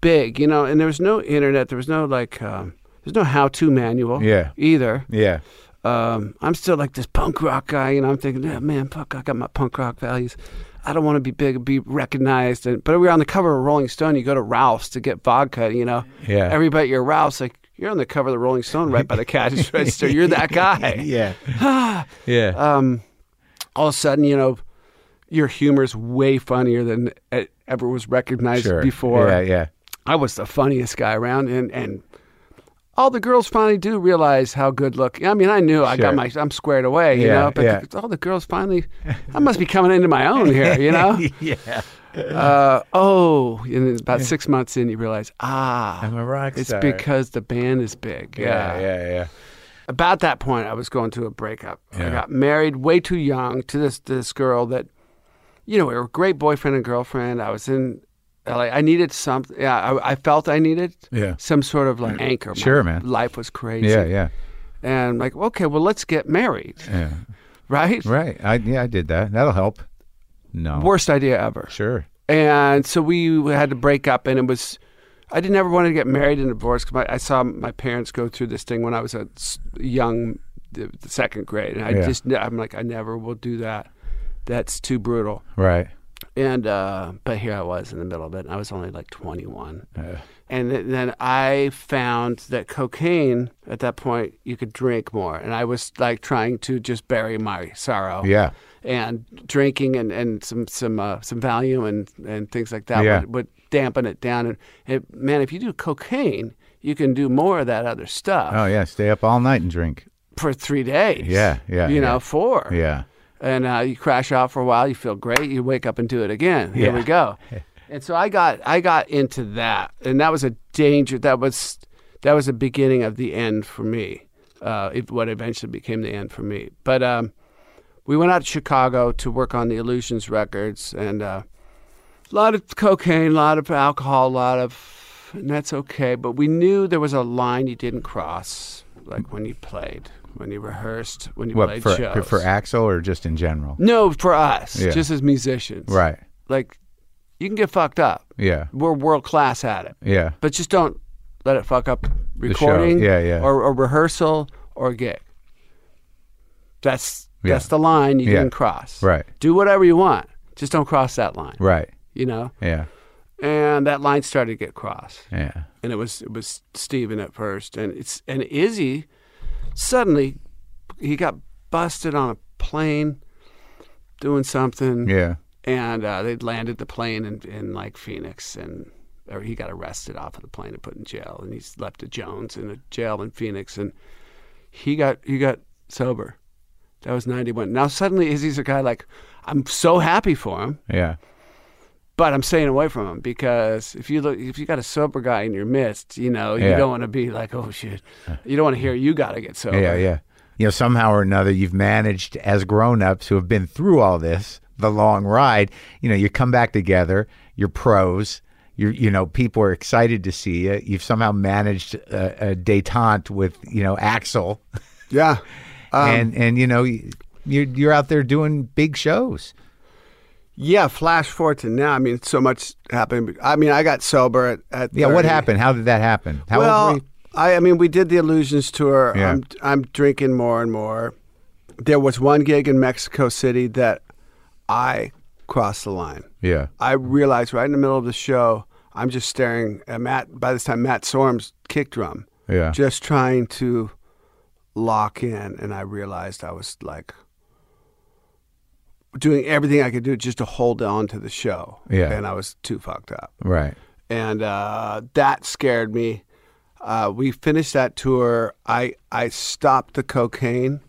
[SPEAKER 2] big, you know, and there was no internet. There was no like, um, there's no how-to manual.
[SPEAKER 1] Yeah.
[SPEAKER 2] Either.
[SPEAKER 1] yeah.
[SPEAKER 2] Um, I'm still like this punk rock guy, you know. I'm thinking, yeah, man, fuck, I got my punk rock values. I don't want to be big, be recognized. And but we were on the cover of Rolling Stone. You go to Ralph's to get vodka, you know.
[SPEAKER 1] Yeah.
[SPEAKER 2] Everybody, at your Ralph's like you're on the cover of the Rolling Stone, right by the cash register. You're that guy
[SPEAKER 6] Yeah.
[SPEAKER 1] Yeah.
[SPEAKER 2] um, all of a sudden, you know, your humor's way funnier than it ever was recognized
[SPEAKER 1] sure.
[SPEAKER 2] Uh, before.
[SPEAKER 1] Yeah. Yeah.
[SPEAKER 2] I was the funniest guy around, and and all the girls finally do realize how good look. I mean, I knew I
[SPEAKER 1] Sure.
[SPEAKER 2] got my I'm squared away, you
[SPEAKER 1] Yeah,
[SPEAKER 2] know, but
[SPEAKER 1] yeah.
[SPEAKER 2] the- all the girls finally, I must be coming into my own here, you know.
[SPEAKER 1] yeah.
[SPEAKER 2] uh, oh, and then about six months in, you realize, ah,
[SPEAKER 1] I'm a rock
[SPEAKER 2] it's
[SPEAKER 1] star.
[SPEAKER 2] because the band is big.
[SPEAKER 1] Yeah. Yeah. Yeah.
[SPEAKER 2] About that point, I was going through a breakup.
[SPEAKER 1] Yeah.
[SPEAKER 2] I got married way too young to this this girl that, you know, we were a great boyfriend and girlfriend. I was in LA. I needed something. Yeah, I, I felt I needed
[SPEAKER 1] Yeah.
[SPEAKER 2] some sort of like anchor. My
[SPEAKER 1] Sure, man.
[SPEAKER 2] Life was crazy.
[SPEAKER 1] Yeah. Yeah.
[SPEAKER 2] And I'm like, okay, well, let's get married,
[SPEAKER 1] Yeah.
[SPEAKER 2] right?
[SPEAKER 1] Right. I yeah. I did that. That'll help. No.
[SPEAKER 2] Worst idea ever.
[SPEAKER 1] Sure.
[SPEAKER 2] And so we had to break up, and it was. I didn't ever want to get married and divorced because I saw my parents go through this thing when I was a s- young, the the second grade, and I
[SPEAKER 1] Yeah.
[SPEAKER 2] just ne- I'm like I never will do that. That's too brutal.
[SPEAKER 1] Right.
[SPEAKER 2] And uh, but here I was in the middle of it. And I was only like 21,
[SPEAKER 1] Uh,
[SPEAKER 2] and th- then I found that cocaine at that point you could drink more, and I was like trying to just bury my sorrow
[SPEAKER 1] yeah.
[SPEAKER 2] and drinking and, and some some uh, some Valium and, and things like that
[SPEAKER 1] Yeah.
[SPEAKER 2] would, would dampen it down. And, and man, if you do cocaine, you can do more of that other stuff
[SPEAKER 1] Oh yeah. Stay up all night and drink.
[SPEAKER 2] for three days.
[SPEAKER 1] Yeah, yeah,
[SPEAKER 2] you
[SPEAKER 1] yeah.
[SPEAKER 2] know, four.
[SPEAKER 1] Yeah.
[SPEAKER 2] and uh, you crash out for a while. You feel great. You wake up and do it again. Here
[SPEAKER 1] Yeah.
[SPEAKER 2] we go. And so I got I got into that, and that was a danger. That was that was the beginning of the end for me. Uh, it, what eventually became the end for me. But um, we went out to Chicago to work on the Illusions records, and uh, a lot of cocaine, a lot of alcohol, a lot of, and that's okay. But we knew there was a line you didn't cross, like when you played, when you rehearsed, when you
[SPEAKER 1] What
[SPEAKER 2] played
[SPEAKER 1] for
[SPEAKER 2] shows.
[SPEAKER 1] for Axel or just in general?
[SPEAKER 2] No, for us,
[SPEAKER 1] Yeah.
[SPEAKER 2] just as musicians.
[SPEAKER 1] Right.
[SPEAKER 2] Like, you can get fucked up.
[SPEAKER 1] Yeah.
[SPEAKER 2] We're world class at it,
[SPEAKER 1] Yeah.
[SPEAKER 2] but just don't let it fuck up
[SPEAKER 1] show.
[SPEAKER 2] recording,
[SPEAKER 1] Yeah, yeah.
[SPEAKER 2] or a rehearsal or a gig. That's
[SPEAKER 1] Yeah.
[SPEAKER 2] that's the line you
[SPEAKER 1] Yeah.
[SPEAKER 2] can cross.
[SPEAKER 1] Right.
[SPEAKER 2] Do whatever you want, just don't cross that line.
[SPEAKER 1] Right.
[SPEAKER 2] You know,
[SPEAKER 1] Yeah.
[SPEAKER 2] and that line started to get crossed
[SPEAKER 1] Yeah.
[SPEAKER 2] and it was it was Steven at first, and it's and Izzy suddenly he got busted on a plane doing something,
[SPEAKER 1] Yeah.
[SPEAKER 2] and uh, they landed the plane in, in like Phoenix, and or he got arrested off of the plane and put in jail, and he's left to Jones in a jail in Phoenix, and he got he got sober. That was ninety one. Now suddenly Izzy's a guy like I'm so happy for him
[SPEAKER 1] Yeah.
[SPEAKER 2] but I'm staying away from him because if you look, if you got a sober guy in your midst, you know, you
[SPEAKER 1] Yeah.
[SPEAKER 2] don't want to be like, oh shit, you don't want to hear you got to get sober.
[SPEAKER 1] Yeah, yeah. You know, somehow or another, you've managed as grown-ups who have been through all this, the long ride. You know, you come back together. You're pros. You're, you know, people are excited to see you. You've somehow managed a, a détente with, you know, Axel,
[SPEAKER 2] yeah.
[SPEAKER 1] and and you know, you- you're you're out there doing big shows.
[SPEAKER 2] Yeah, flash forward to now. I mean, so much happened. I mean, I got sober at, at
[SPEAKER 1] Yeah, what
[SPEAKER 2] 30.
[SPEAKER 1] happened? How did that happen? How
[SPEAKER 2] well,
[SPEAKER 1] old were you?
[SPEAKER 2] I, I mean, we did the Illusions tour.
[SPEAKER 1] Yeah.
[SPEAKER 2] I'm, I'm drinking more and more. there was one gig in Mexico City that I crossed the line.
[SPEAKER 4] Yeah.
[SPEAKER 2] I realized right in the middle of the show, I'm just staring at Matt. By this time, Matt Sorm's kick drum.
[SPEAKER 4] Yeah.
[SPEAKER 2] Just trying to lock in, and I realized I was like doing everything I could do just to hold on to the show.
[SPEAKER 4] Yeah.
[SPEAKER 2] And I was too fucked up
[SPEAKER 4] Right.
[SPEAKER 2] and uh, that scared me. Uh, we finished that tour. I I stopped the cocaine.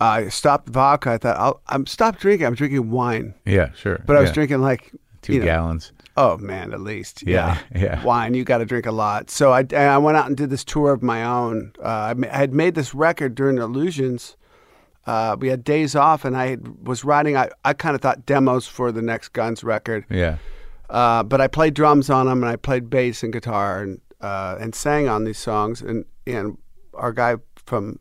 [SPEAKER 2] I stopped vodka. I thought I'll, I'm stopped drinking. I'm drinking wine,
[SPEAKER 4] Yeah. Sure.
[SPEAKER 2] but I was
[SPEAKER 4] Yeah.
[SPEAKER 2] drinking like
[SPEAKER 4] two
[SPEAKER 2] you know,
[SPEAKER 4] gallons.
[SPEAKER 2] Oh man, at least
[SPEAKER 4] Yeah,
[SPEAKER 2] yeah,
[SPEAKER 4] yeah.
[SPEAKER 2] Wine, you got to drink a lot. So I and I went out and did this tour of my own. Uh, I, ma- I had made this record during Illusions. Uh, we had days off, and I had- was writing. I, I kind of thought demos for the next Guns record.
[SPEAKER 4] Yeah.
[SPEAKER 2] Uh, but I played drums on them, and I played bass and guitar, and uh, and sang on these songs. And and our guy from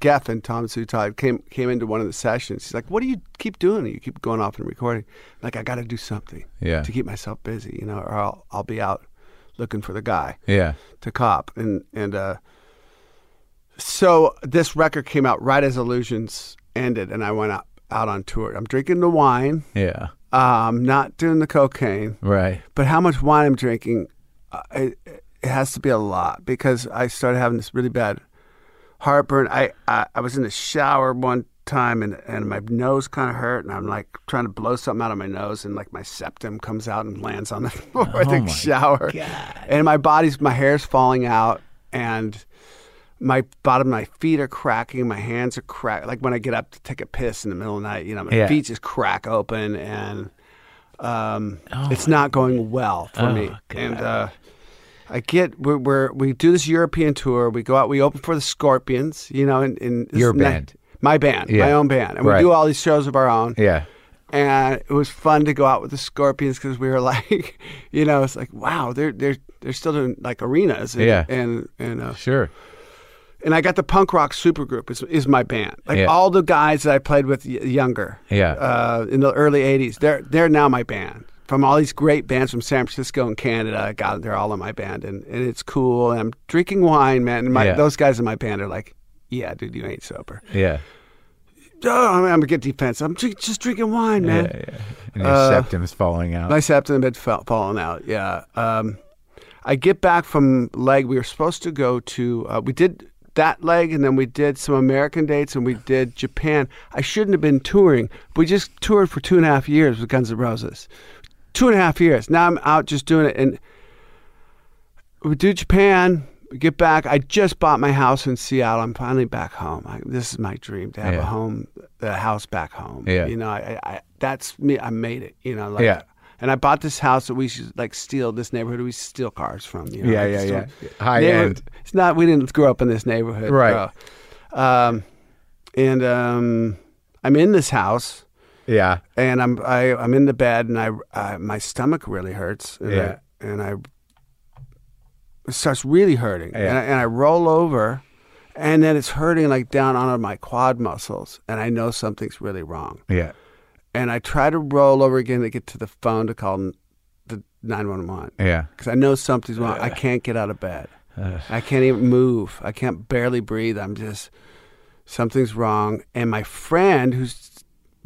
[SPEAKER 2] Geffen, Tom Sutod, came came into one of the sessions. He's like, "What do you keep doing? You keep going off and recording." Like, I got to do something
[SPEAKER 4] Yeah.
[SPEAKER 2] to keep myself busy, you know, or I'll I'll be out looking for the guy
[SPEAKER 4] Yeah.
[SPEAKER 2] to cop and and uh so this record came out right as illusions ended and i went out out on tour i'm drinking the wine
[SPEAKER 4] Yeah.
[SPEAKER 2] um not doing the cocaine
[SPEAKER 4] Right.
[SPEAKER 2] but how much wine i'm drinking uh, it, it has to be a lot because i started having this really bad heartburn i i, I was in the shower one time and, and my nose kind of hurt and i'm like trying to blow something out of my nose and like my septum comes out and lands on the floor of the shower and my body's my hair's falling out and my bottom my feet are cracking my hands are crack like when i get up to take a piss in the middle of the night you know my
[SPEAKER 4] Yeah.
[SPEAKER 2] feet just crack open and um, it's not going well for me and uh, i get we're, we're we do this european tour we go out we open for the scorpions you know and, and this
[SPEAKER 4] Your
[SPEAKER 2] ne-
[SPEAKER 4] band.
[SPEAKER 2] my band
[SPEAKER 4] Yeah.
[SPEAKER 2] my own band and
[SPEAKER 4] Right.
[SPEAKER 2] we do all these shows of our own
[SPEAKER 4] Yeah.
[SPEAKER 2] and it was fun to go out with the Scorpions because we were like, you know, it's like wow, they're they're they're still doing like arenas, and
[SPEAKER 4] Yeah.
[SPEAKER 2] and and, uh,
[SPEAKER 4] Sure.
[SPEAKER 2] and I got the punk rock supergroup is is my band, like
[SPEAKER 4] Yeah.
[SPEAKER 2] all the guys that I played with y- younger,
[SPEAKER 4] Yeah.
[SPEAKER 2] uh, in the early '80s, they're they're now my band. From all these great bands from San Francisco and Canada, I got they're all in my band, and, and it's cool. And I'm drinking wine, man. And my,
[SPEAKER 4] Yeah.
[SPEAKER 2] those guys in my band are like, "Yeah, dude, you ain't sober."
[SPEAKER 4] Yeah.
[SPEAKER 2] Oh, I'm, I'm gonna get defensive. I'm drink, just drinking wine, man.
[SPEAKER 4] Yeah. yeah. And your
[SPEAKER 2] uh,
[SPEAKER 4] septum's falling out.
[SPEAKER 2] My septum had fell, fallen out. Yeah. Um, I get back from leg. We were supposed to go to. Uh, we did that leg, and then we did some American dates, and we did Japan. I shouldn't have been touring. We just toured for two and a half years with Guns N' Roses. Two and a half years. Now I'm out just doing it, and we do Japan. We get back. I just bought my house in Seattle. I'm finally back home. I, this is my dream to have
[SPEAKER 4] Yeah.
[SPEAKER 2] a home, a house back home.
[SPEAKER 4] Yeah.
[SPEAKER 2] You know, I, I, I that's me. I made it. You know, like,
[SPEAKER 4] Yeah.
[SPEAKER 2] And I bought this house that we should like steal this neighborhood. We steal cars from. You know,
[SPEAKER 4] Yeah,
[SPEAKER 2] like,
[SPEAKER 4] yeah,
[SPEAKER 2] it's
[SPEAKER 4] yeah.
[SPEAKER 2] sort of-
[SPEAKER 4] High
[SPEAKER 2] neighborhood-
[SPEAKER 4] end.
[SPEAKER 2] It's not. We didn't grow up in this neighborhood,
[SPEAKER 4] Right.
[SPEAKER 2] bro. Um, and um, I'm in this house
[SPEAKER 4] yeah.
[SPEAKER 2] and I'm I, I'm in the bed, and I, I my stomach really hurts, and
[SPEAKER 4] Yeah.
[SPEAKER 2] I, and I it starts really hurting, and, I, and I roll over, and then it's hurting like down onto my quad muscles, and I know something's really wrong,
[SPEAKER 4] Yeah.
[SPEAKER 2] and I try to roll over again to get to the phone to call n- the nine one one
[SPEAKER 4] Yeah.
[SPEAKER 2] because I know something's wrong. I can't get out of bed. I can't even move. I can't barely breathe. I'm just something's wrong. And my friend, who's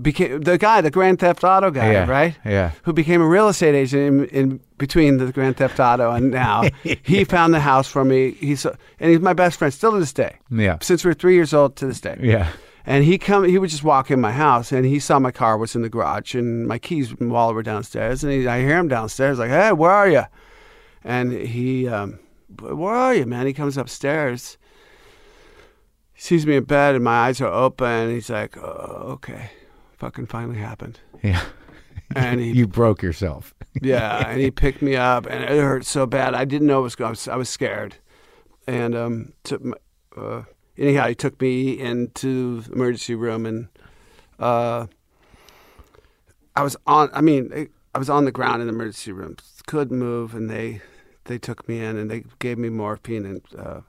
[SPEAKER 2] became the guy, the Grand Theft Auto guy,
[SPEAKER 4] Yeah.
[SPEAKER 2] right?
[SPEAKER 4] Yeah.
[SPEAKER 2] Who became a real estate agent in, in between the Grand Theft Auto and now? he found the house for me. He's and he's my best friend still to this day.
[SPEAKER 4] Yeah.
[SPEAKER 2] Since we we're three years old to this day.
[SPEAKER 4] Yeah.
[SPEAKER 2] And he come he would just walk in my house and he saw my car was in the garage and my keys while were downstairs and he, I hear him downstairs like, "Hey, where are you?" And he um, "Where are you, man?" He comes upstairs. Sees me in bed and my eyes are open and he's like, "Oh, okay. Fucking finally happened."
[SPEAKER 4] Yeah.
[SPEAKER 2] And he
[SPEAKER 4] You broke yourself.
[SPEAKER 2] yeah, and he picked me up, and it hurt so bad. I didn't know it was going. I was, I was scared, and um, took my, uh, anyhow, he took me into the emergency room, and uh, I was on. I mean, I- I was on the ground in the emergency room, couldn't move, and they they took me in, and they gave me morphine, and uh,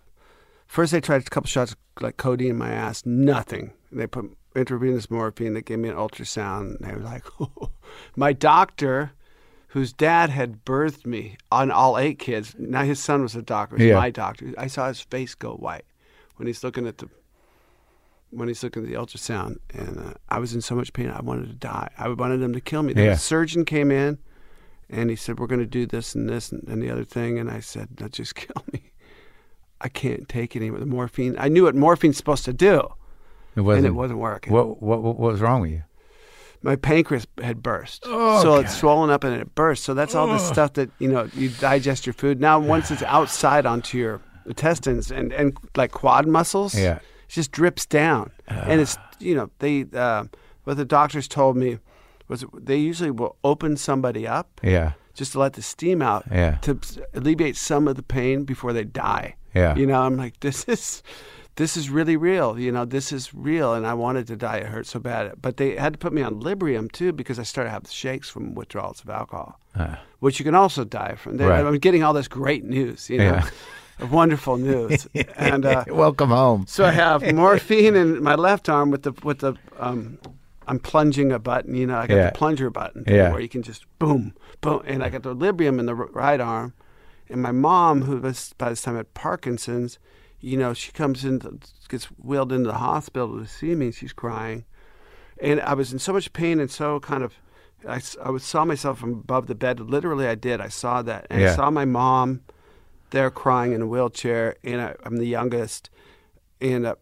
[SPEAKER 2] first they tried a couple shots of, like codeine in my ass, nothing. And they put intravenous morphine. They gave me an ultrasound, and they were like, my doctor whose dad had birthed me on all eight kids. Now his son was a doctor. It was
[SPEAKER 4] Yeah.
[SPEAKER 2] my doctor. I saw his face go white when he's looking at the when he's looking at the ultrasound, and uh, I was in so much pain, I wanted to die. I wanted them to kill me. The
[SPEAKER 4] Yeah.
[SPEAKER 2] surgeon came in, and he said, "We're going to do this and this and, and the other thing," and I said, "No, just kill me. I can't take it anymore. The morphine. I knew what morphine's supposed to do,
[SPEAKER 4] It wasn't.
[SPEAKER 2] and it wasn't working.
[SPEAKER 4] What, what what was wrong with you?
[SPEAKER 2] my pancreas had burst. so it's swollen up and it burst. So that's all the stuff that, you know, you digest your food. Now, once it's outside onto your intestines and, and like quad muscles,
[SPEAKER 4] Yeah.
[SPEAKER 2] it just drips down. and it's, you know, they, uh, what the doctors told me was they usually will open somebody up
[SPEAKER 4] Yeah.
[SPEAKER 2] just to let the steam out
[SPEAKER 4] Yeah.
[SPEAKER 2] to s- alleviate some of the pain before they die.
[SPEAKER 4] Yeah.
[SPEAKER 2] You know, I'm like, this is this is really real. You know, this is real and I wanted to die. It hurt so bad. But they had to put me on Librium too because I started having shakes from withdrawals of alcohol. Which you can also die from. They,
[SPEAKER 4] Right.
[SPEAKER 2] I'm getting all this great news, you know. Wonderful news. and uh,
[SPEAKER 1] Welcome home.
[SPEAKER 2] so I have morphine in my left arm with the with the um, I'm plunging a button. You know, I got
[SPEAKER 4] Yeah.
[SPEAKER 2] the plunger button
[SPEAKER 4] Yeah.
[SPEAKER 2] where you can just boom, boom, and I got the Librium in the r- right arm. And my mom, who was by this time had Parkinson's, you know, she comes in, gets wheeled into the hospital to see me. and She's crying, and I was in so much pain and so kind of. I, s- I was- saw myself from above the bed. Literally, I did. I saw that, and
[SPEAKER 4] Yeah.
[SPEAKER 2] I saw my mom there crying in a wheelchair, and I, I'm the youngest, and uh,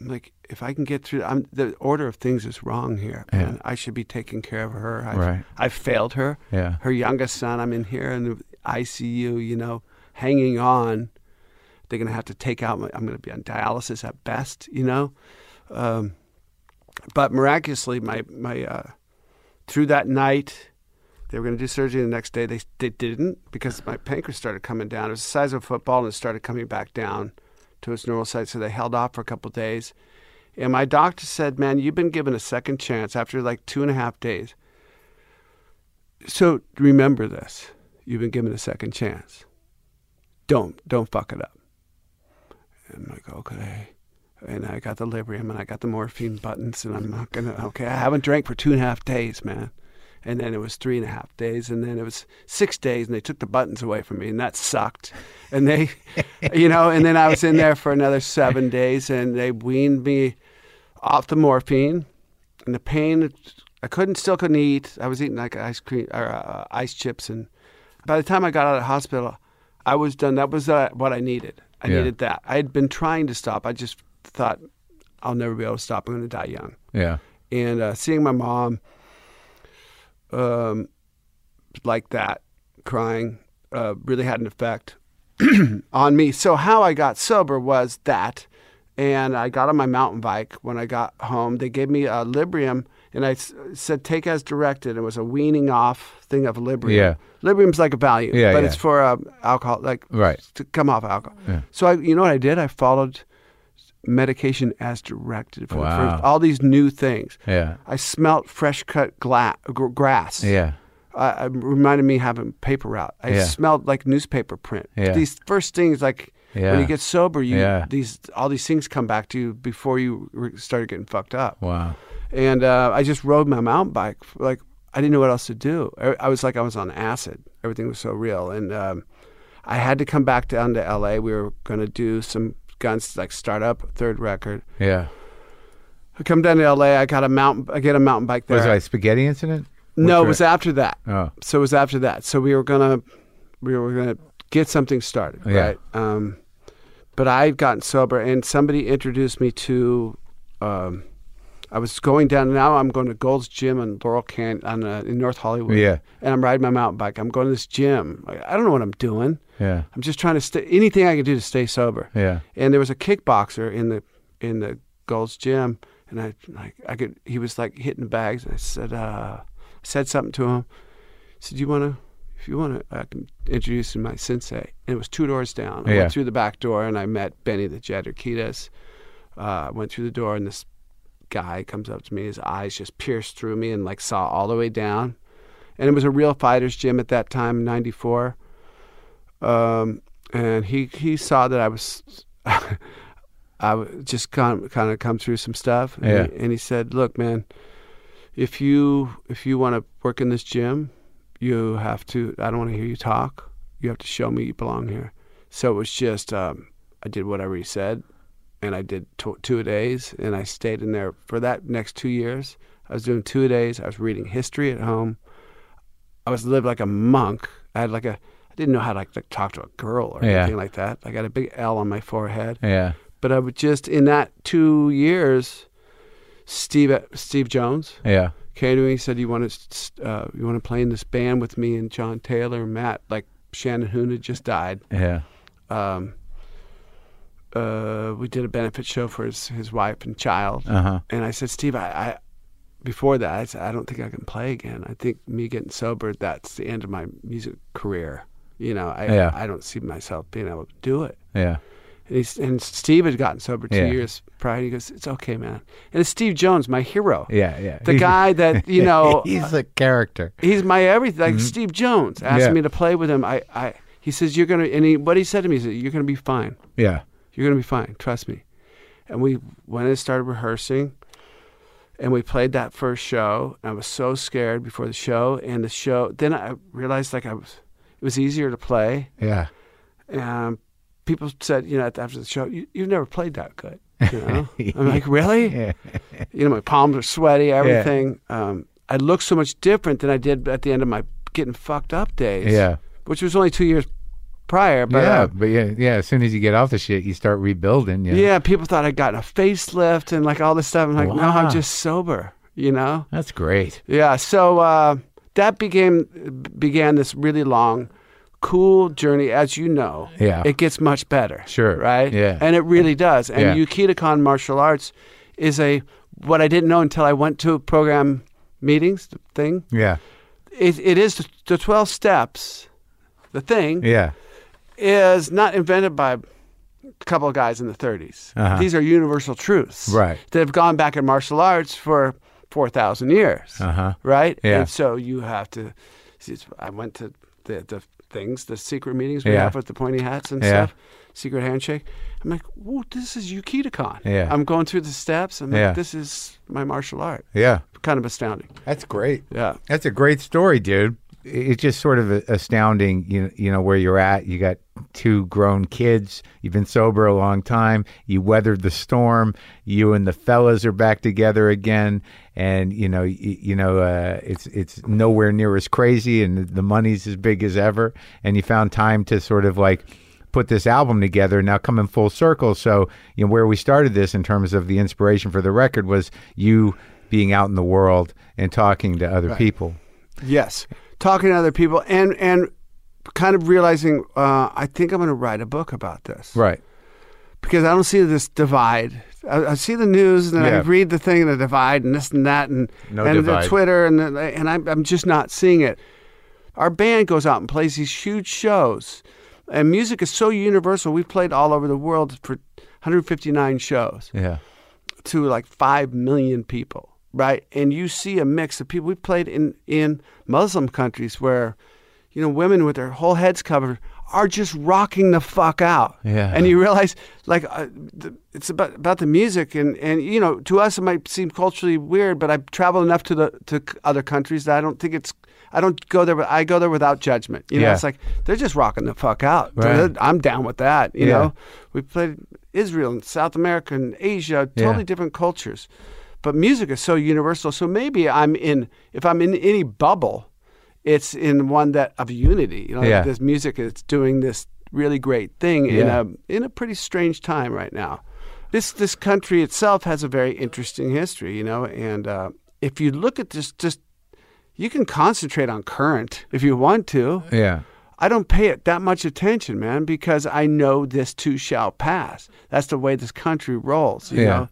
[SPEAKER 2] I'm like, if I can get through, I'm, the order of things is wrong here, and I should be taking care of her. I've,
[SPEAKER 4] Right.
[SPEAKER 2] I've failed her.
[SPEAKER 4] Yeah.
[SPEAKER 2] Her youngest son, I'm in here in the ICU, you know, hanging on. They're gonna have to take out. My, I'm gonna be on dialysis at best, you know. Um, but miraculously, my my uh, through that night, they were going to do surgery the next day. They, they didn't because my pancreas started coming down. It was the size of a football and it started coming back down to its normal size. So they held off for a couple of days. And my doctor said, Man, you've been given a second chance after like two and a half days. So remember this you've been given a second chance. Don't, don't fuck it up. And I'm like, okay. And I got the Librium and I got the morphine buttons, and I'm not gonna. Okay, I haven't drank for two and a half days, man. And then it was three and a half days, and then it was six days, and they took the buttons away from me, and that sucked. And they, you know, and then I was in there for another seven days, and they weaned me off the morphine, and the pain. I couldn't, still couldn't eat. I was eating like ice cream or uh, ice chips, and by the time I got out of the hospital, I was done. That was uh, what I needed. I
[SPEAKER 4] Yeah.
[SPEAKER 2] needed that. I had been trying to stop. I just thought, I'll never be able to stop. I'm going to die young.
[SPEAKER 4] Yeah.
[SPEAKER 2] And uh, seeing my mom um, like that, crying, uh, really had an effect on me. So, how I got sober was that. And I got on my mountain bike when I got home. They gave me a Librium, and I s- said, take as directed. It was a weaning off thing of Librium.
[SPEAKER 4] Yeah.
[SPEAKER 2] Librium's like a value,
[SPEAKER 4] Yeah,
[SPEAKER 2] but
[SPEAKER 4] yeah.
[SPEAKER 2] it's for uh, alcohol, like
[SPEAKER 4] Right.
[SPEAKER 2] to come off alcohol. So I, you know what I did? I followed medication as directed for the
[SPEAKER 4] Wow.
[SPEAKER 2] first, all these new things.
[SPEAKER 4] Yeah.
[SPEAKER 2] I smelt fresh cut gla- gr- grass.
[SPEAKER 4] Yeah.
[SPEAKER 2] I, it reminded me of having paper route. I
[SPEAKER 4] Yeah.
[SPEAKER 2] smelled like newspaper print.
[SPEAKER 4] Yeah.
[SPEAKER 2] These first things, like
[SPEAKER 4] Yeah.
[SPEAKER 2] when you get sober, you
[SPEAKER 4] Yeah.
[SPEAKER 2] these all these things come back to you before you re- started getting fucked up.
[SPEAKER 4] Wow.
[SPEAKER 2] And uh, I just rode my mountain bike. Like I didn't know what else to do. I, I was like I was on acid. Everything was so real. And um, I had to come back down to L.A. We were going to do some guns, like start up a third record.
[SPEAKER 4] Yeah.
[SPEAKER 2] I come down to L.A. I got a mountain. I get a mountain bike there.
[SPEAKER 4] Was it a spaghetti incident?
[SPEAKER 2] no,
[SPEAKER 4] Which
[SPEAKER 2] it was after that.
[SPEAKER 4] Oh.
[SPEAKER 2] So it was after that. So we were gonna we were gonna get something started,
[SPEAKER 4] Yeah.
[SPEAKER 2] right? Um, but I had gotten sober, and somebody introduced me to. Um, I was going down. Now I'm going to Gold's Gym on Laurel Canyon on, uh, in North Hollywood.
[SPEAKER 4] Yeah.
[SPEAKER 2] and I'm riding my mountain bike. I'm going to this gym. I, I don't know what I'm doing.
[SPEAKER 4] Yeah.
[SPEAKER 2] I'm just trying to stay anything I can do to stay sober.
[SPEAKER 4] Yeah.
[SPEAKER 2] And there was a kickboxer in the in the Gold's Gym, and I like I could he was like hitting bags, and I said uh, I said something to him. I said, "You want to? If you want to, I can introduce you to my sensei." And it was two doors down. I
[SPEAKER 4] Yeah.
[SPEAKER 2] went through the back door, and I met Benny the Jet Urquidez. Uh, I went through the door, and this guy comes up to me. His eyes just pierced through me, and like saw all the way down. And it was a real fighters gym at that time, '94 um, and he he saw that I was I w- just kind kind of come through some stuff, and,
[SPEAKER 4] Yeah.
[SPEAKER 2] he, and he said, "Look, man, if you if you want to work in this gym, you have to. I don't want to hear you talk. You have to show me you belong here." So it was just um, I did whatever he said, and I did tw two a days, and I stayed in there for that next two years. I was doing two a days. I was reading history at home. I was lived like a monk. I had like a I didn't know how to like, to talk to a girl or
[SPEAKER 1] Yeah.
[SPEAKER 2] anything like that. I got a big L on my forehead.
[SPEAKER 1] Yeah.
[SPEAKER 2] But I would just in that two years, Steve uh, Steve Jones
[SPEAKER 1] Yeah.
[SPEAKER 2] came to me and said, "You want to uh, you want to play in this band with me and John Taylor and Matt?" Like Shannon Hoon had just died.
[SPEAKER 1] Yeah.
[SPEAKER 2] Um, uh, we did a benefit show for his his wife and child,
[SPEAKER 1] Uh
[SPEAKER 4] Uh-huh.
[SPEAKER 1] huh.
[SPEAKER 2] and I said, "Steve, I." I before that, I said, I don't think I can play again. I think me getting sober, that's the end of my music career. You know, I
[SPEAKER 1] Yeah.
[SPEAKER 2] I don't see myself being able to do it.
[SPEAKER 1] Yeah.
[SPEAKER 2] And, he's, and Steve had gotten sober two
[SPEAKER 1] Yeah.
[SPEAKER 2] years prior. He goes, "It's okay, man." And it's Steve Jones, my hero,
[SPEAKER 1] Yeah. Yeah.
[SPEAKER 2] the guy that you know
[SPEAKER 7] He's a character.
[SPEAKER 2] he's my everything. Like Steve Jones asked
[SPEAKER 1] Mm-hmm. Yeah.
[SPEAKER 2] me to play with him. I, I, he says you're gonna. And he, what he said to me is, "You're gonna be fine.
[SPEAKER 1] Yeah.
[SPEAKER 2] You're gonna be fine. Trust me." And we went and started rehearsing, and we played that first show. I was so scared before the show, and the show. Then I realized like I was, it was easier to play.
[SPEAKER 7] Yeah.
[SPEAKER 2] And people said, you know, after the show, you, you've never played that good. You know? I'm like, really? you know, my palms are sweaty, everything. Um, I look so much different than I did at the end of my getting fucked up days.
[SPEAKER 1] Yeah.
[SPEAKER 2] Which was only two years prior. But uh,
[SPEAKER 1] yeah.
[SPEAKER 2] yeah.
[SPEAKER 1] But yeah. Yeah. As soon as you get off the shit, you start rebuilding. You know?
[SPEAKER 2] yeah, people thought I'd gotten a facelift and like all this stuff. I'm like, no,
[SPEAKER 1] Wow.
[SPEAKER 2] I'm just sober, you know?
[SPEAKER 1] That's great.
[SPEAKER 2] Yeah. So uh, that became began this really long, cool journey, as you know.
[SPEAKER 1] Yeah.
[SPEAKER 2] It gets much better.
[SPEAKER 1] Sure.
[SPEAKER 2] Right?
[SPEAKER 1] Yeah.
[SPEAKER 2] And it really does. And
[SPEAKER 1] Yeah.
[SPEAKER 2] Yukitacon martial arts is a what I didn't know until I went to program meetings the thing.
[SPEAKER 1] Yeah.
[SPEAKER 2] It, it is the, the twelve steps. The thing
[SPEAKER 1] Yeah.
[SPEAKER 2] is not invented by a couple of guys in the 30s.
[SPEAKER 1] Uh-huh.
[SPEAKER 2] These are universal truths
[SPEAKER 1] Right.
[SPEAKER 2] that have gone back in martial arts for 4,000 years.
[SPEAKER 1] Uh-huh.
[SPEAKER 2] Right?
[SPEAKER 1] Yeah.
[SPEAKER 2] And so you have to. see, it's- I went to the, the things, the secret meetings we
[SPEAKER 1] Yeah.
[SPEAKER 2] have with the pointy hats and
[SPEAKER 1] Yeah.
[SPEAKER 2] stuff, secret handshake. I'm like, whoa, this is Yukitacon.
[SPEAKER 1] Yeah.
[SPEAKER 2] I'm going through the steps. I'm like,
[SPEAKER 1] Yeah.
[SPEAKER 2] this is my martial art.
[SPEAKER 1] Yeah.
[SPEAKER 2] Kind of astounding.
[SPEAKER 7] That's great.
[SPEAKER 2] Yeah.
[SPEAKER 1] That's a great story, dude. It's just sort of astounding, you you know where you're at. You got two grown kids. You've been sober a long time. You weathered the storm. You and the fellas are back together again, and you know you, you know uh, it's it's nowhere near as crazy, and the money's as big as ever. And you found time to sort of like put this album together now coming full circle so you know where we started this in terms of the inspiration for the record was you being out in the world and talking to other people
[SPEAKER 2] Yes, talking to other people and and kind of realizing uh, I think I'm going to write a book about this
[SPEAKER 1] right
[SPEAKER 2] because I don't see this divide. I, I see the news and
[SPEAKER 1] Yeah.
[SPEAKER 2] I read the thing and the divide and this and that and
[SPEAKER 1] No
[SPEAKER 2] and
[SPEAKER 1] divide.
[SPEAKER 2] the Twitter and the, and I'm, I'm just not seeing it. Our band goes out and plays these huge shows, and music is so universal. We've played all over the world for 159 shows
[SPEAKER 1] yeah
[SPEAKER 2] to like 5 million people right and you see a mix of people we played in in muslim countries where you know women with their whole heads covered are just rocking the fuck out
[SPEAKER 1] Yeah.
[SPEAKER 2] and you realize like uh, th- it's about about the music and and you know to us it might seem culturally weird but i've traveled enough to the to c- other countries that i don't think it's I don't go there. but I go there without judgment. You know,
[SPEAKER 1] Yeah.
[SPEAKER 2] it's like they're just rocking the fuck out.
[SPEAKER 1] Right.
[SPEAKER 2] I'm down with that. You
[SPEAKER 1] Yeah.
[SPEAKER 2] know, we played Israel and South America and Asia, totally
[SPEAKER 1] Yeah.
[SPEAKER 2] different cultures. But music is so universal. So maybe I'm in, if I'm in any bubble, it's in one that of unity. You know,
[SPEAKER 1] Yeah.
[SPEAKER 2] this music is doing this really great thing
[SPEAKER 1] Yeah.
[SPEAKER 2] in a in a pretty strange time right now. This this country itself has a very interesting history. You know, and uh, if you look at this, just you can concentrate on current if you want to.
[SPEAKER 1] yeah
[SPEAKER 2] I don't pay it that much attention, man, because I know this too shall pass. That's the way this country rolls, you
[SPEAKER 1] Yeah.
[SPEAKER 2] know.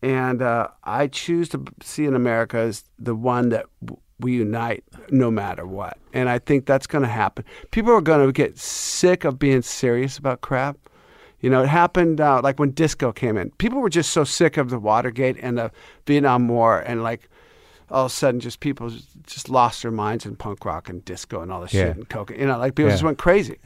[SPEAKER 2] And uh, I choose to b- see in America as the one that w- we unite no matter what. And I think that's going to happen. People are going to get sick of being serious about crap. You know, it happened uh, like when disco came in. People were just so sick of the Watergate and the Vietnam War, and like all of a sudden, just people just lost their minds in punk rock and disco and all this
[SPEAKER 1] Yeah.
[SPEAKER 2] shit and coke. You know, like people
[SPEAKER 1] Yeah.
[SPEAKER 2] just went crazy.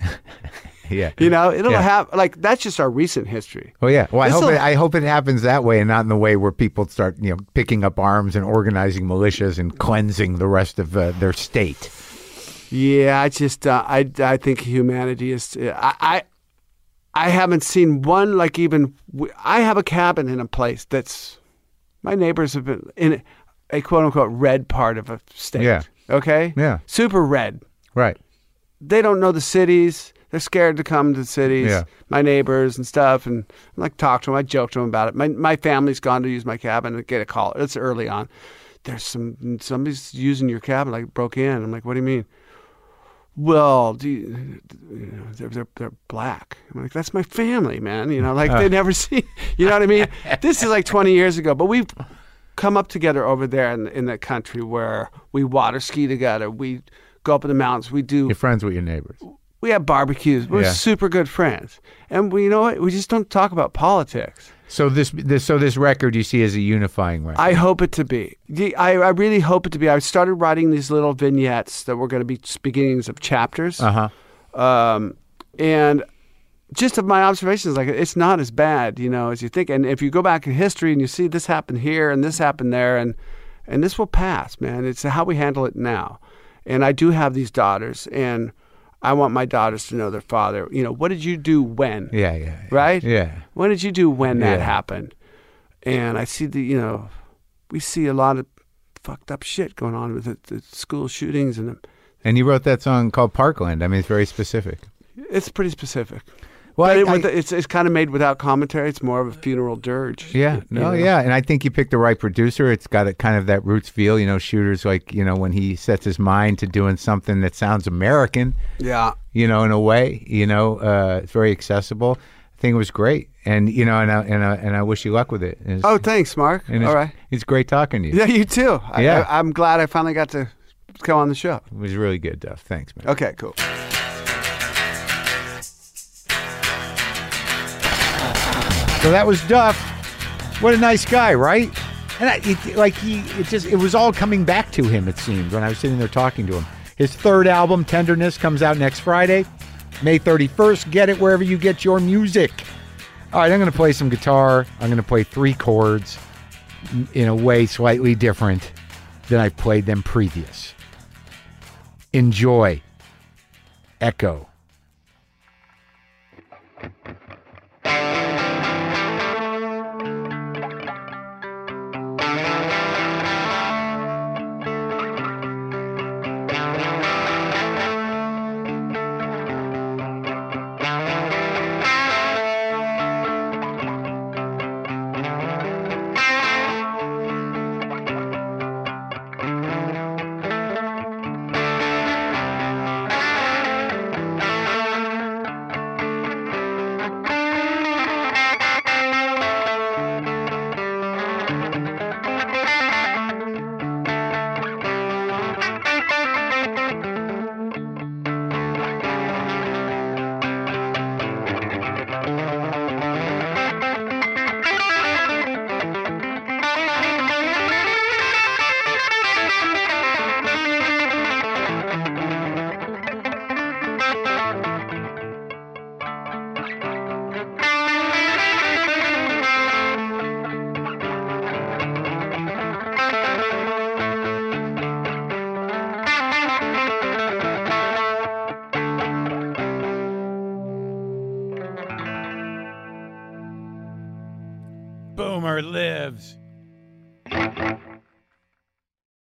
[SPEAKER 1] yeah
[SPEAKER 2] You know, it'll
[SPEAKER 1] Yeah.
[SPEAKER 2] have like that's just our recent history.
[SPEAKER 1] well yeah well i hope
[SPEAKER 2] This'll-
[SPEAKER 1] it, i hope it happens that way and not in the way where people start you know picking up arms and organizing militias and cleansing the rest of uh, their state
[SPEAKER 2] Yeah, uh, I just uh, I I think humanity is. I I I haven't seen one like even. w- I have a cabin in a place that's my neighbors have been in a quote unquote red part of a state.
[SPEAKER 1] Yeah.
[SPEAKER 2] Okay.
[SPEAKER 1] Yeah.
[SPEAKER 2] Super red.
[SPEAKER 1] Right.
[SPEAKER 2] They don't know the cities. They're scared to come to the cities.
[SPEAKER 1] Yeah.
[SPEAKER 2] My neighbors and stuff, and I, like talk to them. I joke to them about it. My my family's gone to use my cabin and get a call. It's early on. There's some somebody's using your cabin. Like broke in. I'm like, what do you mean? well, do you, you know, they're, they're, they're black. I'm like, that's my family, man. You know, like they never see, you know what I mean? this is like 20 years ago, but we've come up together over there in, in the country where we water ski together. We go up in the mountains. We do,
[SPEAKER 1] You're friends with your neighbors.
[SPEAKER 2] we have barbecues. We're
[SPEAKER 1] Yeah.
[SPEAKER 2] super good friends. And we, you know what? We just don't talk about politics.
[SPEAKER 1] So this, this so this record you see as a unifying record.
[SPEAKER 2] I hope it to be. The- I, I really hope it to be. I started writing these little vignettes that were going to be beginnings of chapters.
[SPEAKER 1] uh huh.
[SPEAKER 2] um, and just of my observations, like it's not as bad, you know, as you think. And if you go back in history and you see this happened here and this happened there, and and this will pass, man. It's how we handle it now. And I do have these daughters, and I want my daughters to know their father. You know, what did you do when?
[SPEAKER 1] Yeah, yeah. yeah.
[SPEAKER 2] Right?
[SPEAKER 1] Yeah.
[SPEAKER 2] What did you do when that
[SPEAKER 1] Yeah.
[SPEAKER 2] happened? And I see the, you know, we see a lot of fucked up shit going on with the, the school shootings, and
[SPEAKER 1] And you wrote that song called Parkland. I mean, it's very specific.
[SPEAKER 2] it's pretty specific.
[SPEAKER 1] Well,
[SPEAKER 2] But
[SPEAKER 1] I-
[SPEAKER 2] it,
[SPEAKER 1] I-
[SPEAKER 2] with the- it's it's kind of made without commentary. It's more of a funeral dirge.
[SPEAKER 1] Yeah,
[SPEAKER 2] you
[SPEAKER 1] no,
[SPEAKER 2] know?
[SPEAKER 1] yeah, and I think you picked the right producer. It's got a kind of that roots feel, you know. Shooters like you know when he sets his mind to doing something that sounds American,
[SPEAKER 2] yeah.
[SPEAKER 1] you know, in a way, you know, uh, it's very accessible. I think it was great, and you know, and I and I, and I wish you luck with it. And it's-
[SPEAKER 2] Oh, thanks, Mark.
[SPEAKER 1] and it's,
[SPEAKER 2] All right.
[SPEAKER 1] it's great talking to you.
[SPEAKER 2] Yeah, you too. I,
[SPEAKER 1] Yeah.
[SPEAKER 2] I, I'm glad I finally got to come on the show.
[SPEAKER 1] It was really good, Duff. Thanks, man.
[SPEAKER 2] Okay, cool.
[SPEAKER 1] So that was Duff. What a nice guy, right? And I, it, like he, it just it was all coming back to him. It seemed when I was sitting there talking to him. His third album, Tenderness, comes out next Friday, May 31st. Get it wherever you get your music. All right, I'm going to play some guitar. I'm going to play three chords m- in a way slightly different than I played them previous. Enjoy. Echo. Boomer lives.